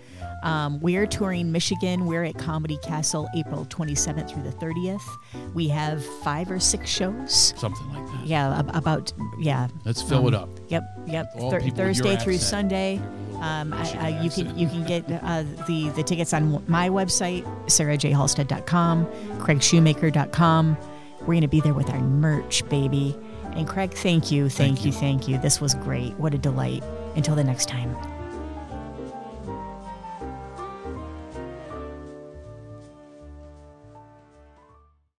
S1: Um, we're touring Michigan. We're at Comedy Castle April 27th through the 30th. We have five or six shows.
S2: you. Something like that.
S1: Yeah, ab- about yeah.
S2: Let's fill it up.
S1: Yep, yep.
S2: All
S1: Thur-
S2: people with your
S1: Thursday through
S2: accent.
S1: Sunday.
S2: Your
S1: Um, I,
S2: Michigan
S1: I, you can
S2: accent.
S1: you can get uh, the the tickets on w- my website sarahjhalstead.com, craigshoemaker.com. We're going to be there with our merch, baby. And Craig, thank you, thank,
S2: Thank
S1: you,
S2: you.
S1: thank you. This was great. What a delight. Until the next time.